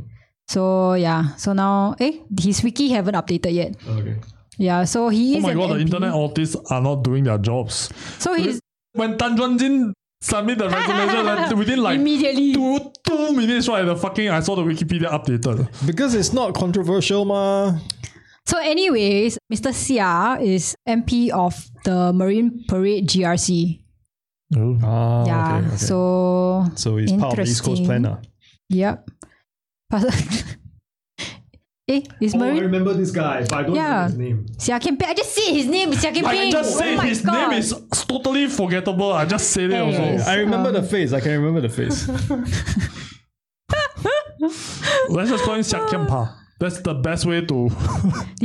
D: So yeah, so now eh, his wiki haven't updated yet.
B: okay.
D: Yeah, so he
E: Oh
D: is
E: my
D: an
E: god, the
D: MP.
E: internet audits are not doing their jobs.
D: So he's
E: When Tan Juan Jin submit the resignation like, within like
D: immediately
E: two two minutes, right? The fucking I saw the Wikipedia updated.
B: Because it's not controversial, ma.
D: So, anyways, Mr. Sia is MP of the Marine Parade GRC.
E: Oh.
B: Ah,
D: yeah.
B: okay, okay.
D: So,
B: So it's part of the East Coast
D: Interesting.
B: plan. ah.
D: yep. Pas- eh,
E: Oh,
D: is Marine
B: Oh, remember this guy, but I don't
D: Yeah.
B: name.
D: Sia Kim Peng? I just said his name. Sia Kim
E: I
D: Peng.
E: just said
D: oh my
E: his
D: God.
E: name is totally forgettable. I just said it
D: Yeah,
E: also.
D: yeah, yeah.
B: I remember the
D: um,
B: face. I can remember the face.
E: Let's just call him Xiak Kiam Pa. That's the best way to.
D: Did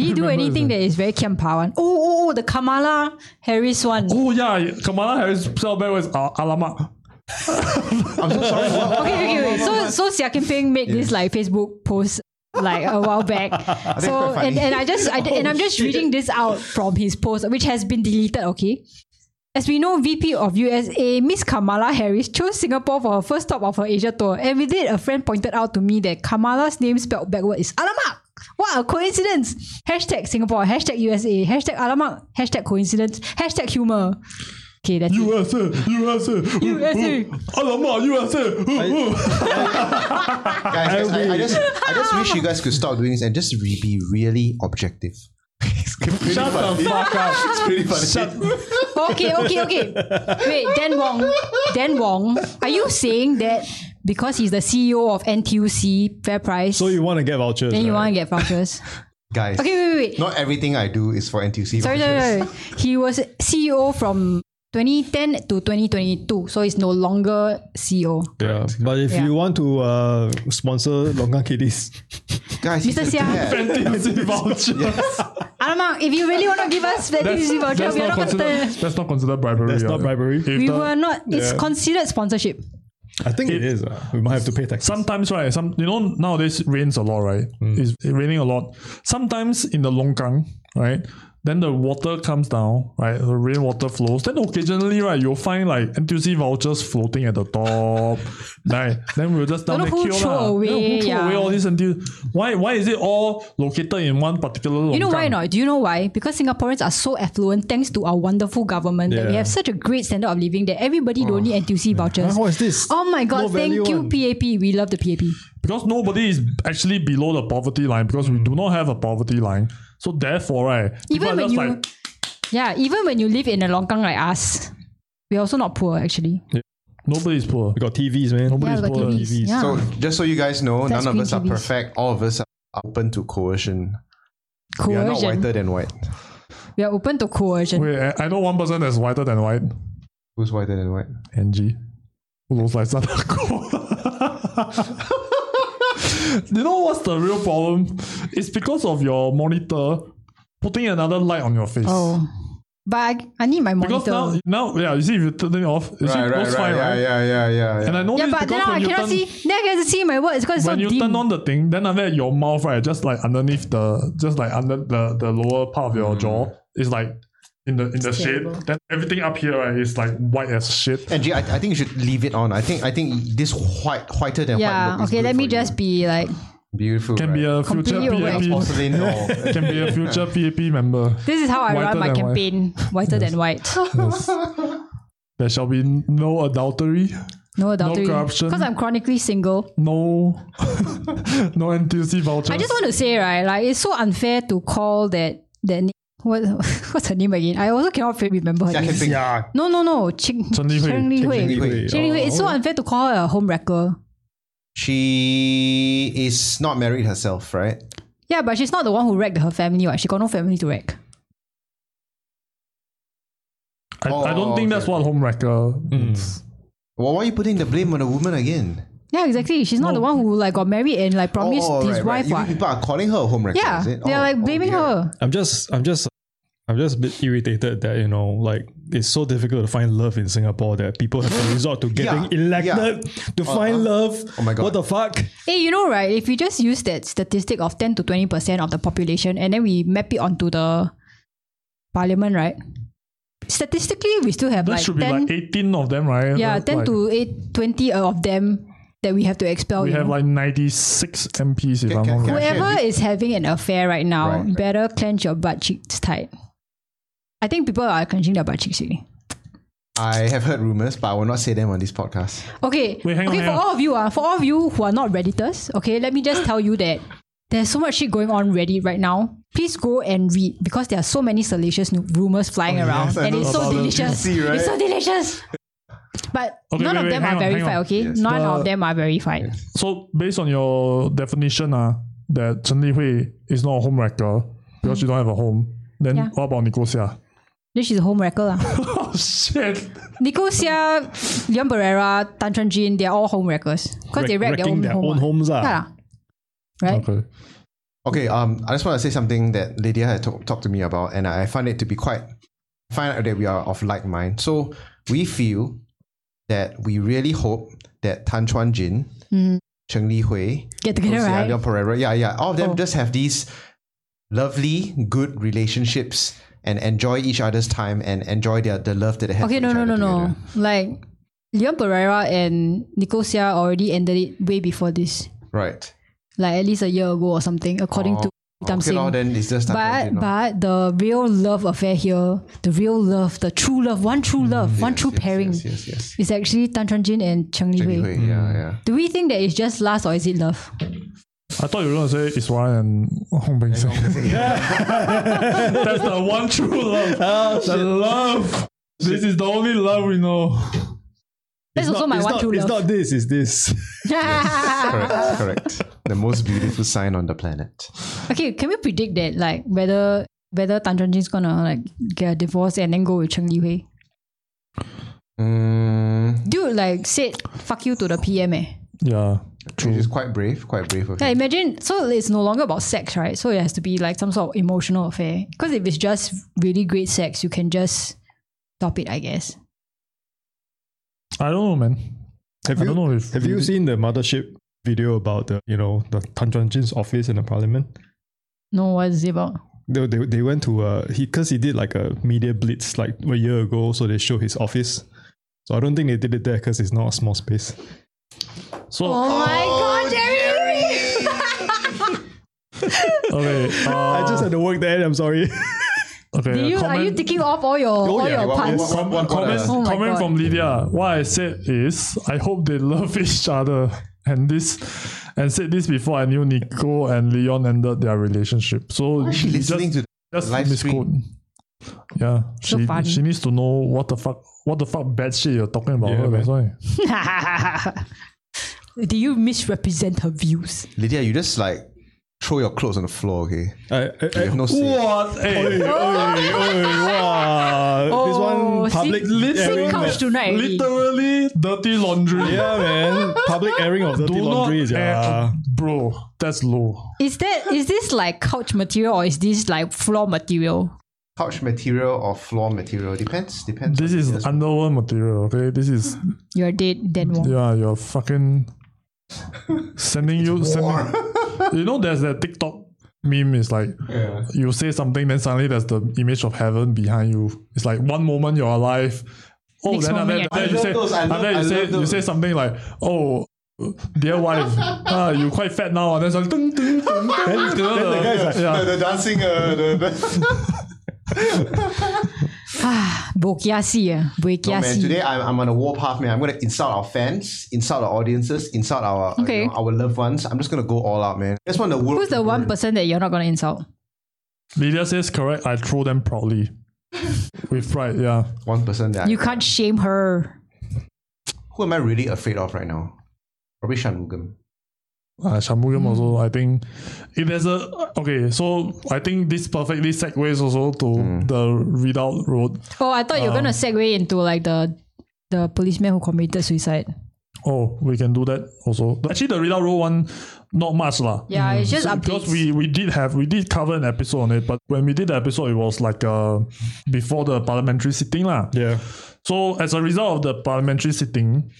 D: he do
E: remember
D: anything that is very Kiam Pa one? Oh, oh, oh, the Kamala Harris one.
E: Oh yeah, Kamala Harris spelled backwards. Al- Alamak.
C: I'm so sorry. What,
D: Okay, okay, okay. So, so Sia Kim Peng made this like Facebook post like a while back. so
C: quite
D: and,
C: funny. Oh,
D: and I just I, and I'm just reading this out from his post, which has been deleted. Okay. As we know, VP of USA Miss Kamala Harris chose Singapore for her first stop of her Asia tour, and with it, a friend pointed out to me that Kamala's name spelled backward is Alamak. What a coincidence! Hashtag Singapore, hashtag USA, hashtag Alamak, hashtag coincidence, hashtag humor. Okay, that's it.
E: USA, USA,
D: USA.
E: Alamak, USA.
C: guys, guys, I, I just, I just wish you guys could stop doing this and just re- be really objective. It's pretty
E: Shut the
C: funny.
E: fuck up.
C: It's pretty funny.
D: okay, okay, okay. Wait, Dan Wong. Dan Wong, are you saying that because he's the CEO of NTUC Fairprice,
B: so you want to get vouchers?
D: then you
B: right?
D: want to get vouchers?
C: Guys,
D: Okay, wait, wait, wait.
C: not everything I do is for NTUC.
D: sorry, sorry,
C: vouchers.
D: sorry. He was CEO from 2010 to 2022, so he's no longer E CEO.
B: Yeah, but if
D: Yeah.
B: you want to uh, sponsor Longkang Kiddies,
C: Guys, he's
D: Mr.
C: a
D: Seah.
C: dad.
E: NTUC voucher.
D: Alamak, if you really want to give us NTUC voucher,
E: that's
D: we are
E: not
D: not
E: considered,
D: going
E: that's not considered bribery.
B: That's not
E: yeah.
B: bribery.
E: If
D: We
E: the-
D: were not. It's
B: Yeah.
D: considered sponsorship.
B: I think it is. Uh, we might have to pay tax.
E: Sometimes, right? Some you know nowadays it rains a lot, right? It's raining a lot. Sometimes in the Longkang, right? Then the water comes down, right? The rainwater flows. Then occasionally, right, you'll find like NTUC vouchers floating at the top. right? Then we'll just down
D: Don't
E: the
D: know who
E: queue
D: throw
E: lah.
D: away,
E: You know who throw
D: yeah.
E: away all these NTUC? Why? Why is it all located in one particular? Longkang?
D: You know why not? Do you know why? Because Singaporeans are so affluent thanks to our wonderful government that we
B: Yeah.
D: have such a great standard of living that everybody don't need NTUC
B: Huh,
D: vouchers.
B: what is this?
D: Oh my god,
B: Low
D: thank
B: value
D: you,
B: one.
D: PAP. We love the PAP.
E: because nobody is actually below the poverty line because we do not have a poverty line. So therefore, right, people are
D: Even when
E: just
D: you
E: like,
D: Yeah, even when you live in a Longkang like us, we're also not poor actually.
E: nobody is poor.
B: we got TVs, man.
E: Nobody
D: Yeah,
E: is
D: like
E: poor.
D: TVs. Yeah.
C: So, just so you guys know,
D: Touch
C: none of
D: screen
C: us are
D: TVs.
C: perfect. All of us are open to coercion. We are not
D: Coercion.
C: whiter than white.
D: We are open to coercion.
E: Wait, I, I know one person that's whiter than white.
C: Who's whiter than white?
E: Angie. Who looks like Sadako. you know what's the real problem? It's because of your monitor putting another light on your face.
D: Oh. But I, I need my
E: Because
D: monitor.
E: now, now, yeah, you see, if you turn it off, you see, it goes fine,
C: yeah,
E: right?
C: yeah, yeah, yeah, yeah.
E: And I know
D: yeah,
E: this
D: but then
E: because
D: now
E: when
D: I
E: you
D: cannot
E: turn,
D: see then I can see my words because it's
E: when
D: so
E: you
D: dim.
E: turn on the thing, then after that, your mouth, right, just like underneath the, just like under the, the lower part of your jaw, is like in the in the shade. Then everything up here, right, is like white as shit.
C: Angie, I, I think you should leave it on. I think I think this white whiter than white.
D: yeah,
C: look is
D: okay,
C: good
D: let me
C: for
D: just
C: you.
D: be like
C: beautiful.
E: Can be a future
D: Completely
E: PAP.
C: porcelain doll.
E: can be a future PAP member.
D: this is how I
E: Whiter
D: run my
E: than white.
D: campaign. Whiter than white.
E: There shall be no adultery,
D: No adultery.
E: corruption.
D: Because I'm chronically single.
E: no no NTUC vouchers.
D: I just want to say, right, like it's so unfair to call that that ni- what what's her name again? I also cannot fa- remember her
C: I can
D: name.
C: think.
B: Yeah.
D: No, no, no. Ching
E: Chen Li Hui. Oh.
D: Li Hui.
B: Anyway,
D: Cheng Li Hui. It's so unfair to call her a home wrecker.
C: She is not married herself, right?
D: Yeah, but she's not the one who wrecked her family, right? She got no family to wreck.
E: I, I don't
C: Oh,
E: think that's
C: okay,
E: what homewrecker
B: Mm. Hmm.
E: means.
C: Well, why are you putting the blame on the woman again?
D: Yeah, exactly. She's not the one who like got married and like
C: Oh,
D: promised
C: oh,
D: his
C: right, right.
D: wife.
C: You
D: what?
C: people are calling her a homewrecker.
D: Yeah,
C: is it?
D: they're
C: Oh,
D: like
C: oh,
D: blaming
C: dear.
D: her.
B: I'm just, I'm just, I'm just a bit irritated that you know, like it's so difficult to find love in Singapore that people have to resort to getting
C: Yeah,
B: elected to find love.
C: Oh my God.
B: What the fuck?
D: Hey, Eh, you know, right? If we just use that statistic of 10 to 20% of the population and then we map it onto the parliament, right? statistically, we still have
E: There
D: like
E: should be
D: 10,
E: like 18 of them, right?
D: yeah,
E: Like,
D: 10 to 8, 20 of them that we have to expel.
E: We
D: you
E: have
D: know.
E: like 96 MPs, if
C: Can-
E: I'm
C: can-
E: not
C: can I
E: wrong.
C: share
D: Whoever is having an affair right now,
C: Right.
D: better clench your butt cheeks tight. I think people are clenching their butt cheeks really.
C: I have heard rumors, but I will not say them on this podcast.
D: Okay.
E: Wait, hang on,
D: okay,
E: hang
D: for
E: on.
D: all of you, uh, for all of you who are not Redditors, okay, let me just tell you that there's so much shit going on Reddit right now. Please go and read because there are so many salacious nu- rumors flying around,
C: Oh, I
D: and
C: know
D: it's so
C: about the
D: delicious.
C: juicy, right?
D: It's so delicious. But
E: Okay,
D: none
E: wait,
D: of
E: wait,
D: them
E: hang
D: are
E: on, hang
D: verified,
E: on.
D: okay? None
E: Uh,
D: of them are verified.
E: So, based on your definition, uh, that Chen Li Hui is not a home wrecker because you don't have a home, then
D: Mm. Yeah.
E: what about Nicosia?
D: Then she's a home wrecker. lah.
E: Oh, shit.
D: Nicole Seah, Leon Barrera, Tan Chuan Jin, they're all home wreckers. Because they wreck their
B: wrecking
D: own,
B: their
D: home,
B: own
D: ah.
B: homes. ah.
D: Yeah. lah. Right?
E: Okay.
C: Okay, um, I just want to say something that Lydia had talk- talked to me about, and I find it to be quite find out that we are of like mind. So we feel that we really hope that Tan Chuan Jin, Cheng Li Hui,
D: Get together,
C: Jose
D: Mm-hmm. right?
C: Aldo Pereira, yeah, yeah, all of them
D: Oh.
C: just have these lovely, good relationships and enjoy each other's time and enjoy their the love that they have.
D: Okay,
C: for
D: no,
C: each
D: no, no,
C: other
D: no.
C: together.
D: Like Leon Pereira and Nicosia already ended it way before this,
C: right?
D: like at least a year ago or something, according to Tam
C: Oh, Okay, lor,
D: Singh.
C: then it's just Tan Chuan
D: But
C: Jin, lor.
D: but the real love affair here, the real love, the true love, one true love, one true
C: Mm, yes,
D: pairing,
C: yes, yes, yes.
D: is actually Tan Chuan Jin and Cheng Li
C: Cheng Li
D: Hui.
C: Hui, yeah,
E: Hmm.
C: yeah.
D: Do we think that it's just lust or is it love?
E: I thought you were going to say Iswaran and Hong Beng Seng. That's the one true love.
B: Ah, Oh,
E: the love. This is the only love we know.
D: That's
B: It's
D: also
B: not-
D: my
B: it's
D: one
B: not-
D: true
B: It's
D: love.
B: not this, it's this.
C: correct, correct. The most beautiful sign on the planet.
D: okay, can we predict that like whether whether Tan Chuan Jin's gonna like get a divorce and then go with Cheng Li Hui?
E: Hmm,
C: Mm,
D: Dude like said fuck you to the PM eh.
E: Yeah.
C: true. He's quite brave, quite brave of
D: Yeah,
C: him.
D: imagine. So it's no longer about sex, right? So it has to be like some sort of emotional affair. Because if it's just really great sex, you can just stop it, I guess.
E: I don't know, man.
B: Have
E: I
B: you
E: don't know if
B: have you seen the mothership video about the you know the Tan Chuan Jin's office in the parliament?
D: No, what is it about?
B: They, they, they went to uh he because he did like a media blitz like a year ago, so they show his office. So I don't think they did it there because it's not a small space.
E: So
D: Oh, my god, Jerry!
E: okay, uh,
B: I just had to work there. I'm sorry.
E: okay.
D: Did you, are you
E: comment
D: taking off all your all
B: yeah,
D: your
C: what-
D: parts?
C: what- what- what- what
E: comment,
C: a-
D: Oh my
E: comment
D: God.
E: from Lydia. What I said is, I hope they love each other. And this, and said this before I knew Nico and Leon ended their relationship. So
C: Why is she
E: you
C: listening to
E: That's
C: Live
E: misquote. Yeah,
D: So
E: she
D: funny.
E: she needs to know what the fuck what the fuck bad shit you're talking about.
B: Yeah,
E: her, that's why.
D: Do you misrepresent her views?
C: Lydia? You just like throw your clothes on the floor, okay?
B: I, I,
C: You have no say.
E: What?
B: Oi, oi,
E: Hey,
B: oi, wow. this one public
D: Oh, see, see
B: airing.
D: couch tonight. already.
E: literally dirty laundry.
B: yeah, man. Public airing of dirty
E: Do not
B: laundry. Yeah.
E: air- bro. That's low.
D: Is that is this like couch material or is this like floor material?
C: Couch material or floor material depends. Depends.
E: This
C: on
E: is
C: Lydia's-
E: underworld material. Okay, this is
D: You're dead, then what?
E: yeah. You're fucking sending you sending. You know, there's that TikTok meme. It's like you say something, then suddenly there's the image of heaven behind you. It's like one moment you're alive. Oh,
D: Next
E: then,
D: moment
E: then, then you
C: you're-
E: say,
C: I love those, I
E: and
C: love-
E: then
C: I
E: you
C: love
E: say, you
C: those.
E: say something like, oh. Dear wife, ah, you quite fat now. And then it's like, dun, dun, dun, dun, you know, the
B: guy's like,
E: yeah.
C: the dancing. Uh, the,
D: Bokiasi, eh?
C: No, man,
D: Bokiasi.
C: today I'm, I'm on a warpath, man. I'm gonna insult our fans, insult our audiences, insult our you
D: Okay.
C: know, our loved ones. I'm just gonna go all out, man. That's one of the world.
D: Who's the one person that you're not gonna insult?
E: Lydia says, correct, I throw them proudly. With pride, yeah.
C: one person that
D: You can't shame her.
C: who am I really afraid of right now? Probably Shanmugam.
E: Uh, Shanmugam
D: Mm.
E: also, I think. If there's a. Okay, so I think this perfectly segues also to the readout road.
D: Oh, I thought you were gonna segue into like the the policeman who committed suicide.
E: Oh, we can do that also. Actually, the readout road one, not much lah. Mm.
D: Yeah, it's just
E: Because
D: updates.
E: we, we did have we did cover an episode on it, but when we did the episode, it was like uh before the parliamentary sitting lah.
B: Yeah.
E: So as a result of the parliamentary sitting,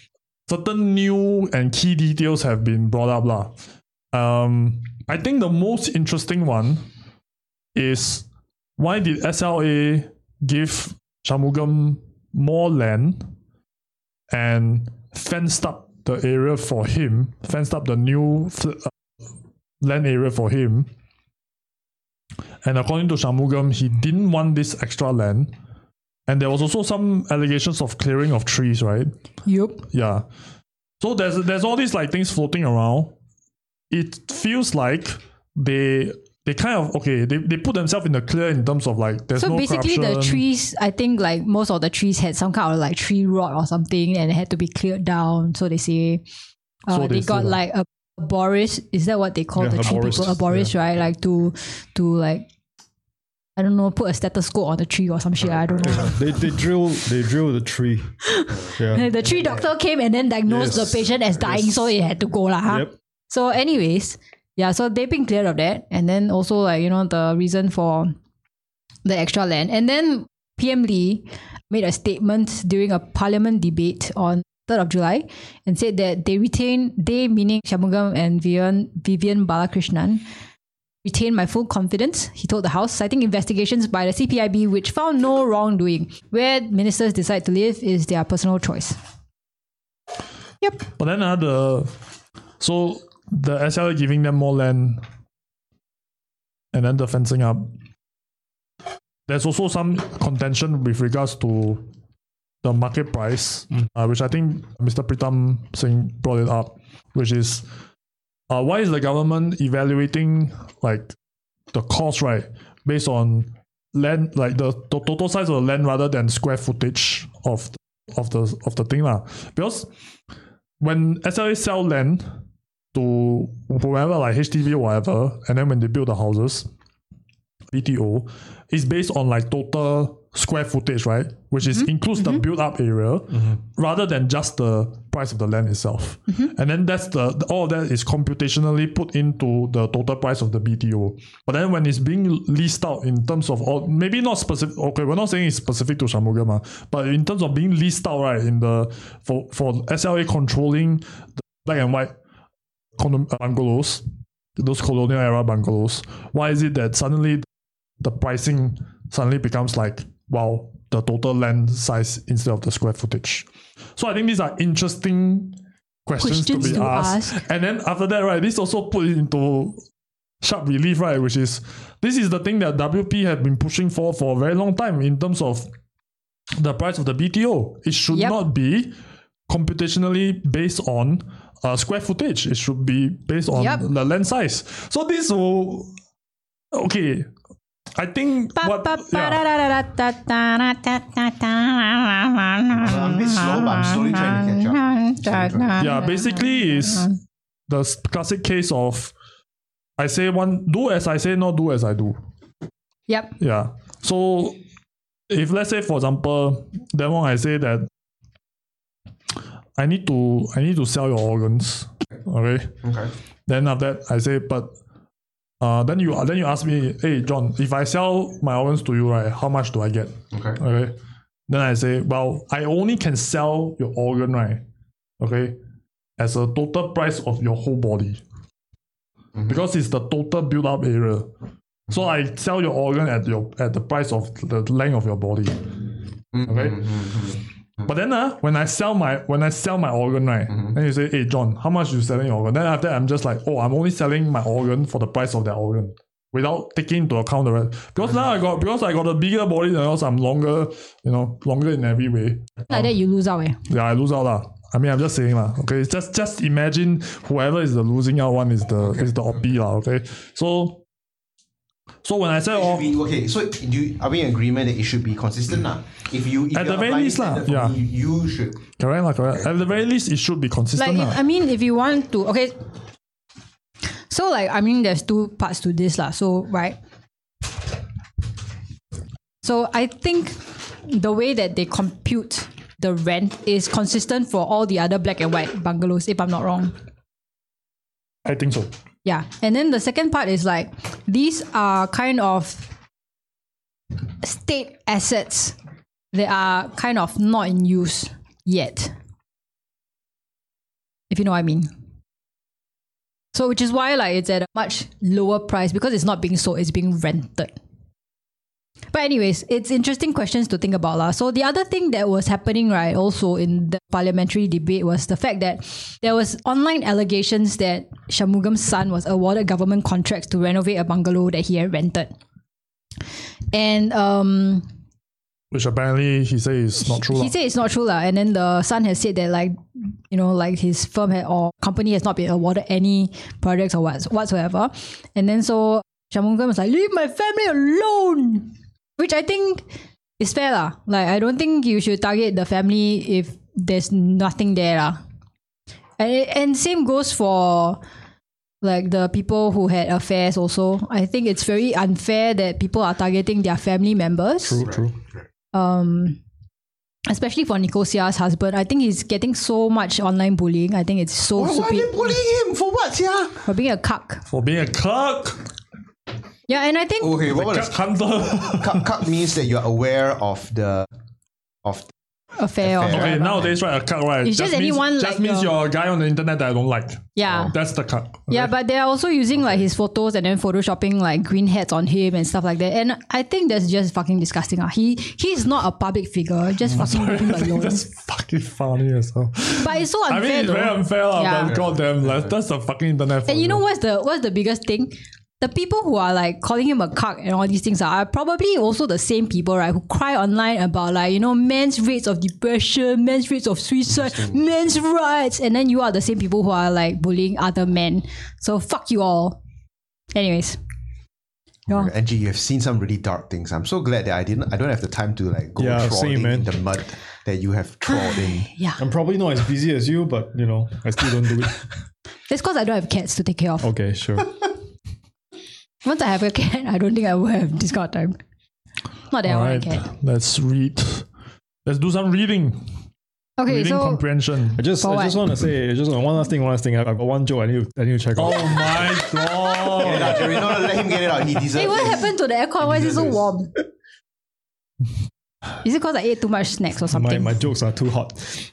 E: certain new and key details have been brought up lah. Um, I think the most interesting one is why did SLA give Shamugam more land and fenced up the area for him, fenced up the new fl- uh, land area for him. And according to Shamugam, he didn't want this extra land. And there was also some allegations of clearing of trees, right?
D: Yep.
E: Yeah. So there's there's all these like things floating around. It feels like they they kind of okay, they, they put themselves in the clear in terms of like there's
D: So
E: no
D: basically, the
E: corruption.
D: trees. I think like most of the trees had some kind of like tree rot or something, and it had to be cleared down. So they say, uh,
E: So
D: they,
E: they
D: got
E: say,
D: like a Boris. Is that what they call
B: Yeah,
D: the tree
B: arborists,
D: people? A Boris, right? Like to to like. I don't know, put a stethoscope on the tree or some shit. I don't know.
B: They, they drill they drill the tree. Yeah.
D: And the tree doctor came and then diagnosed
B: Yes.
D: the patient as dying,
B: Yes.
D: so it had to go lah. huh?
B: Yep.
D: So, anyways, yeah, so they've been cleared of that. And then also, like, you know, the reason for the extra land. And then PM Lee made a statement during a parliament debate on 3rd of July and said that they retain, they meaning Shamugam and Vivian, Vivian Balakrishnan, retain my full confidence, he told the House, citing investigations by the CPIB which found no wrongdoing. Where ministers decide to live is their personal choice. Yep.
E: But then uh, the so the SLA giving them more land and then the fencing up. There's also some contention with regards to the market price, uh, which I think Mr. Pritam Singh brought it up, which is uh, why is the government evaluating like the cost right based on land like the, the total size of the land rather than square footage of of the of the thing lah. because when SLA sell land to whoever like HDB or whatever, and then when they build the houses, BTO, it's based on like total square footage, right? Which is includes the built up area rather than just the price of the land itself. And then that's the the- all of that is computationally put into the total price of the BTO. But then when it's being leased out in terms of all maybe not specific okay, we're not saying it's specific to Shamugam, ah, but in terms of being leased out, right, in the for for SLA controlling the black and white condom, uh, bungalows, those colonial era bungalows, why is it that suddenly the pricing suddenly becomes like wow the total land size instead of the square footage so i think these are interesting questions, to
D: Questions
E: be
D: to
E: asked and then after that right this also put it into sharp relief right which is this is the thing that wp have been pushing for for a very long time in terms of the price of the bto it should
D: Yep.
E: not be computationally based on uh, square footage it should be based on
D: Yep.
E: the land size so this will okay I think what, yeah.
C: I'm a bit slow, but I'm slowly trying to catch up. Slowly trying to-
E: yeah, basically is the s- classic case of I say one do as I say, not do as I do.
D: Yep.
E: Yeah. So if let's say for example, that one I say that I need to I need to sell your organs. Okay.
C: Okay.
E: Then after that I say, but uh, then you then you ask me, hey John, if I sell my organs to you, right, how much do I get?
C: Okay.
E: Okay. Then I say, well, I only can sell your organ, right? Okay. As a total price of your whole body.
C: Mm-hmm.
E: Because it's the total build up area. So I sell your organ at your at the price of the length of your body. Okay. But then uh, when I sell my when I sell my organ, right? Then you say, hey John, how much you selling your organ? Then after that I'm just like, oh, I'm only selling my organ for the price of that organ without taking into account the rest. Because now I got because I got a bigger body than else, I'm longer, you know, longer in every way.
D: Like that, you lose out. Eh?
E: Yeah, I lose out lah. I mean, I'm just saying lah. Okay, It's just just imagine whoever is the losing out one is the is the OP lah. Okay, so so when I say
C: Should
E: oh,
C: be- okay, so do you, are we in agreement that it should be consistent lah? If you if
E: At
C: you're
E: the very
C: applying
E: least lah,
C: standard for
E: yeah.
C: me, you, you should.
E: correct lah, correct. At the very least, it should be
D: Like,
E: consistent lah.
D: if, I mean, if you want to, okay. So, like, I mean, there's two parts to this, lah. So, right. So, I think the way that they compute the rent is consistent for all the other black and white bungalows, if I'm not wrong.
E: I think so.
D: Yeah. And then the second part is like these are kind of state assets that are kind of not in use yet. If you know what I mean. So which is why like it's at a much lower price because it's not being sold, it's being rented. But anyways, it's interesting questions to think about lah. So the other thing that was happening right also in the parliamentary debate was the fact that there was online allegations that Shamugam's son was awarded government contracts to renovate a bungalow that he had rented. And um,
E: Which apparently he says is not true.
D: he
E: lah.
D: said it's not true lah. And then the son has said that like, you know, like his firm had, or company has not been awarded any projects or what whatsoever. And then so Shamungam was like, leave my family alone, which I think is fair lah. Like I don't think you should target the family if there's nothing there lah. And and same goes for like the people who had affairs also. I think it's very unfair that people are targeting their family members
B: True, true.
D: um especially for Nicosia's husband. I think he's getting so much online bullying. I think it's so
C: Why are
D: stupid
C: they bullying him? For what, yeah?
D: for being a cuck.
E: For being a clerk,
D: Yeah, and I think
C: Okay, what
E: clerk hunter.
C: cup, cup means that you are aware of the of
D: a fair or
C: Affair.
E: okay,
D: whatever.
E: nowadays, right, a clerk, right?
D: It's just anyone
E: means,
D: like
E: just means
D: your-
E: you're a guy on the internet that I don't like. Oh,
D: Yeah.
E: That's the clerk.
D: Yeah, but they're also using like his photos and then photoshopping like green hats on him and stuff like that. And I think that's just fucking disgusting. Ah, He he's not a public figure. Just fucking leave him alone.
E: That's fucking funny as hell.
D: But it's so
E: I
D: unfair.
E: mean, it's very
D: though.
E: unfair, lah.
D: Yeah.
E: but goddamn, like, that's the fucking internet. for
D: And you know what's the what's the biggest thing? The people who are like calling him a cuck and all these things are probably also the same people, right? Who cry online about like you know men's rates of depression, men's rates of suicide, men's rights, and then you are the same people who are like bullying other men. So fuck you all. Anyways, yeah,
C: Angie, you have seen some really dark things. I'm so glad that I didn't. I don't have the time to like go
B: Yeah,
C: trawling
B: same, man.
C: in the mud that you have trawled in.
D: yeah.
B: I'm probably not as busy as you, but you know, I still don't do it.
D: That's because I don't have cats to take care of.
E: Oh.
B: Okay, sure.
D: Once I have a cat, I don't think I will have this kind of time. Not that
E: All
D: I
E: right,
D: want a cat.
E: let's read. Let's do some reading.
D: Okay,
E: reading
D: so
E: comprehension.
B: I just,
D: For
B: I just
D: what?
B: want to say, just one last thing, one last thing. I- I've got one joke. I need, to, I need to check.
E: Oh
B: out.
E: my
C: Get it out,
E: god!
C: Jerry. No, no, let him get it out. He deserves
D: Hey, what
C: this.
D: happened to the aircon? Why is it so warm? Is it because I ate too much snacks or
B: my,
D: something?
B: my jokes are too hot.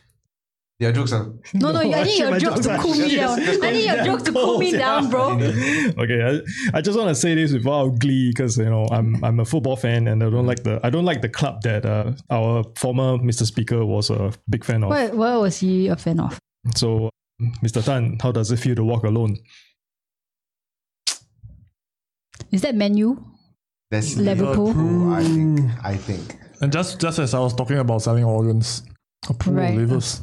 C: Their jokes are.
D: no, no, I need
B: shit,
D: your
B: my
D: joke
B: jokes
D: to
B: are
D: cool me
B: shit.
D: down.
B: Just
D: I need your
B: cold
D: joke to cool me
B: down,
D: down, bro.
B: okay, I, I just want to say this without glee because you know I'm I'm a football fan and I don't like the I don't like the club that uh, our former Mr. Speaker was a big fan of.
D: What, what was he a fan of?
B: So, Mr. Tan, how does it feel to walk alone?
D: Is that menu?
C: That's
D: Liverpool.
C: I think. I think.
E: And just just as I was talking about selling organs, a pool
D: Right.
E: of livers.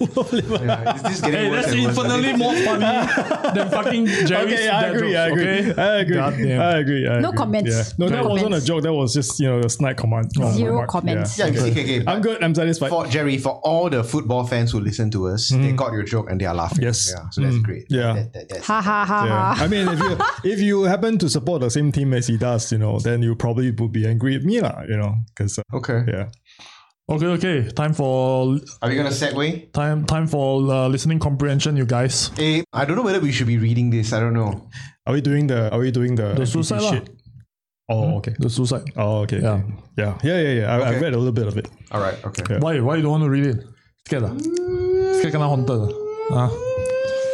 C: Yeah, is this getting
E: Hey,
C: worse
E: that's
C: and worse?
E: infinitely more funny than fucking Jerry's
B: okay, I
E: dad
B: agree,
E: jokes,
B: I agree,
E: okay?
B: I agree, I agree,
E: Goddamn.
B: I agree.
D: No comments.
B: Yeah. No, that
D: No
B: wasn't a
D: comments.
B: joke. That was just you know a snide comment.
D: Zero
B: Remark.
D: comments.
B: Yeah.
C: Yeah, you see, okay, okay,
B: I'm
C: but
B: good. I'm satisfied.
C: For Jerry, for all the football fans who listen to us,
E: Mm-hmm.
C: they got your joke and they are laughing.
B: Yes.
C: Yeah, so that's great.
B: Yeah.
C: That, that, that's,
D: Ha ha ha
B: Yeah.
D: ha.
B: I mean, if you if you happen to support the same team as he does, you know, then you probably would be angry at me, lah. You know, because uh,
C: okay.
B: yeah,
E: Okay, okay. Time for
C: Are we going to segue?
E: time time for uh, listening comprehension, you guys.
C: Eh, I don't know whether we should be reading this. I don't know.
B: are we doing the are we doing the
E: The
B: NPC
E: suicide lah.
B: shit? Oh, okay.
E: The suicide.
B: Oh, okay.
E: Yeah.
B: okay. Yeah. Yeah. Yeah. Yeah. I, I
C: Okay.
B: read a little bit of it.
C: All right. Okay.
B: Yeah.
E: Why why you don't want to read it? Scared ah? Scared kena haunted. Ah.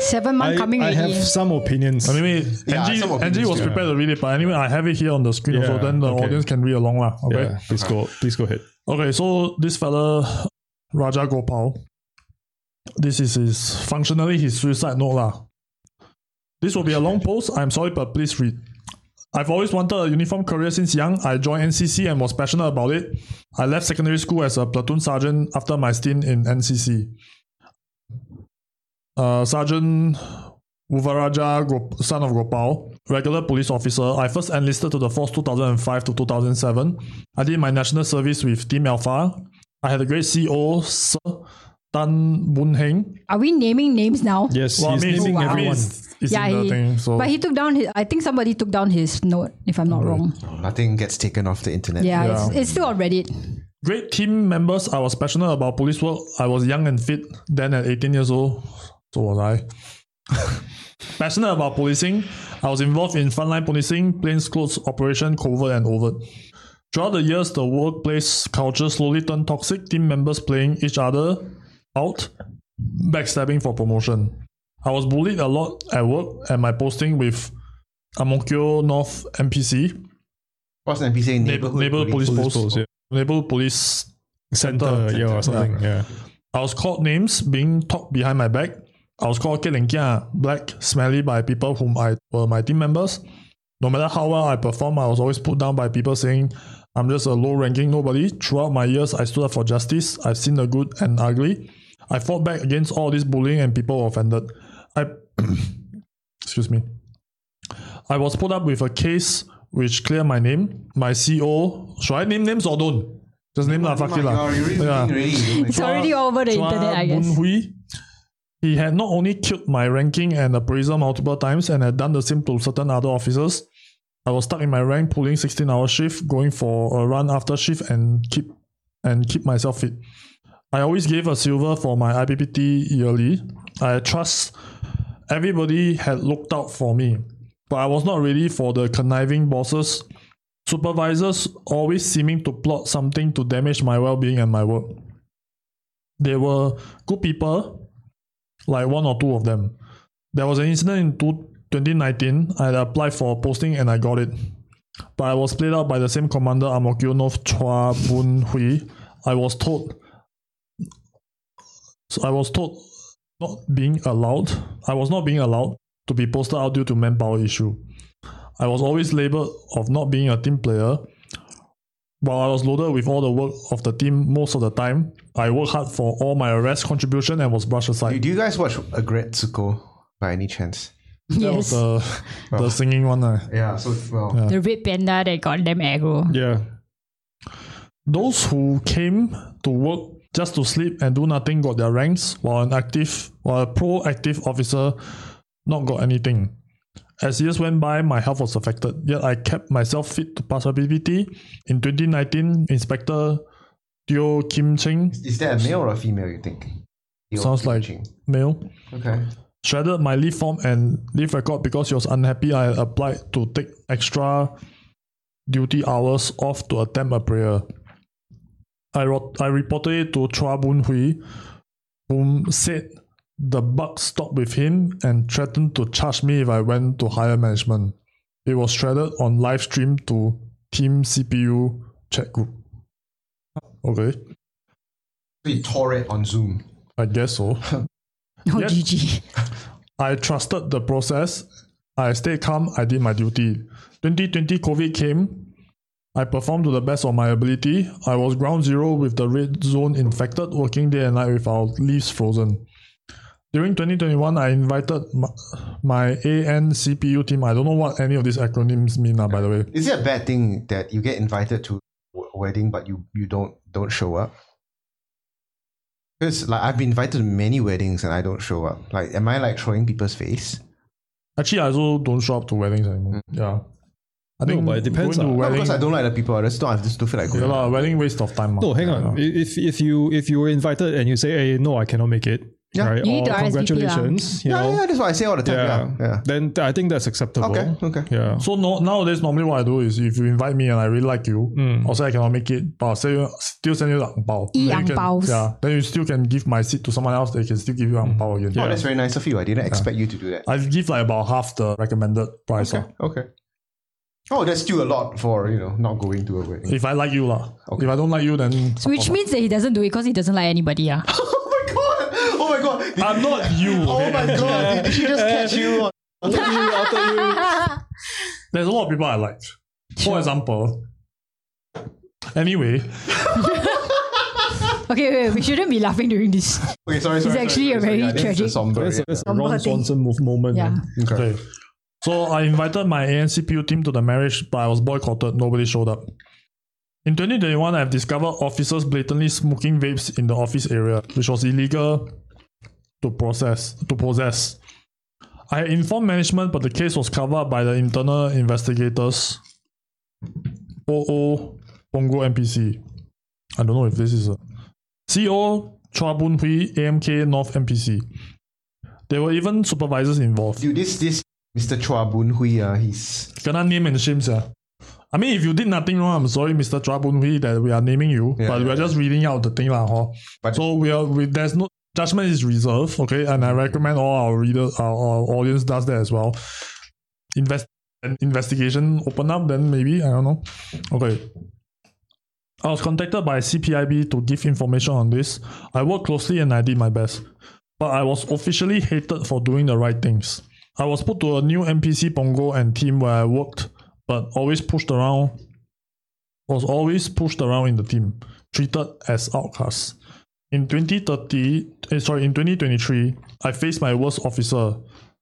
D: Seven month
B: I,
D: coming
B: I have
D: already.
B: some opinions.
E: I mean, wait,
C: Yeah,
E: Angie,
C: some opinions
E: Angie was
C: too.
E: prepared to read it, but anyway, I have it here on the screen,
B: Yeah,
E: so then the
B: okay.
E: audience can read along, lah.
B: yeah.
E: Okay.
B: Please go. Please go ahead.
E: Okay, so this fella, Raja Gopal, this is his functionally his suicide note, lah. This will be a long post. I'm sorry, but please read. I've always wanted a uniform career since young. I joined NCC and was passionate about it. I left secondary school as a platoon sergeant after my stint in NCC. Uh, sergeant Uvaraja, Gop- son of Gopal, regular police officer. I first enlisted to the force 2005 to 2007. I did my national service with Team Alpha. I had a great CO, Sir Tan Boon Heng.
D: Are we naming names now?
B: Yes.
E: Well, I
B: he's
E: mean,
B: naming
E: I mean,
B: everyone.
E: It's, it's
D: Yeah,
E: in the
D: he-
E: thing, so.
D: But he took down his. I think somebody took down his note, if I'm not wrong.
C: Nothing gets taken off the internet.
D: Yeah,
E: Yeah.
D: It's, it's still on Reddit.
E: Great team members. I was passionate about police work. I was young and fit then at 18 years old. So was I. passionate about policing. I was involved in frontline policing, plainclothes operation, covert and overt. Throughout the years, the workplace culture slowly turned toxic, team members playing each other out, backstabbing for promotion. I was bullied a lot at work and my posting with Amokyo North MPC.
C: What's an NPC?
E: Neighbor, neighbor police, post,
B: post, yeah.
E: neighbor police
B: Center, yeah, or something. Yeah.
E: I was called names being talked behind my back. I was called Kelenkia, black, smelly by people whom I were my team members. No matter how well I performed, I was always put down by people saying, I'm just a low ranking nobody. Throughout my years, I stood up for justice. I've seen the good and ugly. I fought back against all this bullying and people were offended. I, excuse me. I was put up with a case which cleared my name, my CO. Should I name names or don't? Just
C: Oh
E: name lah, fuck it lah. Yeah.
D: It's already over the
E: Chua
D: internet, I guess.
E: Boon Hui, he had not only killed my ranking and appraiser multiple times and had done the same to certain other officers. I was stuck in my rank, pulling 16 hour shift, going for a run after shift and keep and keep myself fit. I always gave a silver for my IPPT yearly. I trust everybody had looked out for me, but I was not ready for the conniving bosses, supervisors always seeming to plot something to damage my well being and my work they were good people, like one or two of them. There was an incident in two- 2019. I had applied for a posting and I got it. But I was played out by the same commander, Amokyo Nov Chua Boon Hui. I was told. So I was told not being allowed. I was not being allowed to be posted out due to manpower issue. I was always labeled of not being a team player, while I was loaded with all the work of the team most of the time, I worked hard for all my arrest contribution and was brushed aside.
C: Do you guys watch Agretsuko by any chance?
E: That was
D: Yes.
E: the, the singing one. ah.
C: Yeah, so well.
D: The red panda that got them aggro.
B: Yeah.
E: Those who came to work just to sleep and do nothing got their ranks, while an active, while a proactive officer not got anything. As years went by, my health was affected, yet I kept myself fit to pass my PPT. In 2019, Inspector Teo Kim Cheng,
C: Is that a male or a female? You think?
E: Sounds like- male,
C: Okay.
E: shredded my leave form and leave record because he was unhappy I had applied to take extra duty hours off to attempt a prayer. I, wrote, I reported it to Chua Boon Hui, whom said the buck stopped with him and threatened to charge me if I went to higher management. It was shredded on live stream to Team CPU chat group. Okay,
C: So you tore it on Zoom.
E: I guess so.
D: Oh,
E: Yes.
D: GG.
E: I trusted the process. I stayed calm. I did my duty. 2020 COVID came. I performed to the best of my ability. I was ground zero with the red zone infected, working day and night with our leaves frozen. During 2021, I invited my, my ANCPU team. I don't know what any of these acronyms mean, uh, by the way.
C: Is it a bad thing that you get invited to w- wedding but you, you don't don't show up? Because like I've been invited to many weddings and I don't show up. Like, am I like showing people's face?
E: Actually, I also don't show up to weddings
B: Mm.
E: anymore. Yeah. I
B: No,
E: think
B: but it depends, ah.
E: Going to
B: No,
C: Not
E: wedding,
C: because I don't like the people. I just don't. I just don't feel like
E: yeah,
C: going.
E: lah, wedding waste of time. ah.
B: No, hang on.
E: Yeah.
B: If if you if you were invited and you say, "Hey, no, I cannot make it,"
C: Yeah.
B: right?
D: You need to
B: or
D: RSVP lah.
B: congratulations, you
C: Yeah,
B: know.
C: yeah, that's what I say all the time. Yeah, yeah.
B: Then th- I think that's acceptable.
C: Okay, okay.
B: Yeah.
E: So no, nowadays normally what I do is if you invite me and I really like you,
B: Mm.
E: also I cannot make it, but I'll send you, still send you the ang pao.
D: E
E: Then you can-
D: ang-paos.
E: Yeah. Then you still can give my seat to someone else. They can still give
B: Mm.
E: you ang pao again.
C: Oh, that's very nice of you. I didn't expect you to do that.
E: I give like about half the recommended price. ah.
C: Okay,
E: lah.
C: okay. Oh, that's still a lot for you know not going to a wedding.
E: If I like you lah. If I don't like you, then
D: So Which means that he doesn't do it because he doesn't like anybody. Ah.
C: Oh my god! Oh my god! Did-
E: I'm not you.
C: oh
E: okay?
C: my god! Did she just catch you? on-
E: There's a lot of people I like. For example. Anyway,
D: Okay, wait, we shouldn't be laughing during this.
C: Okay, sorry, sorry.
D: It's
C: sorry,
D: actually
C: sorry,
D: a
C: sorry,
D: very
C: yeah, this is
D: tragic-
C: somber,
B: That's,
C: yeah.
B: that's a
D: Number
B: Ron
D: thing.
B: Swanson move moment.
D: Yeah.
B: man.
C: Okay.
E: Okay. So I invited my ANCPU team to the marriage, but I was boycotted. Nobody showed up. In 2021, I've discovered officers blatantly smoking vapes in the office area, which was illegal to process to possess. I informed management, but the case was covered by the internal investigators. OO Pongo NPC. I don't know if this is a CO Chua Boon Hui AMK North NPC. There were even supervisors involved.
C: Dude, this this Mr. Chua Boon Hui, uh, he's
E: Kena name and shame, sir. I mean, if you did nothing wrong, I'm sorry, Mr. Chua Boon Hui, that we are naming you,
C: Yeah,
E: but
C: yeah,
E: we are just reading out the thing, lah, huh?
C: But-
E: so we are, we, there's no judgment is reserved, okay? And I recommend all our readers, our, our audience does that as well. Invest an investigation open up, then maybe I don't know. Okay. I was contacted by CPIB to give information on this. I worked closely and I did my best. But I was officially hated for doing the right things. I was put to a new NPC Pongo and team where I worked, but always pushed around was always pushed around in the team, treated as outcasts. In 2030, eh, sorry, in 2023, I faced my worst officer,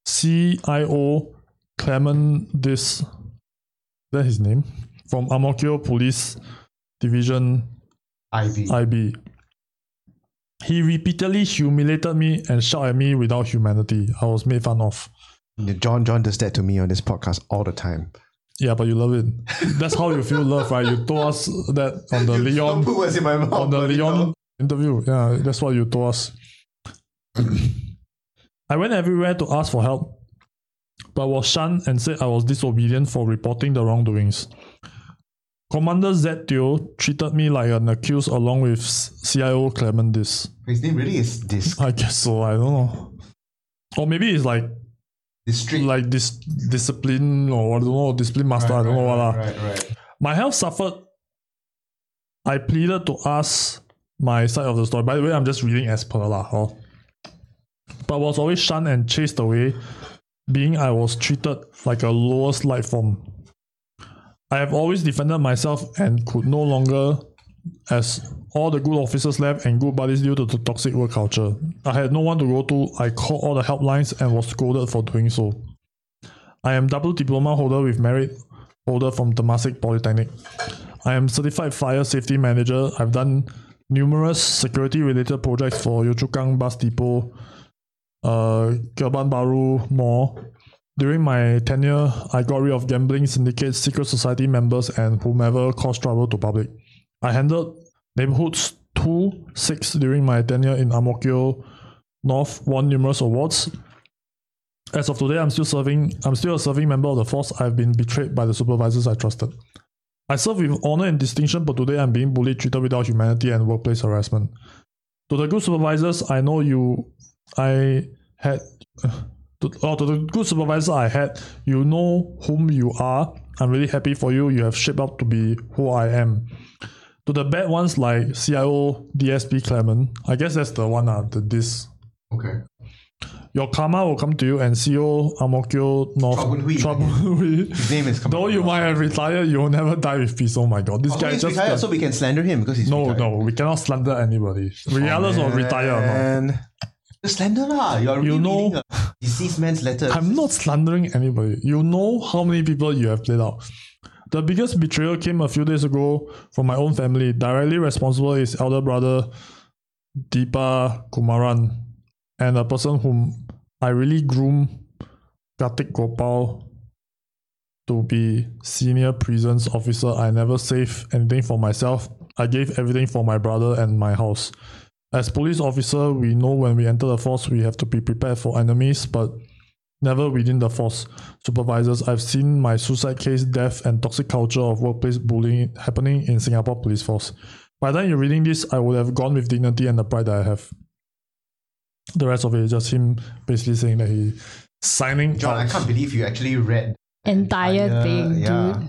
E: CIO Clement This. Is that his name? From Amokyo Police Division
C: IB.
E: IB. He repeatedly humiliated me and shouted at me without humanity. I was made fun of.
C: John John does that to me on this podcast all the time.
E: Yeah, but you love it. That's how you feel love, right? You told us that on the Leon
C: Who was in my mouth?
E: on the
C: buddy,
E: Leon
C: no?
E: interview. Yeah, that's what you told us. I went everywhere to ask for help, but was shunned and said I was disobedient for reporting the wrongdoings. Commander Z Teo treated me like an accused along with CIO Clement Dis.
C: His name really is this
E: I guess so, I don't know. Or maybe it's like
C: this street.
E: like oh, this discipline or I don't know, discipline master, I don't know what lah.
C: right, right.
E: My health suffered. I pleaded to ask my side of the story. By the way, I'm just reading as per lah. hor. But was always shunned and chased away, being I was treated like a lower slight form. I have always defended myself and could no longer, as all the good officers left and good buddies due to the toxic work culture. I had no one to go to. I called all the helplines and was scolded for doing so. I am double diploma holder with merit holder from Temasek Polytechnic. I am certified fire safety manager. I've done numerous security related projects for Yio Chu Kang Bus Depot, uh, Keban Baru Mall. During my tenure, I got rid of gambling syndicates, secret society members, and whomever caused trouble to public. I handled neighborhoods 2, 6 during my tenure in Amokyo North, won numerous awards, as of today, I'm still serving. I'm still a serving member of the force. I've been betrayed by the supervisors I trusted. I serve with honor and distinction, but today I'm being bullied, treated without humanity, and workplace harassment. To the good supervisors, I know you. I had. To, oh, to the good supervisor I had, you know whom you are. I'm really happy for you. You have shaped up to be who I am. To the bad ones like CIO, DSP, Clement. I guess that's the one. Uh, the this
C: Okay.
E: your karma will come to you and CEO Amokyo North
C: Chua Boon Hui.
E: Boon Hui.
C: His name is.
E: Though you might have retired, you will never die with peace. Oh my god. This
C: Oh, so
E: guy
C: he's
E: just
C: retired, so we can slander him because he's
E: No,
C: retired.
E: no, we cannot slander anybody. Regardless of retire or
C: And just slander lah. You're
E: You
C: you
E: know-
C: know, a deceased man's letter.
E: not. I'm not slandering anybody. You know how many people you have played out. The biggest betrayal came a few days ago from my own family. Directly responsible is elder brother Deepa Kumaran and a person whom I really groom Kartik Gopal to be senior prisons officer. I never saved anything for myself. I gave everything for my brother and my house. As police officer, we know when we enter the force, we have to be prepared for enemies, but never within the force. Supervisors, I've seen my suicide case, death, and toxic culture of workplace bullying happening in Singapore police force. By the time you're reading this, I would have gone with dignity and the pride that I have. The rest of it is just him basically saying that he signing
C: John, I
E: out.
C: can't believe you actually read.
D: Entire
C: Entire-
D: thing,
C: yeah.
D: dude.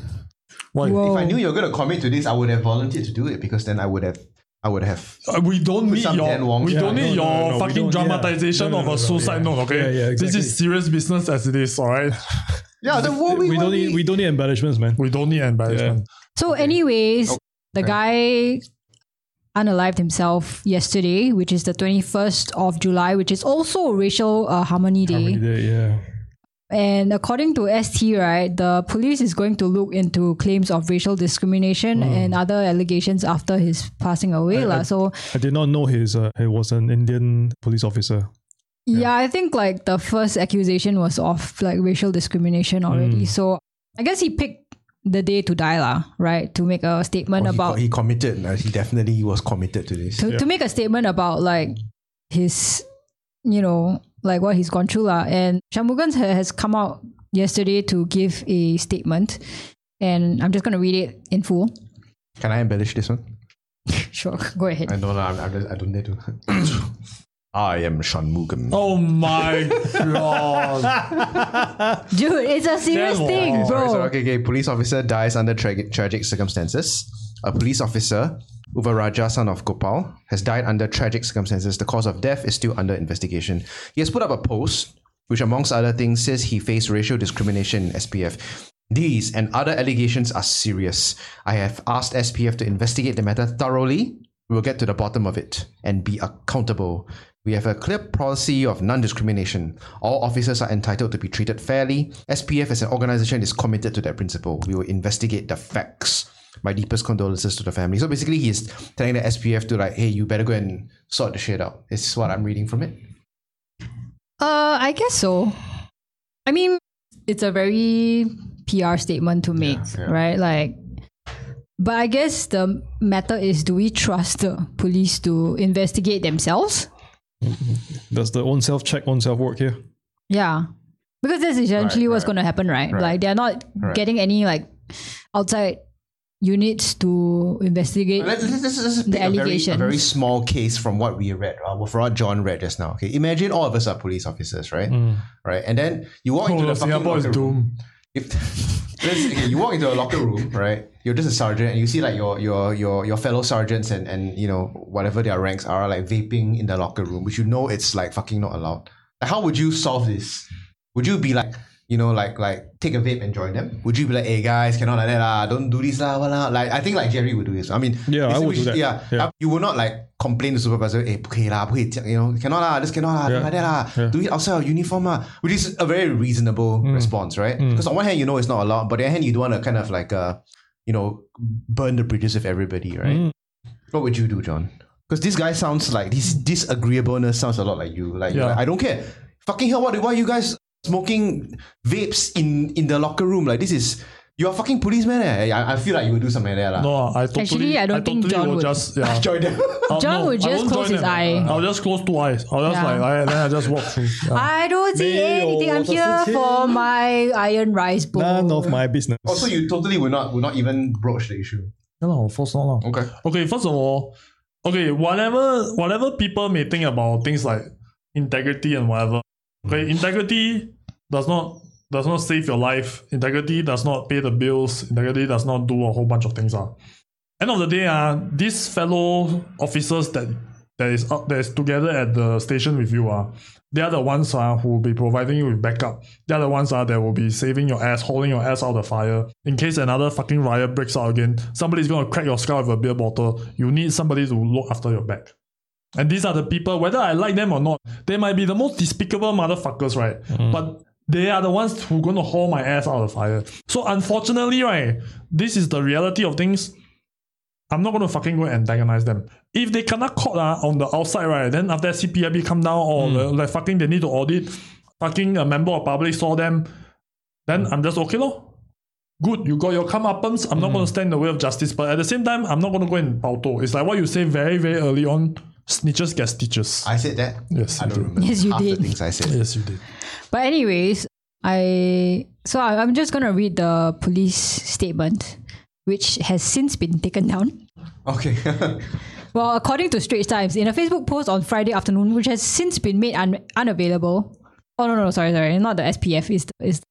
E: Why?
D: Whoa.
C: If I knew you were going to commit to this, I would have volunteered to do it because then I would have, I would have.
E: Uh, we don't
C: Put
E: need
C: some Dan
E: your
C: Wong
E: we
C: shit.
E: don't
B: Yeah,
E: need
B: no, no,
E: your
B: no, no, we
E: fucking
B: don't- yeah.
E: dramatization
B: No, no,
E: of
B: no,
E: a
B: no,
E: suicide
B: yeah.
E: note. Okay,
B: Yeah, yeah,
E: this
B: exactly.
E: is serious business as it is. All right,
C: Yeah, then what
B: we don't need we don't need embellishments, man.
E: we don't need embarrassment.
D: So, anyways, the guy unalived himself yesterday, which is the 21st of July, which is also Racial uh, Harmony Day.
B: Harmony Day, yeah.
D: And according to ST, right, the police is going to look into claims of racial discrimination and other allegations after his passing away. lah. So,
B: I did not know his uh, he was an Indian police officer.
D: yeah. I think like the first accusation was of like racial discrimination
C: Mm.
D: already. So, I guess he picked the day to die, lah, right, to make a statement
C: Oh, he,
D: about
C: he committed. uh, He definitely was committed to this.
D: to,
B: Yeah.
D: to make a statement about like his you know like what he's gone through lah. and Shamugan has come out yesterday to give a statement and I'm just going to read it in full
C: Can I embellish this one?
D: sure go ahead
C: I know lah. I'm, I'm just, I don't dare to. I am Shanmugam.
E: Oh my god.
D: Dude, it's a serious
E: Devil.
D: thing,
C: Sorry,
D: bro.
C: sorry, okay, okay. Police officer dies under tra- tragic circumstances. A police officer, Uvaraja, son of Gopal, has died under tragic circumstances. The cause of death is still under investigation. He has put up a post, which, amongst other things, says he faced racial discrimination in SPF. These and other allegations are serious. I have asked SPF to investigate the matter thoroughly. We will get to the bottom of it and be accountable. We have a clear policy of non discrimination. All officers are entitled to be treated fairly. SPF as an organization is committed to that principle. We will investigate the facts. My deepest condolences to the family. So basically, he's telling the SPF to, like, hey, you better go and sort the shit out. It's what I'm reading from it.
D: Uh, I guess so. I mean, it's a very PR statement to make, right? Like, but I guess the matter is: do we trust the police to investigate themselves?
B: Does the own self check, own self work here?
D: Yeah, because that's essentially what's going to happen, right? Like, they're not getting any like outside units to investigate.
C: Let's, let's, let's, let's pick
D: The
C: a very, a
D: allegations.
C: very small case from what we read, uh, from what John read just now. Okay, imagine all of us are police officers, right? Right, and then you walk into
E: Mm. Oh,
C: the fucking
E: Singapore is
C: locker room.
E: doomed.
C: If let's, okay, you walk into a locker room, right? You're just a sergeant, and you see like your your your your fellow sergeants and and you know whatever their ranks are like vaping in the locker room, which you know it's like fucking not allowed. Like, how would you solve this? Would you be like you know like like take a vape and join them? Would you be like, hey guys, cannot like that lah, don't do this lah, what lah? Like I think like Jerry would do this. I mean,
B: Yeah, I
C: it's-
B: would do that.
C: Yeah,
B: Yeah.
C: Uh, you will not like complain to supervisor, hey, 不可以啦，不可以这样, you know, cannot lah, this cannot lah,
B: Yeah.
C: like that lah,
B: Yeah.
C: do it outside of uniform lah, which is a very reasonable
E: Mm.
C: response, right? Because on one hand, you know it's not allowed, but on the other hand, you don't want to kind of like, uh, you know, burn the bridges with everybody, right?
B: Mm.
C: What would you do, John? Because this guy sounds like this disagreeableness sounds a lot like you. Like, you're
E: Yeah.
C: like, I don't care. Fucking hell, what, why are you guys smoking vapes in in the locker room? Like, this is you're a fucking policeman. Eh? I, I feel like you would do something like that, lah.
E: No, I totally,
D: Actually, I don't think
E: totally
D: John
E: will
D: would.
E: Just, yeah.
C: Join them.
E: I'll-
D: John
E: no,
D: would
E: I
D: just
E: won't
D: close
E: join
D: his
E: them.
D: eye.
E: I'll just close two eyes. I'll just
D: Yeah.
E: like, I, then I just walk through. Yeah.
D: I don't see
B: 没有，
D: anything. I'm here
B: 我的世界。
D: for my iron rice bowl.
B: None of my business.
C: Also, you totally would not would not even broach the issue.
E: No, no, of course not. lah.
C: Okay.
E: Okay, first of all, okay, whatever whatever people may think about things like integrity and whatever. Okay, integrity does not does not save your life. Integrity does not pay the bills. Integrity does not do a whole bunch of things. Ah, End of the day, ah, these fellow officers that that is up that is together at the station with you ah, they are the ones ah, who will be providing you with backup. They are the ones ah, that will be saving your ass, holding your ass out of the fire. In case another fucking riot breaks out again, somebody's gonna crack your skull with a beer bottle. You need somebody to look after your back. And these are the people, whether I like them or not, they might be the most despicable motherfuckers, right? But they are the ones who gonna haul my ass out of the fire. So unfortunately, right, this is the reality of things. I'm not gonna fucking go and antagonize them. If they cannot caught ah on the outside, right, then after that CPIB come down or the- like fucking they need to audit, fucking a member of public saw them, then I'm just okay lor. Good, you got your come uppums. I'm not going to stand in the way of justice, but at the same time, I'm not going to go in pauto. It's like what you say very, very early on snitches get stitches.
C: I said that.
E: yes,
C: I
E: you
C: don't
E: did.
C: remember
D: Yes, you
C: half the
D: did.
C: things I said.
E: Yes, you did.
D: But anyways, I so I, I'm just gonna read the police statement, which has since been taken down.
C: Okay.
D: Well, according to Straits Times, in a Facebook post on Friday afternoon, which has since been made un- unavailable. Oh no, no, no, sorry, sorry, not the SPF is is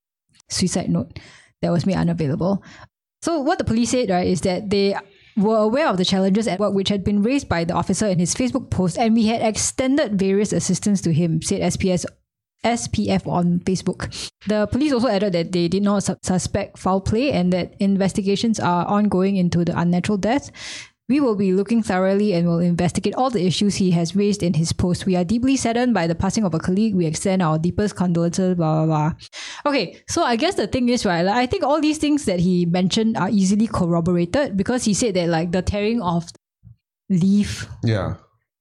D: suicide note that was made unavailable. So what the police said right is that they were aware of the challenges at work which had been raised by the officer in his Facebook post, and we had extended various assistance to him, said SPS SPF on Facebook. The police also added that they did not su- suspect foul play and that investigations are ongoing into the unnatural death. We will be looking thoroughly and will investigate all the issues he has raised in his post. We are deeply saddened by the passing of a colleague. We extend our deepest condolences, blah, blah, blah. Okay, so I guess the thing is, right, like, I think all these things that he mentioned are easily corroborated because he said that, like, the tearing of leaf
C: yeah.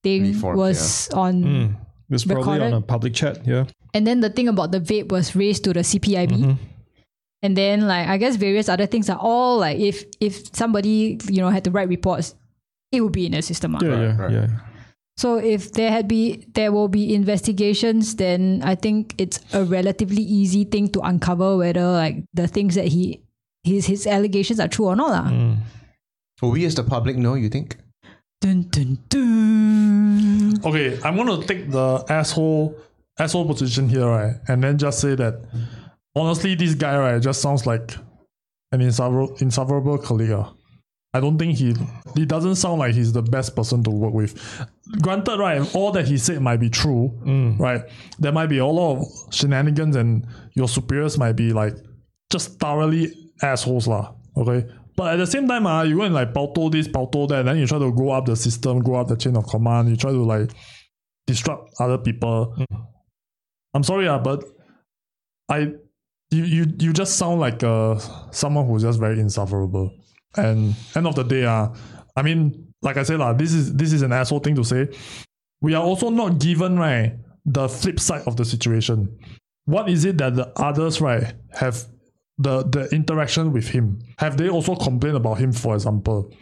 D: thing
C: Leaf form,
D: was on
B: It's probably
D: Recorded.
B: on a public chat, yeah.
D: and then the thing about the vape was raised to the CPIB. And then like I guess various other things are all like if if somebody, you know, had to write reports, it would be in the system. ah.
B: Yeah, yeah,
C: right.
B: yeah.
D: So if there had be there will be investigations, then I think it's a relatively easy thing to uncover whether like the things that he his his allegations are true or not. ah. lah.
C: Will we as the public know, you think?
A: Dun, dun, dun.
E: Okay, I'm gonna take the asshole asshole position here, right? And then just say that honestly, this guy right just sounds like an insufferable, insufferable colleague. ah. I don't think he he doesn't sound like he's the best person to work with. Granted, right, all that he said might be true, right? There might be a lot of shenanigans, and your superiors might be like just thoroughly assholes, lah. Okay. But at the same time, ah, you go and like pauto this, pauto that, then you try to go up the system, go up the chain of command, you try to like disrupt other people. I'm sorry, ah, but I you you you just sound like uh someone who's just very insufferable. And end of the day, uh, I mean, like I said, lah, this is this is an asshole thing to say. We are also not given right the flip side of the situation. What is it that the others right have the the interaction with him? Have they also complained about him, for example?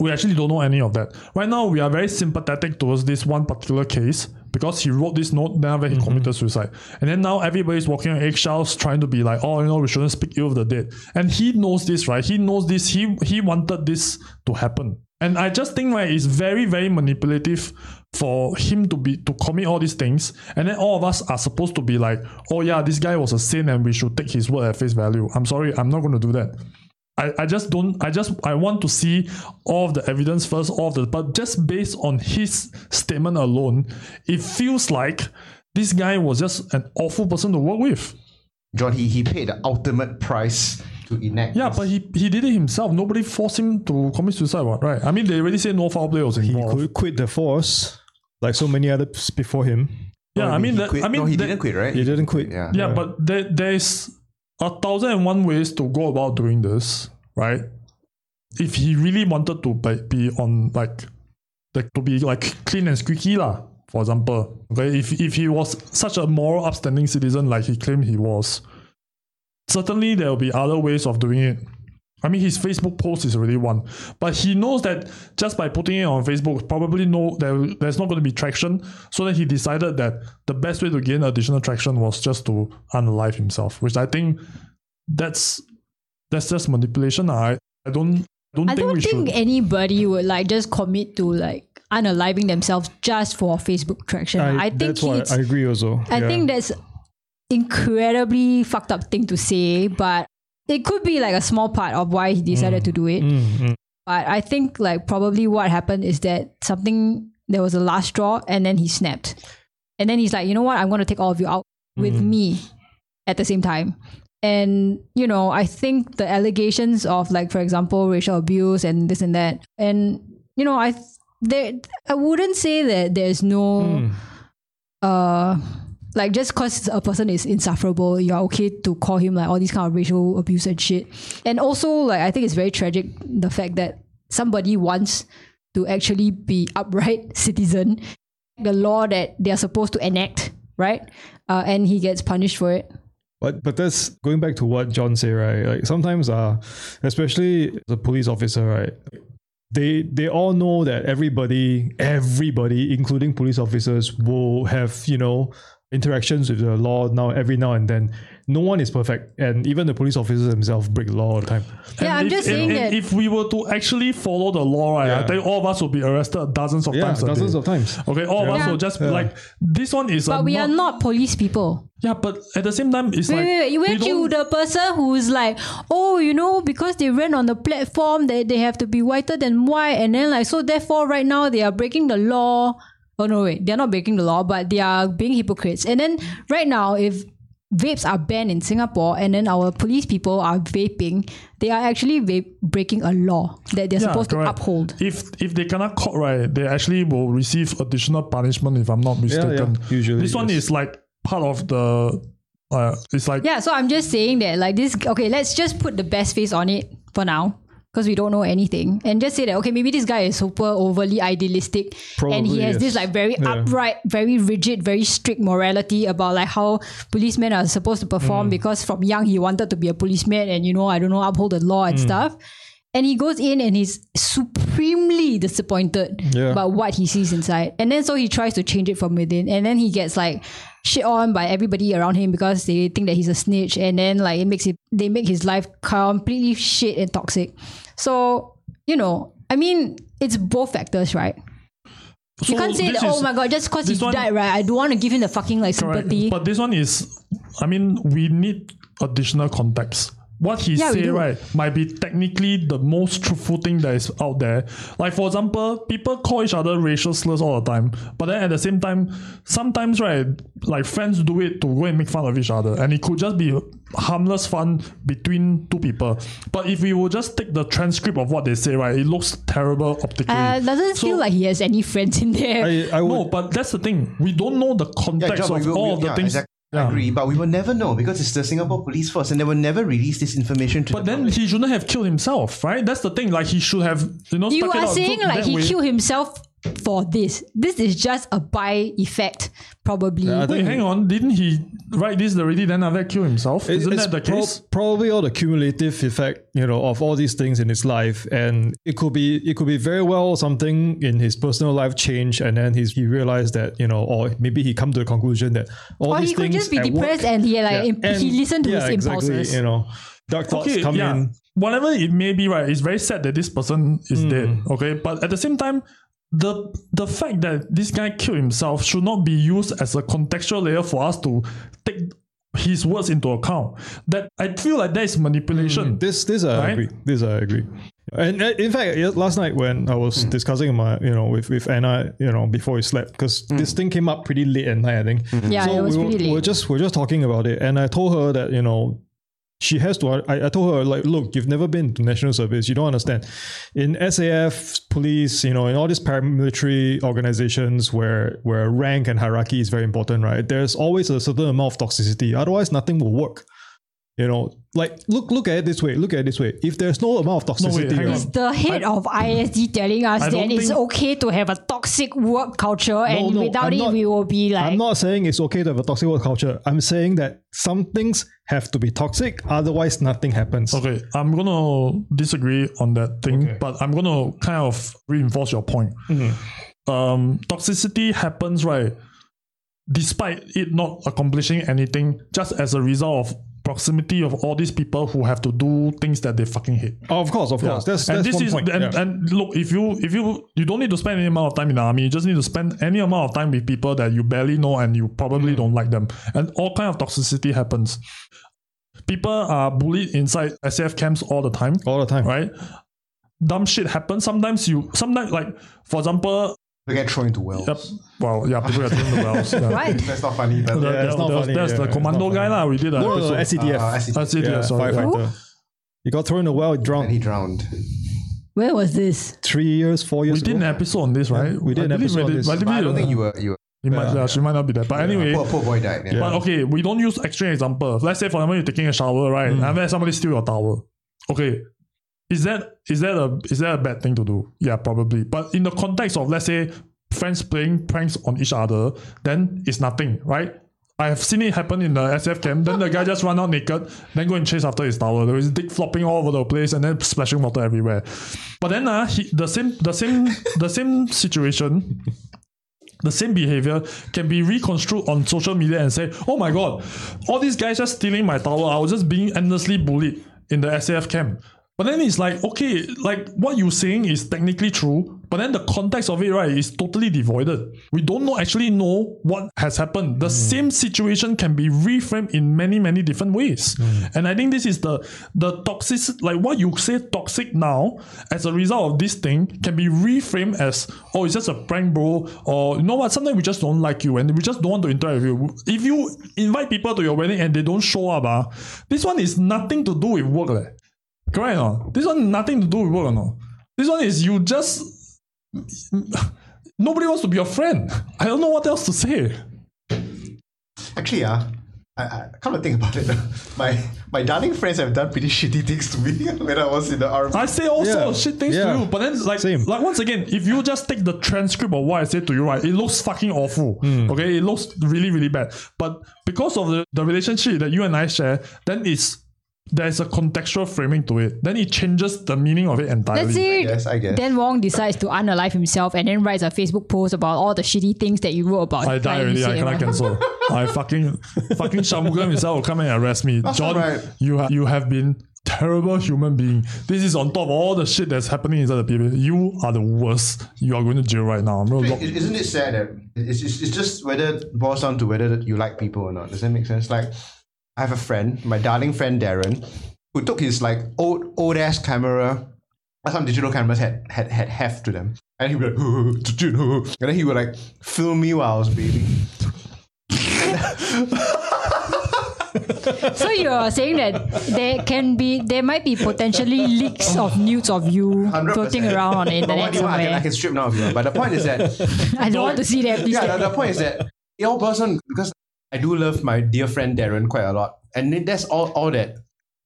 E: we actually don't know any of that. Right now, we are very sympathetic towards this one particular case because he wrote this note, then after he committed suicide. And then now everybody's walking on eggshells trying to be like, oh, you know, we shouldn't speak ill of the dead. And he knows this, right? He knows this. He, he wanted this to happen. And I just think, right, it's very, very manipulative for him to be to commit all these things. And then all of us are supposed to be like, oh, yeah, this guy was a saint and we should take his word at face value. I'm sorry, I'm not going to do that. I, I just don't I just I want to see all of the evidence first, all of the but just based on his statement alone, it feels like this guy was just an awful person to work with.
C: John, he, he paid the ultimate price to enact.
E: Yeah,
C: this.
E: but he, he did it himself. Nobody forced him to commit suicide, what, right? I mean they already said no foul play was
B: He
E: involved.
B: could quit the force, like so many others before him.
E: yeah, I mean
C: he
E: that,
C: quit.
E: I mean
C: no, he
E: that-
C: didn't quit, right?
B: He didn't quit.
C: Yeah.
E: yeah, but there, there's a thousand and one ways to go about doing this, right? If he really wanted to like, be on like, like to be like clean and squeaky lah, for example, okay, if if he was such a moral, upstanding citizen like he claimed he was, certainly there will be other ways of doing it. I mean, his Facebook post is already one, but he knows that just by putting it on Facebook, probably no, there, there's not going to be traction. So then he decided that the best way to gain additional traction was just to unalive himself, which I think that's that's just manipulation. I I don't I don't
D: I
E: think
D: don't
E: we
D: think
E: should.
D: anybody would like just commit to like unaliving themselves just for Facebook traction. I, think
B: that's why
D: it's
B: I agree also.
D: I think that's incredibly fucked up thing to say, but it could be like a small part of why he decided to do it.
B: Mm.
D: But I think like probably what happened is that something there was a last straw and then he snapped. And then he's like, you know what, I'm gonna take all of you out with me at the same time. And you know, I think the allegations of like, for example, racial abuse and this and that, and you know, I th- there I wouldn't say that there's no uh like just because a person is insufferable, you're okay to call him like all these kind of racial abuse and shit. And also, like I think it's very tragic the fact that somebody wants to actually be upright citizen, the law that they are supposed to enact, right? Uh, and he gets punished for it.
B: But but that's going back to what John said, right? Like sometimes uh especially as a police officer, right? They they all know that everybody, everybody, including police officers, will have, you know, interactions with the law now every now and then. No one is perfect. And even the police officers themselves break the law all the time.
D: yeah, I'm
E: if,
D: just
E: if-
D: saying
E: if,
D: that.
E: if we were to actually follow the law, right, I
B: Yeah.
E: think all of us would be arrested dozens of
B: Yeah,
E: times. a
B: dozens
E: day.
B: of times.
E: Okay, all of us
D: Yeah.
E: will just be like this one is. a
D: but we are
E: not-
D: not police people.
E: Yeah, but at the same time, it's
D: Wait,
E: like
D: wait, wait. You
E: we
D: went to
E: don't-
D: the person who's like, oh, you know, because they ran on the platform that they have to be whiter than white, and then like so therefore right now they are breaking the law. Oh no, wait, they're not breaking the law, but they are being hypocrites. And then right now, if vapes are banned in Singapore, and then our police people are vaping, they are actually vape breaking a law that they're
E: Yeah,
D: supposed to
E: correct.
D: uphold.
E: If if they cannot caught right, they actually will receive additional punishment. If I'm not mistaken,
B: usually,
E: this one
B: yes.
E: is like part of the. Uh, it's like
D: Yeah, so I'm just saying that like this okay, let's just put the best face on it for now. Because we don't know anything. And just say that, okay, maybe this guy is super overly idealistic. and he
B: Probably,
D: has
B: yes.
D: this like very
B: Yeah.
D: upright, very rigid, very strict morality about like how policemen are supposed to perform because from young he wanted to be a policeman and you know, I don't know, uphold the law and stuff. And he goes in and he's supremely disappointed
B: Yeah.
D: about what he sees inside. And then so he tries to change it from within. And then he gets like shit on by everybody around him because they think that he's a snitch. And then like it makes it they make his life completely shit and toxic. So, you know, I mean, it's both factors, right? you
E: So
D: can't say,
E: this
D: that, oh
E: is-
D: my god, just because he
E: this one-
D: died, right? I don't want to give him the fucking like
E: Correct.
D: sympathy.
E: But this one is, I mean, we need additional context. What he
D: Yeah, we
E: said,
D: do.
E: right, might be technically the most truthful thing that is out there. Like, for example, people call each other racial slurs all the time. But then at the same time, sometimes, right, like friends do it to go and make fun of each other. And it could just be harmless fun between two people. But if we will just take the transcript of what they say, right, it looks terrible optically.
D: uh, doesn't
E: So-
D: feel like he has any friends in there.
B: I, I would,
E: no, but that's the thing. We don't know the
C: Yeah,
E: context
C: John,
E: of
C: we will-
E: all
C: we-
E: the
C: yeah,
E: things.
C: exact-
E: Yeah.
C: I agree, but we will never know because it's the Singapore police force and they will never release this information to
E: But
C: the
E: then he shouldn't have killed himself, right? That's the thing. Like he should have, you know.
D: you
E: stuck it
D: are
E: out. So
D: saying like
E: that
D: he
E: way-
D: killed himself for this. This is just a by effect, probably.
B: I
E: Wait,
B: think
E: hang on. Didn't he write this already? Then after that, kill himself.
B: it-
E: Isn't
B: it's
E: that the
B: prob-
E: case?
B: probably all the cumulative effect, you know, of all these things in his life, and it could be it could be very well something in his personal life changed, and then he's, he realized that you know, or maybe he come to the conclusion that all
D: or
B: these
D: he could
B: things
D: just be
B: at work-
D: depressed and he
B: Yeah,
D: like imp-
B: and-
D: he listened to
B: yeah,
D: his
B: exactly,
D: impulses.
B: You know, dark thoughts
E: Okay,
B: come
E: yeah.
B: in.
E: Whatever it may be, right? It's very sad that this person is dead.
B: Mm.
E: Okay, but at the same time, the the fact that this guy killed himself should not be used as a contextual layer for us to take his words into account. That I feel like that is manipulation.
B: This, this I
E: Right?
B: agree. This I agree. And uh, in fact, yeah, last night when I was
E: Hmm.
B: discussing my, you know, with, with Anna, you know, before we slept, because
E: Hmm.
B: this thing came up pretty late at night, I think.
D: Yeah,
B: so
D: it was
B: we were,
D: pretty
B: we
D: late.
B: were just we were just talking about it, and I told her that you know she has to. I, I told her like, look, you've never been to national service, you don't understand. In SAF, police, you know, in all these paramilitary organizations where where rank and hierarchy is very important, right? There's always a certain amount of toxicity. Otherwise, nothing will work. You know, like look look at it this way. Look at it this way. If there's no amount of
E: No, wait,
B: toxicity,
E: hang on.
B: right?
D: Is the head of ISD telling us
E: I
D: that
E: don't
D: it's
E: think-
D: okay to have a toxic work culture and
B: no,
D: without
B: I'm
D: it
B: not-
D: we will be like
B: I'm not saying it's okay to have a toxic work culture. I'm saying that some things have to be toxic, otherwise nothing happens.
E: Okay, I'm gonna disagree on that thing, but I'm gonna kind of reinforce your point. Um, toxicity happens right, despite it not accomplishing anything, just as a result of proximity of all these people who have to do things that they fucking hate.
B: Oh, Of course, of course. That's,
E: and
B: that's
E: this
B: one
E: is
B: point.
E: and,
B: yeah.
E: and look if you if you you don't need to spend any amount of time in the army you just need to spend any amount of time with people that you barely know and you probably
B: Mm.
E: don't like them and all kind of toxicity happens people are bullied inside sf camps all the time
B: all the time.
E: right dumb shit happens sometimes you sometimes like for example
C: They get thrown into wells.
E: yep, well yeah people are doing the wells yeah.
D: right
C: That's not funny. But
E: That-
B: Yeah, it's
E: that-
B: not
E: that was-
B: funny,
E: that's
B: yeah,
E: the
B: it's
E: commando
B: not
E: guy lah. we did an
B: No, no, no,
E: episode
B: SCTF.
C: Uh, SCTF.
E: I see,
B: yeah,
E: yeah, E sorry.
B: firefighter. He got thrown in a well, he
C: and
B: drowned
C: he drowned.
D: where was this
B: three years, four years
E: we did an
B: ago.
E: episode on this right
B: we did
E: I
B: an
E: believe
B: episode on
E: did-
B: this.
E: I
C: But I
E: believe-
C: don't think you were. You were
E: He might, yeah, she might not be there. But anyway,
C: poor, poor boy died. Yeah.
E: but okay, we don't use extreme example. Let's say for example you're taking a shower, right? And then somebody steal your towel. Okay. Is that is that a is that a bad thing to do? Yeah, probably. But in the context of let's say friends playing pranks on each other, then it's nothing, right? I have seen it happen in the SF camp. Then the guy just run out naked, then go and chase after his towel. There was dick flopping all over the place and then splashing water everywhere. But then uh, he, the same the same the same situation the same behavior can be reconstrued on social media and say, oh my god, all these guys just stealing my towel. I was just being endlessly bullied in the SAF camp. But then it's like, okay, like what you're saying is technically true, but then the context of it, right, is totally devoided. We don't know actually know what has happened. The same situation can be reframed in many, many different ways. And I think this is the the toxic like what you say toxic now as a result of this thing can be reframed as oh it's just a prank bro or you know what sometimes we just don't like you and we just don't want to interact with you if you invite people to your wedding and they don't show up ah, this one is nothing to do with work leh. correct or not this one nothing to do with work or not this one is you just nobody wants to be your friend I don't know what else to say
C: Actually, yeah. I, I come to think about it, my my darling friends have done pretty shitty things to me when I was in the army.
E: I say all
B: Yeah.
E: sorts of shit things
B: Yeah.
E: to you, but then like
B: Same.
E: like once again, if you just take the transcript of what I said to you, right, it looks fucking awful.
B: Hmm.
E: Okay, it looks really really bad. But because of the, the relationship that you and I share, then it's there's a contextual framing to it. Then it changes the meaning of it entirely.
D: let's see
C: guess, I guess.
D: then Wong decides to unalive himself and then writes a Facebook post about all the shitty things that you wrote about
E: I die
D: Like you
E: already. I
D: said,
E: cannot
D: right?
E: cancel. I fucking fucking Shamugam himself will come and arrest me. John,
C: right.
E: you ha- you have been terrible human being. This is on top of all the shit that's happening inside the people. You are the worst. You are going to jail right now. I'm gonna lock-
C: Wait, Isn't it sad that it's, it's, it's just whether it boils down to whether you like people or not? Does that make sense? Like, I have a friend, my darling friend Darren, who took his like old old ass camera. uh, Some digital cameras had had had heft to them, and he would like, and then he would like film me while I was bathing.
D: So you're saying that there can be, there might be potentially leaks of nudes of you
C: 100%.
D: floating around on the
C: But what
D: internet
C: do you want? I can, I
D: somewhere.
C: can strip now if you want. But the point is that
D: I don't want to see that. Please.
C: yeah, the, the point is that it all boils down because I do love my dear friend Darren quite a lot, and it- that's all all that.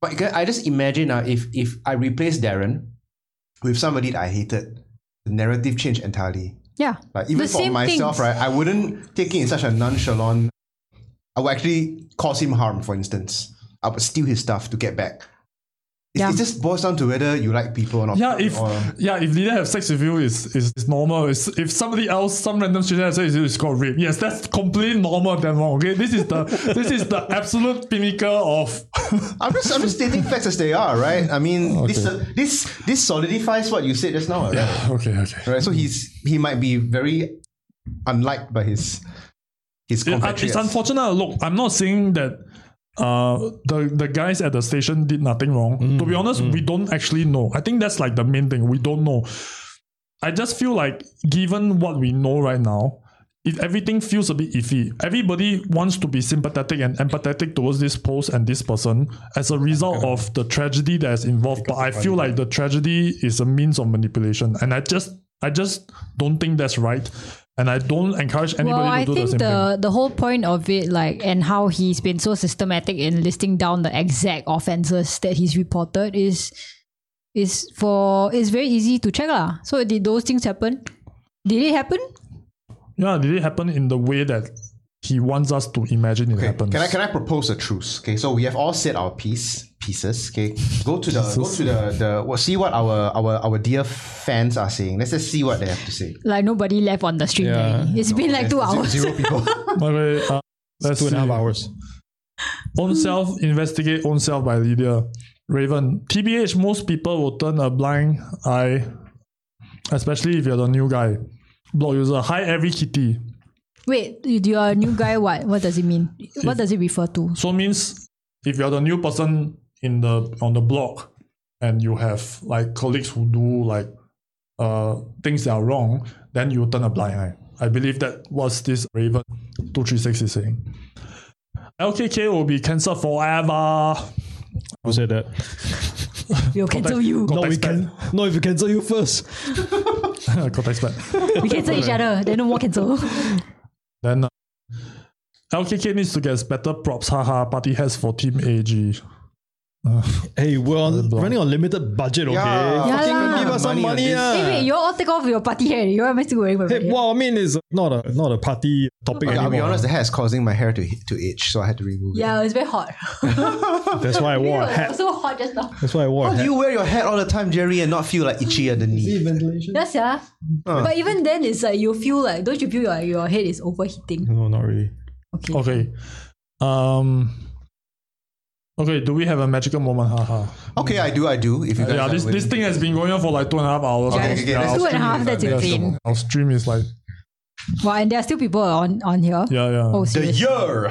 C: But I can- I just imagine uh, if if I replace Darren with somebody that I hated, the narrative changed entirely.
D: yeah.
C: Like even
D: The
C: for
D: same
C: myself,
D: things.
C: right? I wouldn't take it in such a nonchalant. I would actually cause him harm. For instance, I would steal his stuff to get back. It,
D: Yeah.
C: it just boils down to whether you like people or not.
E: Yeah, if
C: or-
E: Oh, yeah, if they have sex with you, is is it's normal. It's, if somebody else, some random stranger has sex with you, it's called rape. Yes, that's completely normal. Then wrong. Okay, this is the this is the absolute pinnacle of.
C: I'm just, I'm just stating facts as they are, right? I mean,
E: Oh,
C: this, this this solidifies what you said just now, right?
E: okay, okay.
C: Right, So he's he might be very unliked by his his
E: It-
C: compatriots.
E: it's unfortunate. Look, I'm not saying that uh, the the guys at the station did nothing wrong. to be honest, we don't actually know. I think that's like the main thing. We don't know. I just feel like given what we know right now, if everything feels a bit iffy, everybody wants to be sympathetic and empathetic towards this post and this person as a result of the tragedy that is involved. But I feel like the tragedy is a means of manipulation, and I just I just don't think that's right. And I don't encourage anybody
D: Well,
E: to
D: I
E: do the
D: think
E: same thing.
D: the, the whole point of it, like, and how he's been so systematic in listing down the exact offenses that he's reported is is for it's very easy to check lah. So did those things happen? Did it happen?
E: Yeah, did it happen in the way that he wants us to imagine it
C: Okay,
E: happens?
C: Can I can I propose a truce? Okay, so we have all said our piece pieces. Okay, go to the go to the the well, see what our our our dear fans are saying. Let's just see what they have to say.
D: Like nobody left on the street. right?
B: Yeah.
D: It's been like two
C: Zero-
D: hours.
C: Zero people.
E: Okay, uh, let's
B: Two and a half
E: see.
B: hours.
E: Own self, investigate own self by Lydia. Raven, TBH, most people will turn a blind eye, especially if you're the new guy. Blog user, hi every kitty.
D: Wait, you you are a new guy. What what does it mean? What does it refer to?
E: So means if you're the new person in the on the block and you have like colleagues who do like uh things that are wrong, then you turn a blind eye. I believe that was this Raven two three six is saying. LKK will be cancelled forever.
B: Who said that?
D: We'll cancel you.
B: No, we
E: Context
B: can. No, if we cancel you first.
E: Context back.
D: We cancel each other. Then no more cancel.
E: Then uh, LKK needs to get better props. Haha, party has for Team AG.
B: Hey, we're on, running on limited budget, okay?
C: Yeah.
D: Yeah
B: Fucking
D: lah.
B: give us some
C: Money on
B: money,
C: this.
B: ah.
D: Hey, wait, you all take off your party hair. You all am I still wearing my
B: Hey,
D: party hair?
B: well, I mean, it's not a not a party topic
C: Okay, I'll be
B: anymore.
C: honest, the hair is causing my hair to to itch, so I had to remove it.
D: Yeah, it's very hot.
B: That's why I wore a
D: It
B: hat.
D: was so hot just now.
B: That's why I wore a
C: How do
B: hat.
C: Oh, you wear your hat all the time, Jerry, and not feel like itchy underneath?
B: ventilation?
D: Yes, yeah. But even then, it's like you feel like, don't you feel like your head is overheating?
B: No, not really.
D: Okay.
B: Oh.
E: Okay. Um. Okay. Do we have a magical moment? Haha.
C: Okay, I do, I do. If you guys
E: Yeah,
C: are
E: this,
C: willing.
E: this thing has been going on for like two and a half hours.
C: Okay,
E: Our-
C: okay, okay, let's
E: our
D: Two and a
E: stream
D: half,
E: is
D: that's
E: like-
D: insane.
E: Our stream is like,
D: Wow, and there are still people on, on here.
E: yeah, yeah.
D: Oh,
C: The
D: serious.
C: year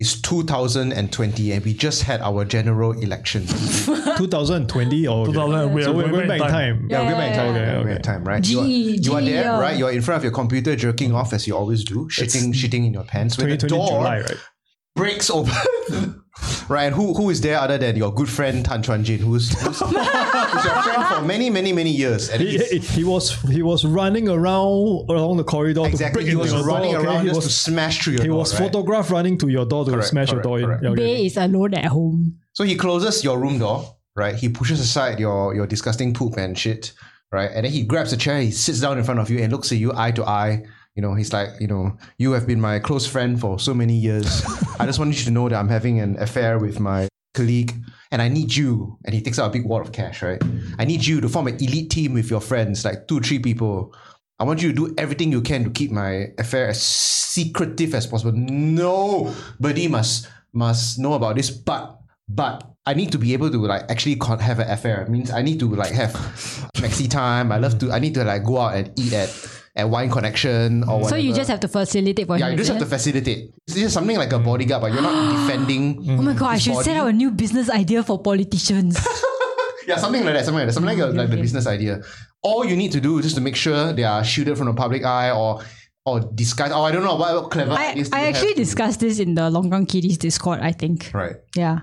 C: is 2020, and we just had our general election.
B: 2020 or
E: 2000, we
B: Oh,
E: are
B: So we're going back in time.
C: yeah, we're
D: yeah,
C: back in time.
B: yeah, yeah.
C: We're back in time, right? you, are,
D: G-
C: you are
D: G-
C: there,
D: yeah.
C: right? You're in front of your computer, jerking off as you always do, shitting, shitting in your pants. When the
B: 2020
C: door
B: July, right?
C: breaks open, right? And who who is there other than your good friend Tan Chuan Jin, who's, who's, who's your friend for many, many, many years? And
B: He,
C: he's-
B: he- he was he was running around along the corridor. to
C: exactly,
B: break
C: he
B: into
C: was
B: your door,
C: running
B: okay?
C: around
B: He
C: just to
B: was,
C: smash through your
B: he
C: door,
B: was
C: right?
B: photographed running to your door to
C: Correct,
B: smash
C: correct,
B: your door. in.
C: correct.
B: Yeah, okay.
D: Bay is alone at home.
C: So he closes your room door, right? He pushes aside your your disgusting poop and shit, right? And then he grabs a chair, he sits down in front of you and looks at you eye to eye. You know, he's like, you know, you have been my close friend for so many years. I just wanted you to know that I'm having an affair with my colleague and I need you. And he takes out a big wad of cash, right? I need you to form an elite team with your friends, like two, three people. I want you to do everything you can to keep my affair as secretive as possible. Nobody must must know about this, but But I need to be able to like actually con- have an affair. It means I need to like have maxi time. I love to. I need to like go out and eat at at Wine Connection or whatever.
D: So you just have Mm. to facilitate for
C: yeah,
D: him.
C: you just
D: is
C: have to
D: it?
C: facilitate. It's just something like a bodyguard, but you're not defending.
D: oh my god! I should set out a new business idea for politicians.
C: Yeah, something like that. Something like that. Something like, a, like the business idea. All you need to do is just to make sure they are shielded from the public eye or or disguise. Oh, I don't know what clever
D: I,
C: ideas do
D: I
C: you
D: actually
C: have?
D: discussed this in the Longgang Kiddies Discord. I think.
C: right.
D: Yeah.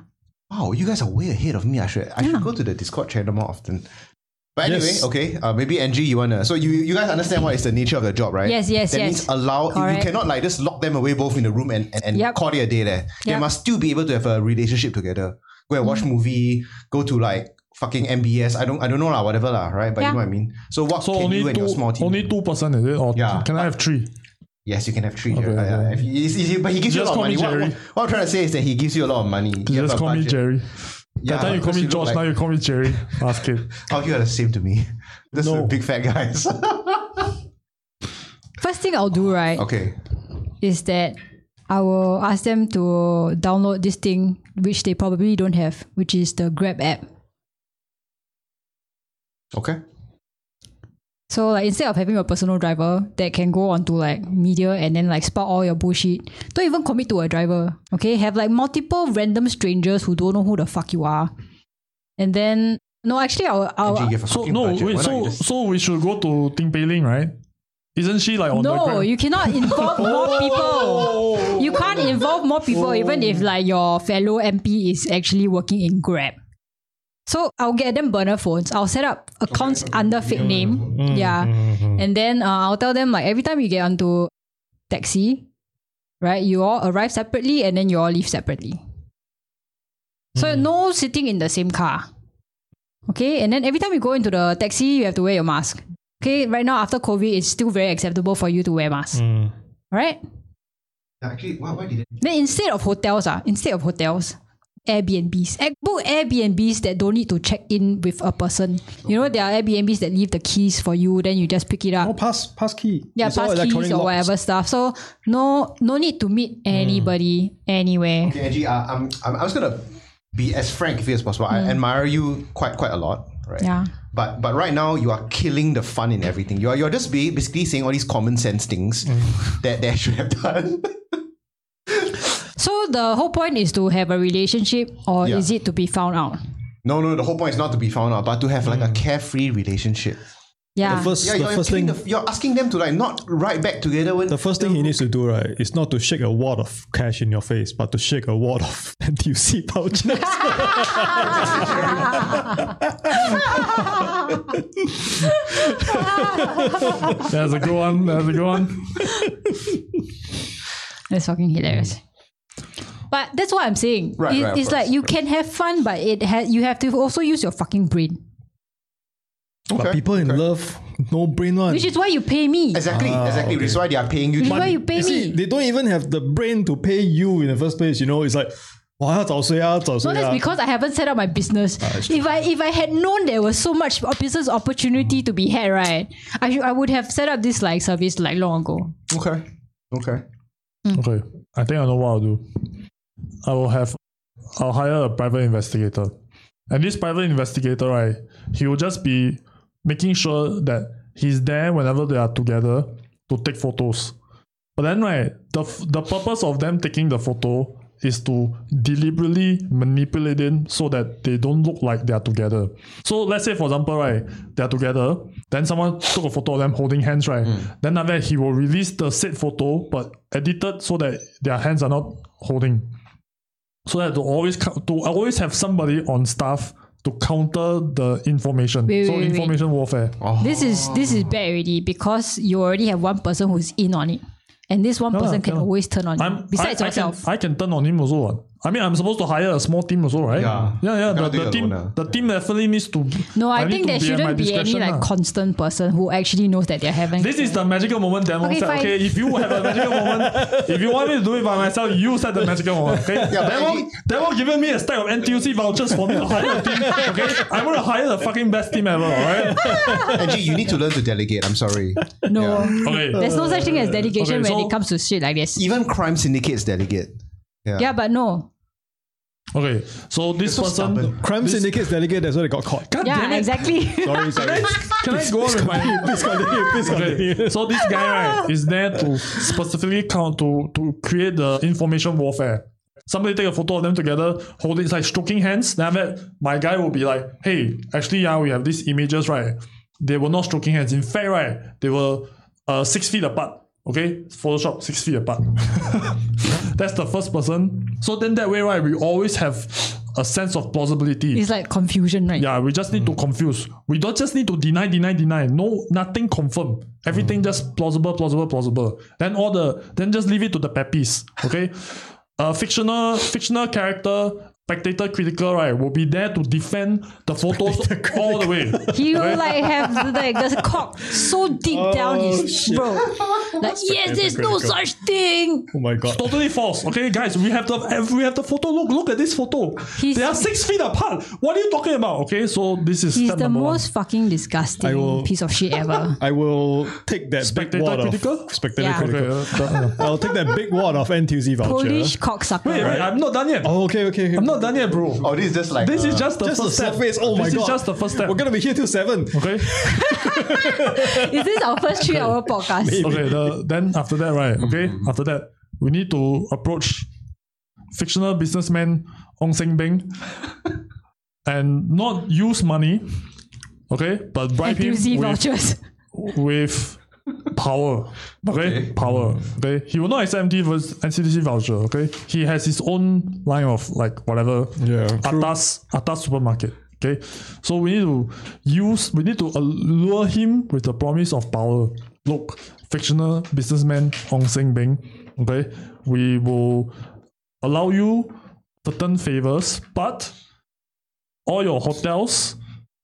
C: Wow, you guys are way ahead of me. I should I should go to the Discord channel more often. But anyway,
B: Yes.
C: okay. Uh, maybe Angie, you wanna. So you you guys understand what is the nature of the job, right?
D: Yes, yes,
C: That
D: yes.
C: means allow. You
D: Correct.
C: cannot like just lock them away both in the room and and, and
D: Yep.
C: call it a day there. They
D: Yep.
C: must still be able to have a relationship together. Go and watch
D: Mm.
C: movie. Go to like fucking MBS. I don't I don't know lah. Whatever lah. Right. But you
D: Yeah.
C: know what I mean. So what
E: So
C: can you
E: only
C: and your
E: two,
C: small team?
E: only two person is it? Or
C: Yeah.
E: can I have three?
C: yes, you can have three.
E: Okay,
C: Jared. Uh,
E: okay.
C: if you- it's easy, but he gives you a
E: Just
C: lot of
E: call
C: money.
E: me
C: What,
E: Jerry.
C: what- what I'm trying to say is that he gives you a lot of money. You have
E: Just
C: a
E: call me
C: budget.
E: Jerry.
C: Yeah,
E: that time you call
C: because
E: me
C: look
E: George,
C: like-
E: now you call me Jerry. Ask it.
C: How you are the same to me? This
B: No.
C: is big fat guys.
D: First thing I'll do right
C: okay.
D: is that I will ask them to download this thing which they probably don't have, which is the Grab app.
C: Okay.
D: So like instead of having a personal driver that can go onto like media and then like spout all your bullshit, don't even commit to a driver. Okay, have like multiple random strangers who don't know who the fuck you are, and then no, actually I'll,
C: Angie,
D: I'll
C: you have a
E: So
C: fucking
E: no,
C: budget.
E: wait,
C: Why don't
E: so
C: you just-
E: so we should go to Ting Pei Ling, right? Isn't she like on the
D: no,
E: Grab?
D: you cannot involve more people. You can't involve more people,
E: Oh.
D: even if like your fellow MP is actually working in Grab. So I'll get them burner phones. I'll set up accounts under fake name.
E: Mm-hmm.
D: Yeah. And then uh, I'll tell them like every time you get onto taxi, right, you all arrive separately and then you all leave separately. So
E: Mm-hmm.
D: no sitting in the same car. Okay, and then every time you go into the taxi, you have to wear your mask. Okay, right now after COVID, it's still very acceptable for you to wear mask.
B: Mm.
D: Right?
C: actually, why, why did it?
D: Then instead of hotels, ah, instead of hotels, Airbnbs. Eh, Book Airbnbs that don't need to check in with a person. You know, there are Airbnbs that leave the keys for you, then you just pick it up.
B: Oh, pass pass key.
D: Yeah,
B: It's all
D: pass keys
B: electronic
D: or
B: locks. Mm.
D: whatever stuff. So no no need to meet anybody anywhere.
C: Okay, Angie, uh, I'm, I'm, I'm just gonna be as frank with you as possible. I admire you quite quite a lot, right?
D: Mm. Yeah.
C: But but right now you are killing the fun in everything. You are you're just be, basically saying all these common sense things
B: Mm.
C: that that I should have done.
D: So the whole point is to have a relationship or
C: Yeah.
D: is it to be found out?
C: no, no, the whole point is not to be found out, but to have like a carefree relationship.
D: Yeah.
B: The first,
C: Yeah,
B: Mm. the
C: you're,
B: first
C: killing
B: thing,
C: the f- you're asking them to like not write back together when
B: the first thing he needs to do, right, is not to shake a wad of cash in your face, but to shake a wad of NTUC pouches.
E: That's a good one. That's a good one.
D: That's fucking hilarious.
E: Mm.
D: But that's what I'm saying.
C: Right,
D: It-
C: right, of
D: it's like
C: course,
D: you can have fun, but it ha- you have to also use your fucking brain.
B: But people in love, no brain one.
D: Which is why you pay me.
C: Exactly,
B: Ah,
C: exactly. That's why they are paying you.
D: Which is
C: to-
D: why you pay
B: You see,
D: me.
B: they don't even have the brain to pay you in the first place. You know, it's like, "Wah, 要找谁啊，找谁啊."
D: No, that's because I haven't set up my business.
E: Ah,
D: if I if I had known there was so much business opportunity to be had, right? I should, I would have set up this like service like long ago.
C: okay, okay.
E: Okay, I think I know what I'll do. I will have, I'll hire a private investigator, and this private investigator, right, he will just be making sure that he's there whenever they are together to take photos. But then, right, the f- the purpose of them taking the photo is to deliberately manipulate them so that they don't look like they are together. So let's say, for example, right, they are together. Then someone took a photo of them holding hands, right? Then after that, he will release the said photo, but edited so that their hands are not holding. So that to always co- to always have somebody on staff to counter the information.
D: Wait,
E: so
D: wait, wait.
E: information warfare.
D: This is this is bad already because you already have one person who's in on it, and this one
E: lah,
D: person can
E: yeah lah.
D: always turn on you.
E: I'm,
D: Besides
E: I,
D: yourself,
E: I can, I can turn on him also. What? I mean, I'm supposed to hire a small team also, right?
C: Yeah.
E: yeah. yeah
C: You
E: the,
C: cannot do
E: the
C: it
E: team,
C: alone, ah.
E: the team definitely needs to.
D: no, I,
E: need
D: think
E: to
D: there
E: be at my
D: shouldn't be any
E: discretion,
D: like
E: ah.
D: constant person who actually knows that they're having.
E: This is the magical moment demo
D: Okay,
E: set.
D: fine.
E: Okay, if you have a magical moment, if you want me to do it by myself, you set the magical moment. Okay,
C: but
E: demo,
C: actually-
E: demo given me a stack of NTUC vouchers for me to hire a team. Okay, I'm gonna hire the fucking best team ever. All right.
C: Angie, you need to learn to delegate. I'm sorry.
D: no.
E: Okay.
D: There's no such thing as dedication
E: Okay,
D: when
E: so-
D: it comes to shit like this.
C: Even crime syndicates delegate.
D: Yeah, but no.
E: Okay, so this
C: so
E: person
C: stubborn.
B: Crime
E: this-
B: syndicate's delegate, that's why they got caught. God
D: Yeah,
B: damn it.
D: exactly.
B: Sorry, sorry. Can I go on with my please continue, please continue.
E: Okay, so this guy right is there to specifically count to to create the information warfare. Somebody take a photo of them together, holding it's like stroking hands. Then after that, my guy will be like, "Hey, actually, yeah, we have these images, right? They were not stroking hands. In fact, right, they were uh six feet apart. Okay, Photoshop six feet apart. That's the first person. So then that way, right, we always have a sense of plausibility.
D: It's like confusion, right?
E: Yeah, we just need
B: Mm.
E: to confuse. We don't just need to deny, deny, deny. No, nothing confirm. Everything
B: Mm.
E: just plausible, plausible, plausible. Then all the then just leave it to the peppies. Okay, uh, fictional fictional character, spectator, critical, right? Will be there to defend the photos all the way.
D: He will like have the- like the cock so deep down his throat. Like, yes, there's no such thing.
B: Oh my god.
E: Totally false. Okay, guys, we have the have- we have the photo. Look, look at this photo.
D: He's-
E: they are six feet apart. What are you talking about? Okay, so this is
D: He's
E: step
D: the
E: number one.
D: most fucking disgusting
B: will-
D: piece of shit ever.
B: I will take that big
E: Spectator
B: wad
E: critical?
B: of spectator
D: Yeah.
E: Okay,
B: critical.
E: uh, definitely.
B: I'll take that big wad of NTUZ voucher.
D: Polish cocksucker.
E: Wait, wait, I'm not done yet.
B: Oh, okay, okay. okay.
E: I'm not done yet, bro.
C: Oh, this is just like
E: This
C: uh,
E: is just the
B: just the
E: first step.
B: surface. Oh my
E: this
B: god.
E: is just the first step.
B: We're gonna be here till seven.
E: okay.
D: Is this our first three hour podcast?
E: okay. The, then after that, right? Okay. After that, we need to approach fictional businessman Ong Seng Beng and not use money, okay, but bribe him
D: NTUC
E: with,
D: vouchers.
E: with power. Okay? power. Okay, he will not accept MT versus NCDC voucher. Okay, he has his own line of like whatever.
B: Yeah, true.
E: Atas Atas supermarket. Okay, so we need to use we need to allure him with the promise of power. Look, fictional businessman Hong Seng Beng. Okay, we will allow you certain favors, but all your hotels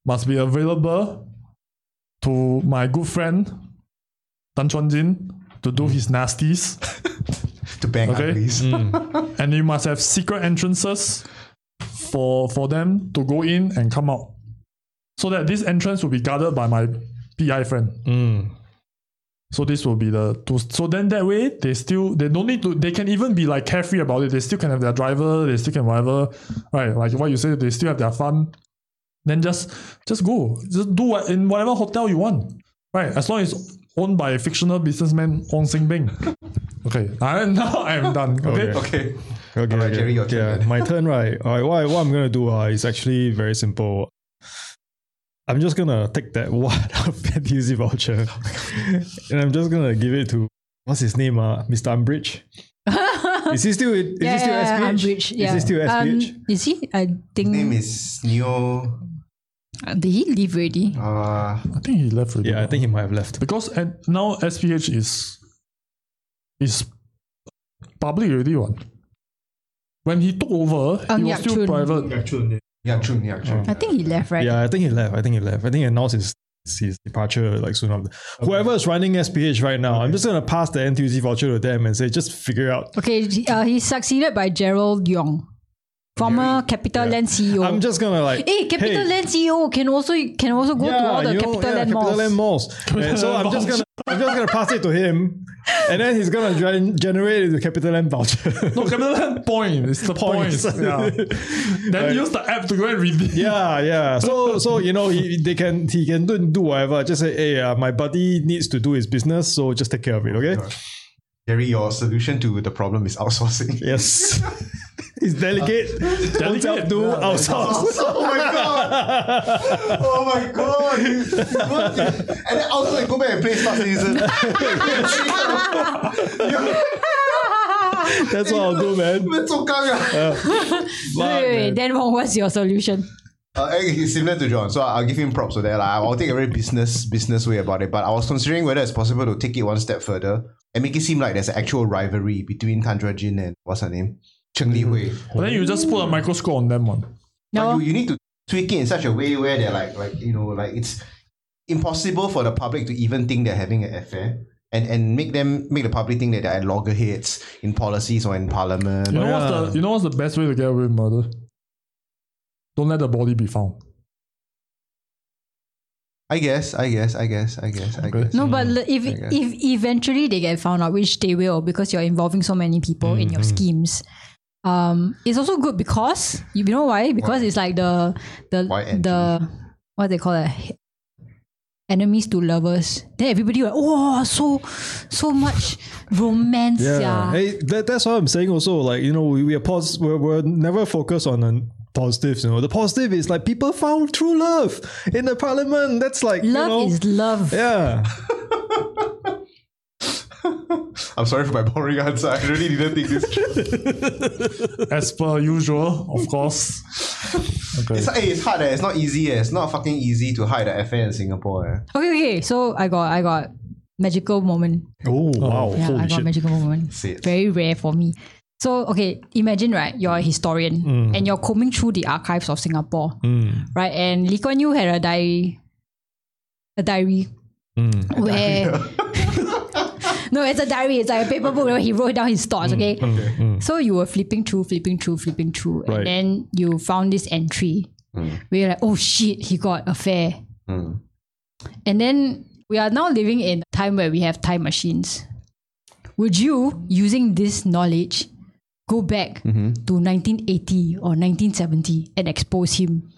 E: must be available to my good friend Tan Chuan Jin to do his nasties,
C: to bang
E: Okay.
C: uglies.
E: and you must have secret entrances for for them to go in and come out, so that this entrance will be guarded by my PI friend. So this will be the two. So then that way they still they don't need to. They can even be like carefree about it. They still can have their driver. They still can whatever, right? Like what you say, they still have their fun. Then just just go, just do what in whatever hotel you want, right? As long as it's owned by a fictional businessman Ong Sing Bing. okay, I now I am done. Okay.
C: Okay.
B: Okay,
C: Alright,
B: okay.
C: Jerry, your turn
B: yeah,
C: then.
B: my turn, right? All right, what, I- what I'm gonna do uh, is actually very simple. I'm just gonna take that wad of NTUC voucher, and I'm just gonna give it to what's his name, uh, Mr. Umbridge. is he still? Is he still
D: I'm
B: SPH?
D: rich. Yeah.
B: Is he still SPH?
D: Um, is he? I think.
C: Name is Neo.
D: Uh, Did he leave already?
C: Uh,
E: I think he left. already.
B: yeah, I think he might have left.
E: because and now SPH is is public already. One when he took over,
D: Um,
E: he
D: yeah,
E: was still
D: true.
E: private.
C: yeah, true, yeah, true.
D: I think he left, right?
B: Yeah, I think he left. I think he left. I think he announced his, his departure like soon after. Whoever is running SPH right now, I'm just gonna pass the NTUC voucher to them and say, just figure out.
D: Okay, uh, he's succeeded by Gerald Yong, former CapitaLand CEO.
B: I'm just gonna like.
D: Oh. Hey, CapitaLand CEO E can also can also go to all the
B: you know,
D: CapitaLand
B: yeah,
D: malls.
B: CapitaLand malls. And so I'm just gonna I'm just gonna pass it to him, and then he's gonna gen- generate the CapitaLand voucher.
E: No, capital M point. It's the points.
B: Points.
E: Yeah. then
B: Right.
E: use the app to go and redeem.
B: yeah, yeah. So so you know he, they can he can do, do whatever. Just say hey, uh, my buddy needs to do his business, so just take care of it. Okay.
C: Jerry, your solution to the problem is outsourcing.
B: Yes. He's delicate.
E: Uh,
B: Don't self do outsource.
C: Oh my god! Oh my god! He's worth it. and then also go back and play Star Citizen.
B: That's what I'll do, man.
C: That's so gang, ah.
D: Wait, wait, wait, then what was your solution?
C: Uh, eh, he's similar to John, so I'll give him props for that. Like, I'll take a very business business way about it. But I was considering whether it's possible to take it one step further and make it seem like there's an actual rivalry between Tandra Jin and what's her name, Cheng Li Hui.
E: But then you just put a microscope on them one.
D: Mm-hmm. No,
C: But you, you need to tweak it in such a way where they're like like you know like it's impossible for the public to even think they're having an affair. And, and make them make the public think that they're at loggerheads in policies or in parliament.
E: You know
B: yeah.
E: what's the you know what's the best way to get away with murder? Don't let the body be found.
C: I guess, I guess, I guess, I guess, I
E: Okay.
C: guess.
D: no, but le- if
C: guess.
D: if eventually they get found out, which they will, because you're involving so many people in your schemes, Um, it's also good because you know why? Because it's like the the
C: Why
D: the what they call it. Enemies to lovers. Then everybody like, oh, so so much romance. Yeah.
B: Hey, that, that's what I'm saying also. Like, you know, we, we are pos- we're, we're never focused on the positives, you know. The positive is like people found true love in the parliament. That's like you
D: Love
B: know-
D: is love.
B: Yeah.
C: I'm sorry for my boring answer. I really didn't think this through.
E: As per usual, of course. Okay.
C: It's, eh, it's hard. Eh. It's not easy. Eh. It's not fucking easy to hide an affair in Singapore. Eh.
D: Okay, okay. So I got I got magical moment.
B: Oh wow.
D: Yeah, I
B: Holy
D: got
B: shit.
D: magical moment.
C: Say it.
D: Very rare for me. So okay, imagine right, you're a historian and you're combing through the archives of Singapore, right? And Lee Kuan Yew had a diary, a diary where. no, it's a diary. It's like a paper book where he wrote down his thoughts. Okay, so you were flipping through, flipping through, flipping through, and
B: Right.
D: then you found this entry where you're like, "Oh shit, he got affair."
C: Mm.
D: And then we are now living in a time where we have time machines. Would you, using this knowledge, go back to 1980 or 1970 and expose him?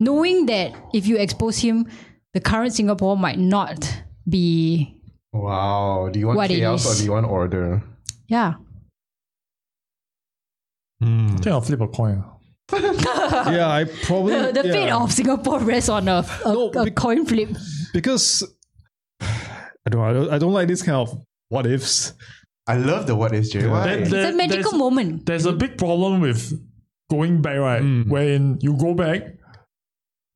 D: Knowing that if you expose him, the current Singapore might not be.
C: Wow. Do you want
D: What it
C: chaos or
D: is.
C: do you want order?
D: Yeah.
E: I think I'll flip a coin.
B: Oh, yeah, I probably
D: The, the fate
B: yeah.
D: of Singapore rests on a, a,
B: No,
D: a
B: bec-
D: coin flip.
B: because I don't, I don't I don't like this kind of what ifs.
C: I love the what is Jay. Why?
D: It's a magical
E: there's,
D: moment.
E: there's a big problem with going back, right? When you go back,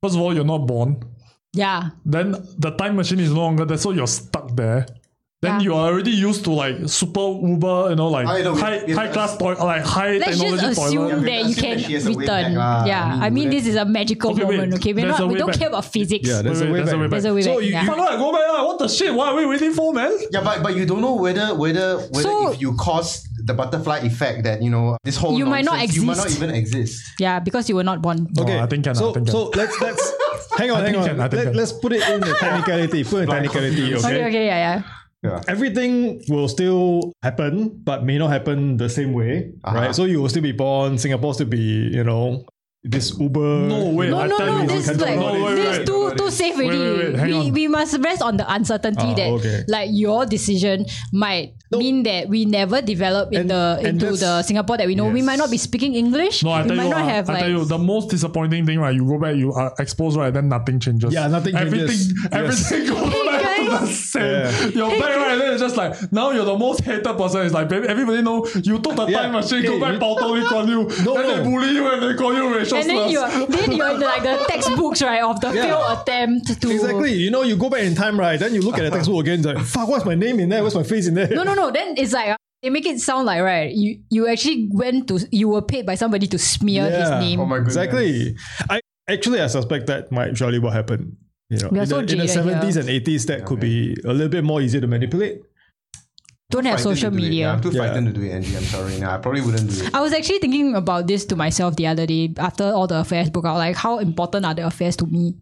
E: first of all, you're not born.
D: Yeah.
E: Then the time machine is no longer there, so you're stuck there. Then
D: Yeah.
E: you are already used to like super uber, you know, like
C: I know, we-
E: high,
C: we-
E: high class toilet, like high
D: Let's
E: technology
D: just
E: toilet.
D: assume
C: we
D: that
C: assume
D: you
C: that
D: can
C: she has a way
D: return.
C: back lah. I
D: yeah.
C: mean,
D: I mean,
C: we-
D: this is a magical
E: Okay, wait.
D: moment, okay? We're
E: There's a
D: not, we
E: way
D: don't
E: back.
D: care about physics.
B: Yeah, there's
E: Wait,
B: a way
E: wait, there's a way
B: back.
E: back.
D: There's a way
B: so
D: back,
B: you,
D: yeah.
B: you-
E: Fuck, no, I go back, lah. what the shit? What are we waiting for, man?
C: Yeah, but, but you don't know whether whether whether
D: So-
C: if you cause the butterfly effect that you know this whole
D: You might not
C: nonsense, You might not
D: exist.
C: even exist.
D: Yeah, because you were not born.
B: okay.
E: Oh, I think can, I
B: so
E: think can.
B: so let's let's hang on, hang
E: think
B: on.
E: can, I think
B: Let,
E: can.
B: let's put it in the technicality. Put it in technicality.
D: Okay, okay, yeah, yeah.
B: everything will still happen, but may not happen the same way,
C: Ah.
B: right? So you will still be born, Singapore still be, you know, this Uber.
E: No, wait,
D: No,
E: I
D: no,
E: tell you,
D: no,
E: we
D: this
E: can
D: is
E: talk
D: like
E: about it.
D: this
E: Wait,
D: is
E: wait,
D: too too safe
E: Wait,
D: already.
E: wait, wait, hang
D: we,
E: on.
D: we must rest on the uncertainty
B: Ah,
D: that
B: okay.
D: like your decision might mean that we never develop in
B: And-
D: the
B: and
D: into
B: that's-
D: the Singapore that we know. We might not be speaking English.
E: No, I
D: we
E: tell
D: might
E: you,
D: not
E: what,
D: have
E: I
D: like
E: tell you, the most disappointing thing, right? You go back, you are exposed, right? Then nothing changes.
B: Yeah, nothing
E: everything,
B: changes.
E: Everything goes
D: Hey,
E: back to the
D: guys.
E: same.
B: Yeah.
E: You're back, right? Then it's just like now you're the most hated person. It's like baby, everybody know you took the
B: Yeah.
E: time machine, go
B: Hey,
E: back,
B: you-
E: Pautoli call you,
B: No,
E: then
B: no.
E: they bully you and they call you racial
D: and then
E: slurs.
D: you're then you're in like the textbooks right of the
B: Yeah.
D: failed attempt to
B: Exactly. You know, you go back in time, right? Then you look at the textbook again, it's like, fuck, what's my name in there? What's my face in there?
D: No, no, no. Then it's like uh, they make it sound like right. You you actually went to you were paid by somebody to smear his
B: Yeah.
D: name.
C: Oh my goodness.
B: Exactly. I actually I suspect that might surely what happened. You know,
D: We are
B: in,
D: so
B: the, in the
D: jaded
B: 70s and 80s, that could be a little bit more easy to manipulate.
D: Don't have
C: Frightened
D: social
C: to do it. Yeah,
D: media.
C: I'm too
B: Yeah.
C: frightened to do it, Angie. I'm sorry. Nah, I probably wouldn't do it.
D: I was actually thinking about this to myself the other day after all the affairs broke out. Like, how important are the affairs to me?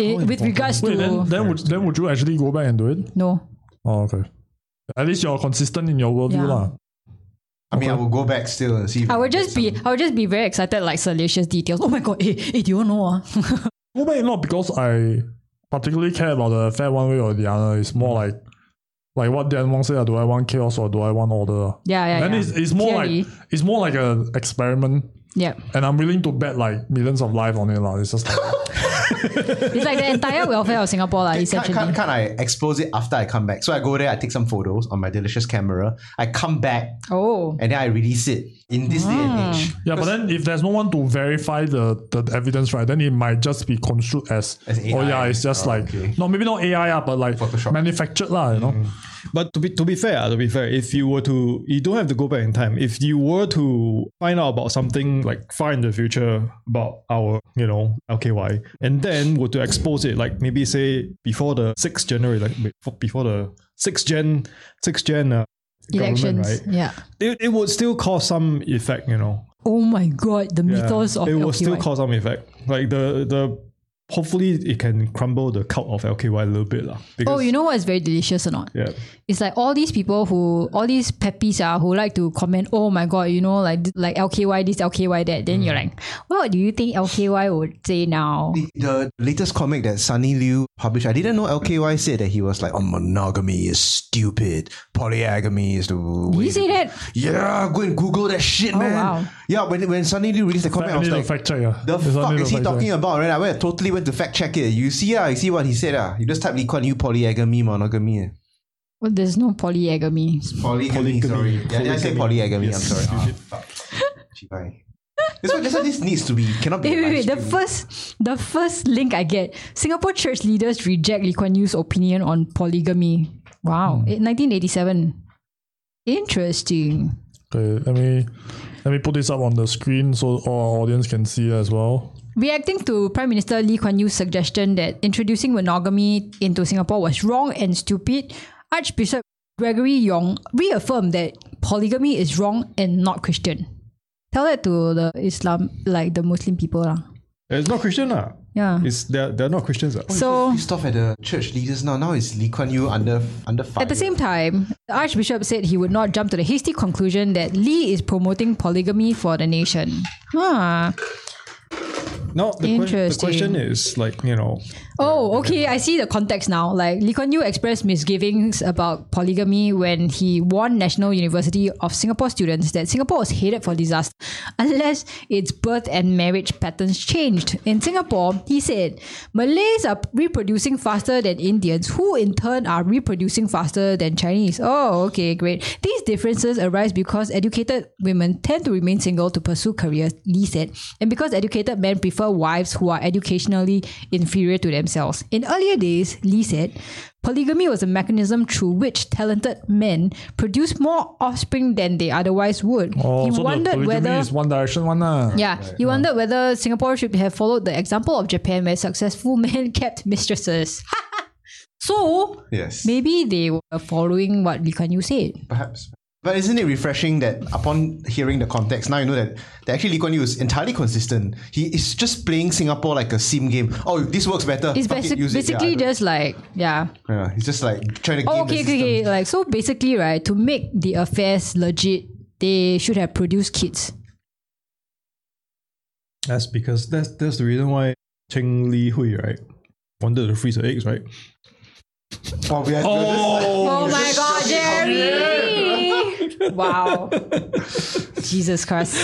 D: Eh, with regards to
E: Wait, then, then would then would you actually go back and do it?
D: no,
E: Oh, okay. At least you're consistent in your worldview,
D: Yeah.
E: lah.
C: I mean, I will go back still and see. If
D: I would just be I would just be very excited like salacious details. Oh my god, hey, hey do you know? ah?
E: Go back not because I particularly care about the affair one way or the other. It's more
D: Mm-hmm.
E: like like what Dan Wong said, ah, do I want chaos or do I want order?
D: yeah, yeah,
E: Then
D: yeah.
E: it's, it's more
D: Clearly.
E: like it's more like an experiment,
D: yeah.
E: and I'm willing to bet like millions of life on it. lah. It's just like,
D: It's like the entire welfare of Singapore, like,
C: Can't,
D: essentially.
C: can't, can't I expose it after I come back? So I go there, I take some photos on my delicious camera. I come back
D: Oh,
C: and then I release it in this day
D: Ah.
C: and age.
E: yeah, but then if there's no one to verify the, the evidence, right, then it might just be construed as,
C: As
E: oh yeah,
C: AI.
E: it's just
C: Oh,
E: like
C: okay.
E: no, maybe not AI, ah, but like
C: Photoshop. Mm-hmm.
E: manufactured, lah, you know.
B: But to be to be fair, ah, to be fair, if you were to, you don't have to go back in time. If you were to find out about something like far in the future about our, you know, LKY, and then were to expose it, like maybe say before the sixth January, like before- before the sixth gen, sixth gen uh, government,
D: elections.
B: right?
D: Yeah.
B: It, it would still cause some effect, you know.
D: Oh my god, the
B: Yeah.
D: mythos of
B: it will
D: LKY.
B: still cause some effect. Like the the hopefully it can crumble the cult of LKY a little bit. lah.
D: Oh,
B: Because-
D: you know what is very delicious or not?
B: Yeah.
D: It's like all these people who, all these peppies ah, who like to comment, oh my god, you know, like like LKY this, LKY that. Then you're like, what do you think LKY would say now?
C: The, the latest comic that Sunny Liu published, I didn't know LKY said that he was like, oh, monogamy is stupid. Polygamy is the
D: Did
C: way.
D: you say
C: to-"
D: that? Oh,
C: Yeah, go and Google that shit, man.
D: wow.
C: Yeah, when, when Sunny Liu released the comic, I was like,
E: fact check. yeah.
C: the
E: This one
C: fuck
E: need
C: is he
E: to fact check.
C: talking about, right? I went, totally went to fact check it. You see, ah, you see what he said. Ah. You just type Lee Kuan Yew polygamy, monogamy. eh.
D: Well, there's no polygamy.
C: Polygamy, sorry. Yeah, did I say polygamy?
B: Yes,
C: I'm sorry.
B: you
C: Ah,
B: did.
C: fuck. Cheebye. That's why, that's why this needs to be, cannot be.
D: Wait,
C: a
D: wait, wait.
C: live
D: The
C: stream.
D: first, the first link I get: Singapore church leaders reject Lee Kuan Yew's opinion on polygamy. Wow, Eh, 1987. Interesting.
E: Okay, let me let me put this up on the screen so all our audience can see as well.
D: Reacting to Prime Minister Lee Kuan Yew's suggestion that introducing monogamy into Singapore was wrong and stupid, Archbishop Gregory Yong reaffirmed that polygamy is wrong and not Christian. Tell that to the Islam, like the Muslim people. lah.
B: Uh, It's not Christian. lah.
D: Yeah.
B: It's, they're, they're not Christians. lah.
D: So,
C: pissed off at the church leaders now. Now it's Lee Kuan Yew under under fire.
D: At the same time, the Archbishop said he would not jump to the hasty conclusion that Lee is promoting polygamy for the nation. Ah.
B: Now, the, que- the
D: Interesting.
B: question is like, you know,
D: Oh, okay. I see the context now. Like Lee Kuan Yew expressed misgivings about polygamy when he warned National University of Singapore students that Singapore was headed for disaster unless its birth and marriage patterns changed. In Singapore, he said, Malays are reproducing faster than Indians, who in turn are reproducing faster than Chinese. Oh, okay, great. These differences arise because educated women tend to remain single to pursue careers, Lee said, and because educated men prefer wives who are educationally inferior to themselves. In earlier days, Lee said, polygamy was a mechanism through which talented men produced more offspring than they otherwise would.
E: Oh,
D: he
E: so the
D: wondered
E: polygamy
D: whether
E: is one direction one ah.
D: yeah, you wonder whether Singapore should have followed the example of Japan, where successful men kept mistresses. so
C: yes,
D: maybe they were following what Lee Kuan Yew said.
C: perhaps. But isn't it refreshing that upon hearing the context, now you know that, that actually Lee Kuan Yew is entirely consistent. He is just playing Singapore like a sim game. Oh, this works better.
D: It's
C: Fuck it,
D: basic,
C: use it. Yeah,
D: basically
C: I don't-
D: just like yeah.
C: Yeah, he's just like trying to.
D: Oh,
C: game the
D: okay, okay,
C: system.
D: okay. Like so, basically, right to make the affairs legit, they should have produced kids.
B: that's because that's, that's the reason why Cheng Li Hui, right? Wanted to freeze her eggs, right?
C: Oh, we are, oh.
D: Oh my God, Jerry! wow, Jesus Christ!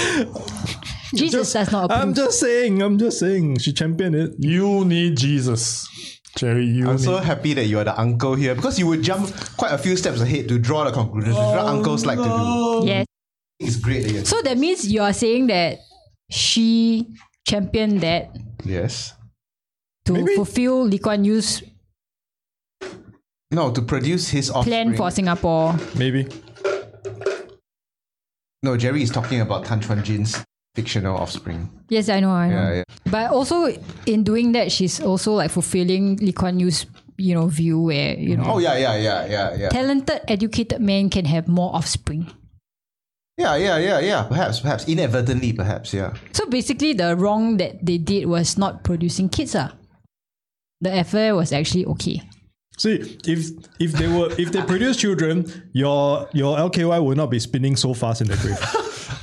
D: Jesus
B: Just-
D: does not approve.
B: I'm just saying, I'm just saying. She championed it.
E: You need Jesus, Jerry. You
C: I'm
E: need.
C: so happy that you are the uncle here because you would jump quite a few steps ahead to draw the conclusions, which is what uncles like to do.
D: yes.
C: It's great that you're.
D: So that means you are saying that she championed that
C: yes.
D: to
B: Maybe-
D: fulfill Lee Kuan Yew's
C: No, to produce his offspring.
D: plan for Singapore.
B: Maybe.
C: No, Jerry is talking about Tan Chuan Jin's fictional offspring.
D: Yes, I know, I know.
C: Yeah, yeah.
D: But also in doing that, she's also like fulfilling Lee Kuan Yew's you know view where you know
C: Oh yeah, yeah, yeah, yeah, yeah.
D: talented, educated men can have more offspring.
C: Yeah, yeah, yeah, yeah. Perhaps, perhaps inadvertently, perhaps. Yeah.
D: So basically, the wrong that they did was not producing kids. Ah, the affair was actually okay.
B: See, if if they were if they produce children, your your LKY will not be spinning so fast in the grave.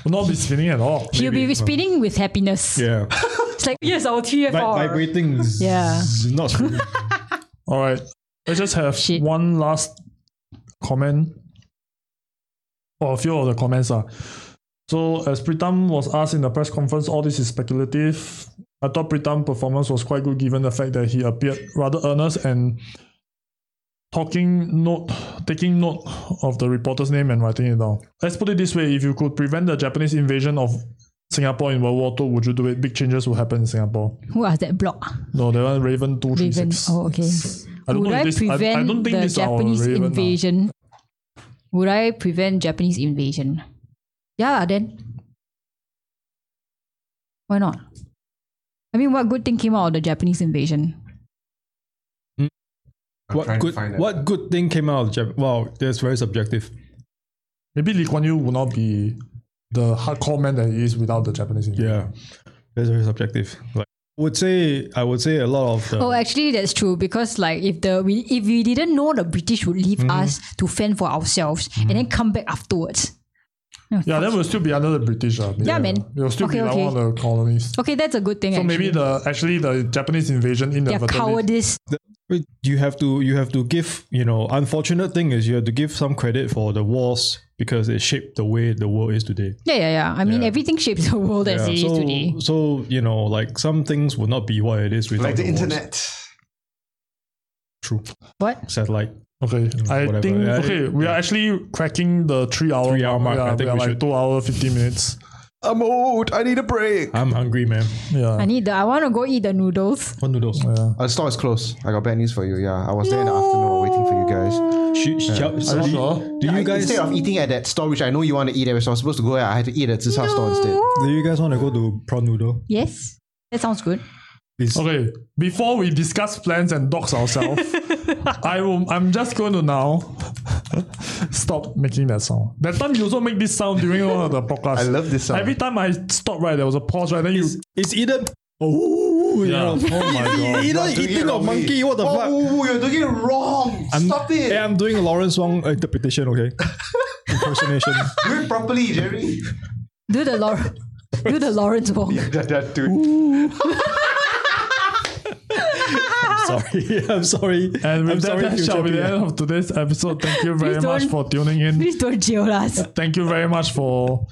E: Will not be spinning at all.
D: She'll be spinning with happiness.
B: Yeah.
D: It's like yes, our TFR.
B: Vi- vibrating. z-
D: Yeah.
B: z- Not spinning.
E: All right. Let's just have
D: Shit.
E: one last comment. Or a few of the comments are. So, as Pritam was asked in the press conference, all this is speculative. I thought Pritam's performance was quite good given the fact that he appeared rather earnest and talking note, taking note of the reporter's name and writing it down. Let's put it this way if you could prevent the Japanese invasion of Singapore in World War II, would you do it? Big changes will happen in Singapore.
D: Who was that block?
E: No, that one Raven two three
D: Raven.
E: six.
D: Oh, okay.
E: I don't
D: Would
E: know
D: I
E: if this, I,
D: prevent
E: I don't think
D: the
E: this is our
D: Japanese
E: Raven, ah.
D: invasion? Would I prevent Japanese invasion? Yeah, then. Why not? I mean, what good thing came out of the Japanese invasion?
B: what good what good thing came out of Japan? Wow, that's very subjective.
E: Maybe Lee Kuan Yew would not be the hardcore man that he is without the Japanese invasion.
B: Yeah. That's very subjective. Like would say I would say a lot of the,
D: Oh, actually, that's true because like if the we if we didn't know the British would leave
E: Mm-hmm.
D: us to fend for ourselves and then come back afterwards.
E: Yeah, then we'll still be under the British. Uh,
D: Yeah, man.
E: We'll still
D: Okay,
E: be like
D: okay.
E: one of the colonies.
D: Okay, that's a good thing.
E: So
D: actually.
E: maybe the actually the Japanese invasion
D: yeah,
E: inadvertently.
D: cowardice.
B: you have to you have to give you know unfortunate thing is you have to give some credit for the wars because it shaped the way the world is today.
D: Yeah, yeah, yeah. I mean,
B: Yeah.
D: everything shapes the world as
B: Yeah,
D: it is
B: so,
D: today.
B: so you know, like some things would not be what it is without
C: Like the
B: wars.
C: internet.
B: True
D: What?
B: satellite.
E: Okay, I
B: whatever.
E: think
B: Yeah,
E: okay. We are actually cracking the three hour
B: Three hour mark,
E: Yeah,
B: I think
E: we are
B: we
E: like
B: should-
E: two hour fifty minutes.
C: I'm old. I need a break.
B: I'm hungry, man.
E: Yeah,
D: I need the. I want to go eat the noodles.
B: What noodles?
C: Our Uh, store is closed. I got bad news for you. Yeah, I was there in the afternoon waiting for you guys.
B: Sh- sh- so do,
E: sure?
B: do you
C: I-
B: guys
C: instead of eating at that store, which I know you want to eat at, which I was supposed to go at, I had to eat at this house store instead.
B: do you guys want to go to prawn noodle?
D: Yes, that sounds good.
B: It's,
E: Okay, before we discuss plans and dox ourselves, I will, I'm just going to now stop making that sound. That time you also make this sound during one of the podcasts.
C: I love this sound.
E: Every time I stop, right, there was a pause, right? Then you.
B: it's either oh, you know,
E: Oh my god.
B: either
C: doing it
B: eating or
C: wrong way.
B: monkey. What the fuck?
C: Oh, you're doing it wrong. Stop it.
B: Hey, I'm doing a Lawrence Wong uh, interpretation. Okay, impersonation.
C: Do it properly, Jerry.
D: Do the Lor- do the Lawrence walk.
C: that, that dude.
B: I'm sorry. I'm sorry.
E: And
B: I'm
E: with that,
B: sorry,
E: that
B: future
E: shall be the
B: Pierre.
E: end of today's episode. Thank you very
D: Please
E: much
D: don't-
E: for tuning in.
D: Please don't jail us.
E: Thank you very much for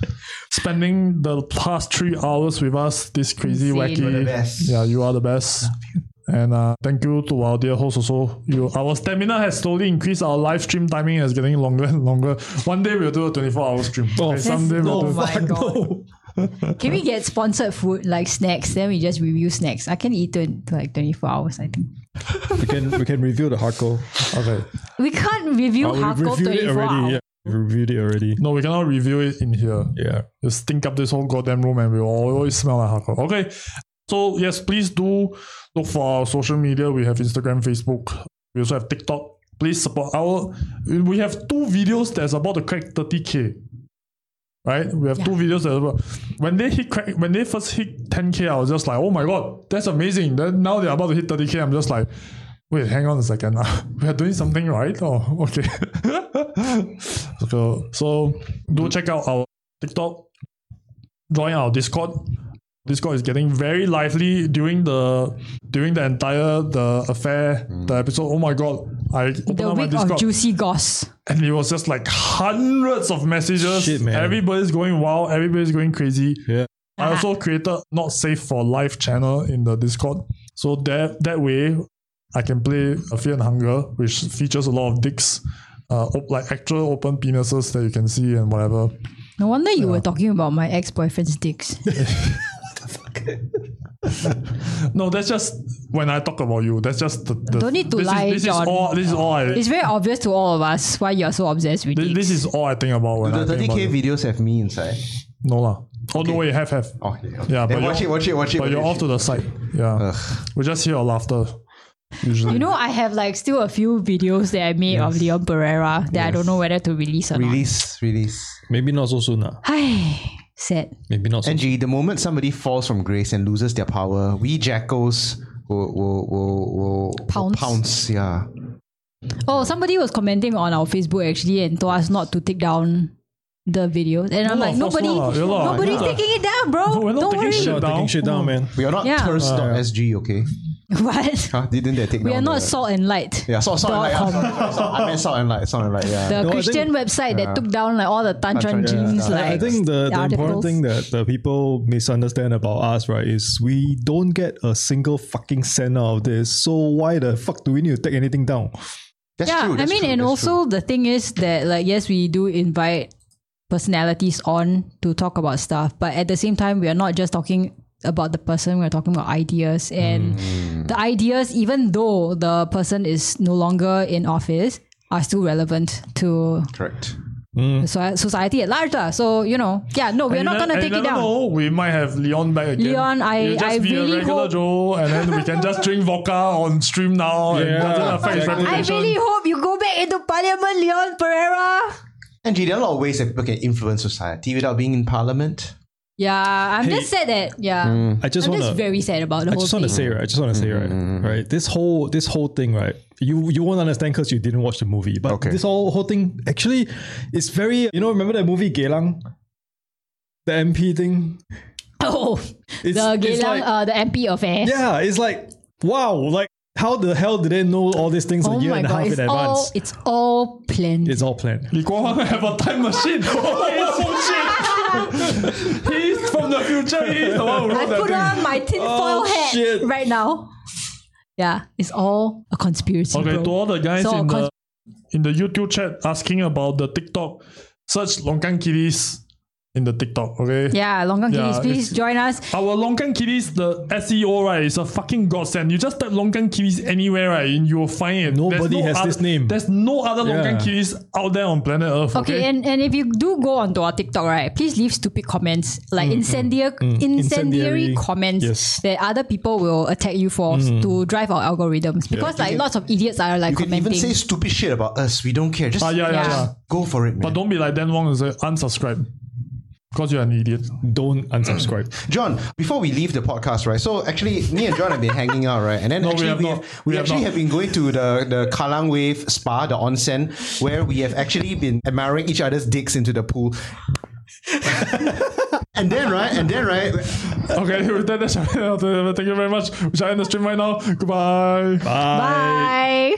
E: spending the past three hours with us. This crazy,
D: Insane.
E: wacky.
D: You're
C: the best.
E: Yeah, you are the best. And uh, thank you to our dear host also. You, our stamina has slowly increased. Our live stream timing is getting longer and longer. One day we'll do a 24 hour stream. Okay, someday we'll do.
D: Can we get sponsored food like snacks? Then we just review snacks. I can eat it like twenty four hours. I think
B: we can we can review the hardcore.
E: Okay.
D: we can't review
B: Uh,
D: half
B: we
D: Hardcore
B: reviewed
D: twenty
B: it
D: four hours.
B: already. Yeah. We reviewed it already.
E: No, we cannot review it in here.
B: Yeah.
E: You stink up this whole goddamn room and we will always smell like hardcore. Okay. So yes, please do look for our social media. We have Instagram, Facebook. We also have TikTok. Please support our we have two videos that's about to crack 30k. Right? We have two videos that about, when they hit crack when they first hit 10k, I was just like, oh my god, that's amazing. Then now they're about to hit 30k. I'm just like, wait, hang on a second. we are doing something right? Oh, okay. so, so do check out our TikTok join our Discord. Discord is getting very lively during the during the entire the affair, the episode. Oh my god. I opened
D: The
E: up my
D: week of
E: Discord
D: juicy goss.
E: and it was just like hundreds of messages.
B: Shit, man.
E: Everybody's going wild, everybody's going crazy.
B: Yeah.
E: I also created not safe for life channel in the Discord. So that that way I can play a Fear and Hunger, which features a lot of dicks. Uh, op- like actual open penises that you can see and whatever.
D: No wonder you were talking about my ex boyfriend's dicks.
E: No, that's just when I talk about you. That's just the. the
D: Don't need to
E: this
D: lie,
E: is, this
D: John.
E: Is all, this is all. I,
D: it's
E: this,
D: very obvious to all of us why you're so obsessed with dicks.
E: this is all I think about when
C: The
E: I think about
C: 30k
E: you.
C: videos have me inside.
E: No lah. Oh no, wait, have have.
C: Oh, yeah.
E: Yeah,
C: Then
E: but
C: watch it,
E: you're-
C: watch it, watch it.
E: But you're off to the side. Yeah, we just hear your laughter. Usually,
D: You know, I have like still a few videos that I made of Leon Pereira that I don't know whether to release or
C: Release, release.
B: Maybe not so soon. ah.
D: not. Sad.
B: Maybe not so
C: NG, the moment somebody falls from grace and loses their power, we jackals will, will, will, will
D: Pounce.
C: Will pounce, yeah.
D: Oh, somebody was commenting on our Facebook actually and told us not to take down the videos, and I'm
E: No,
D: like,
E: of course
D: nobody,
E: not. You're not.
D: nobody's
E: Yeah.
D: taking it down, bro.
E: No, we're not
D: don't
E: taking
D: worry.
E: shit
B: Not
E: down.
B: taking shit down, man.
C: We are not
D: Yeah.
E: Uh,
C: thirst.sg, okay?
D: What?
C: Huh? Didn't they take
D: We
C: down
D: are not
C: the-
D: salt and light.
C: Yeah, salt, salt and light. yeah,
D: dot
C: salt and light, salt- I meant salt and light, salt and light, yeah.
D: The
B: No, I
D: Christian website that took down like all the Tantran
C: Tantran
D: jeans,
C: jeans,
D: like
B: I think the, the important
D: articles.
B: thing that the people misunderstand about us, right, is we don't get a single fucking cent out of this. So why the fuck do we need to take anything down?
C: that's
D: yeah,
C: true.
D: I
C: that's
D: mean,
C: true,
D: and
C: that's true.
D: also the thing is that like yes, we do invite personalities on to talk about stuff, but at the same time, we are not just talking about the person. We're talking about ideas and
C: Hmm.
D: the ideas, even though the person is no longer in office, are still relevant to
C: Correct. Hmm.
D: soci- society at large. lah. So you know, yeah, no, we're
E: And
D: not
E: you
D: gonna
E: ne- and
D: take
E: you
D: it
E: never
D: down.
E: Know, we might have Leon back again.
D: Leon, I-
E: He'll just
D: I
E: be
D: really
E: a regular
D: hope-
E: Joe, and then we can just drink vodka on stream now. and
B: Yeah,
E: doesn't affect his
B: exactly.
D: I
E: reputation.
D: really hope you go back into Parliament, Leon Pereira.
C: NG, there are a lot of ways that people can influence society without being in parliament.
D: Yeah, I'm
B: Hey.
D: just sad that yeah.
C: Hmm.
B: I just
D: I'm
B: want
D: just
B: to.
D: very sad about the
B: I
D: whole
B: just
D: thing.
B: want to say right. I just want to say right. Right. This whole this whole thing right. You you won't understand because you didn't watch the movie. But
C: Okay.
B: this whole whole thing actually is very. You know, remember that movie Geylang, the MP thing.
D: oh,
B: It's,
D: the
B: it's
D: Geylang,
B: like-
D: uh, the MP affair.
B: yeah, it's like wow. Like how the hell did they know all these things
D: Oh
B: a year
D: my
B: and a half
D: god,
B: in
D: it's all
B: advance?
D: it's all planned.
B: It's all planned.
E: Lee Kuan Hong have a time machine. Oh, shit. He's from the future. He's the one who
D: I
E: wrote
D: put
E: that
D: on my tinfoil
B: Oh,
D: hat
B: shit.
D: right now. Yeah, it's all a conspiracy.
E: thing. Okay,
D: bro.
E: to all the guys
D: So,
E: in the
D: cons-
E: in the YouTube chat asking about the TikTok, search Longkang Kiddies in the TikTok. Okay.
D: yeah, Longgang
E: Yeah,
D: Kiddies, please
E: it's-
D: join us.
E: Our Longkang Kiddies, the SEO right, is a fucking godsend. You just type Longkang Kiddies anywhere right, and you will find it. There's
B: Nobody has
E: other-
B: this name.
E: There's no other Longkang
B: Yeah.
E: Kiddies out there on planet Earth.
D: Okay,
E: Okay.
D: and, and if you do go onto our TikTok, right, please leave stupid comments like incendiary, incendiary
B: Mm, Incendiary.
D: comments
B: Yes. Mm.
D: that other people will attack you for to drive our algorithms because like lots of idiots are like
C: You can
D: commenting.
C: even say stupid shit about us. We don't care. Just
E: Ah, yeah, yeah,
D: Yeah.
E: yeah.
C: go for it, man.
E: But don't be like Dan Wong and say unsubscribe. Because you're an idiot.
B: Don't unsubscribe.
C: John, before we leave the podcast, right? So actually, me and John have been hanging out, right? And then actually, we,
E: have
C: have
E: not.
C: we,
E: We have
C: actually
E: not.
C: have been going to the the Kallang Wave Spa, the onsen, where we have actually been admiring each other's dicks into the pool. and then right, and then right,
E: Okay, with that, that's Thank you very much. We shall end the stream right now. Goodbye.
D: Bye.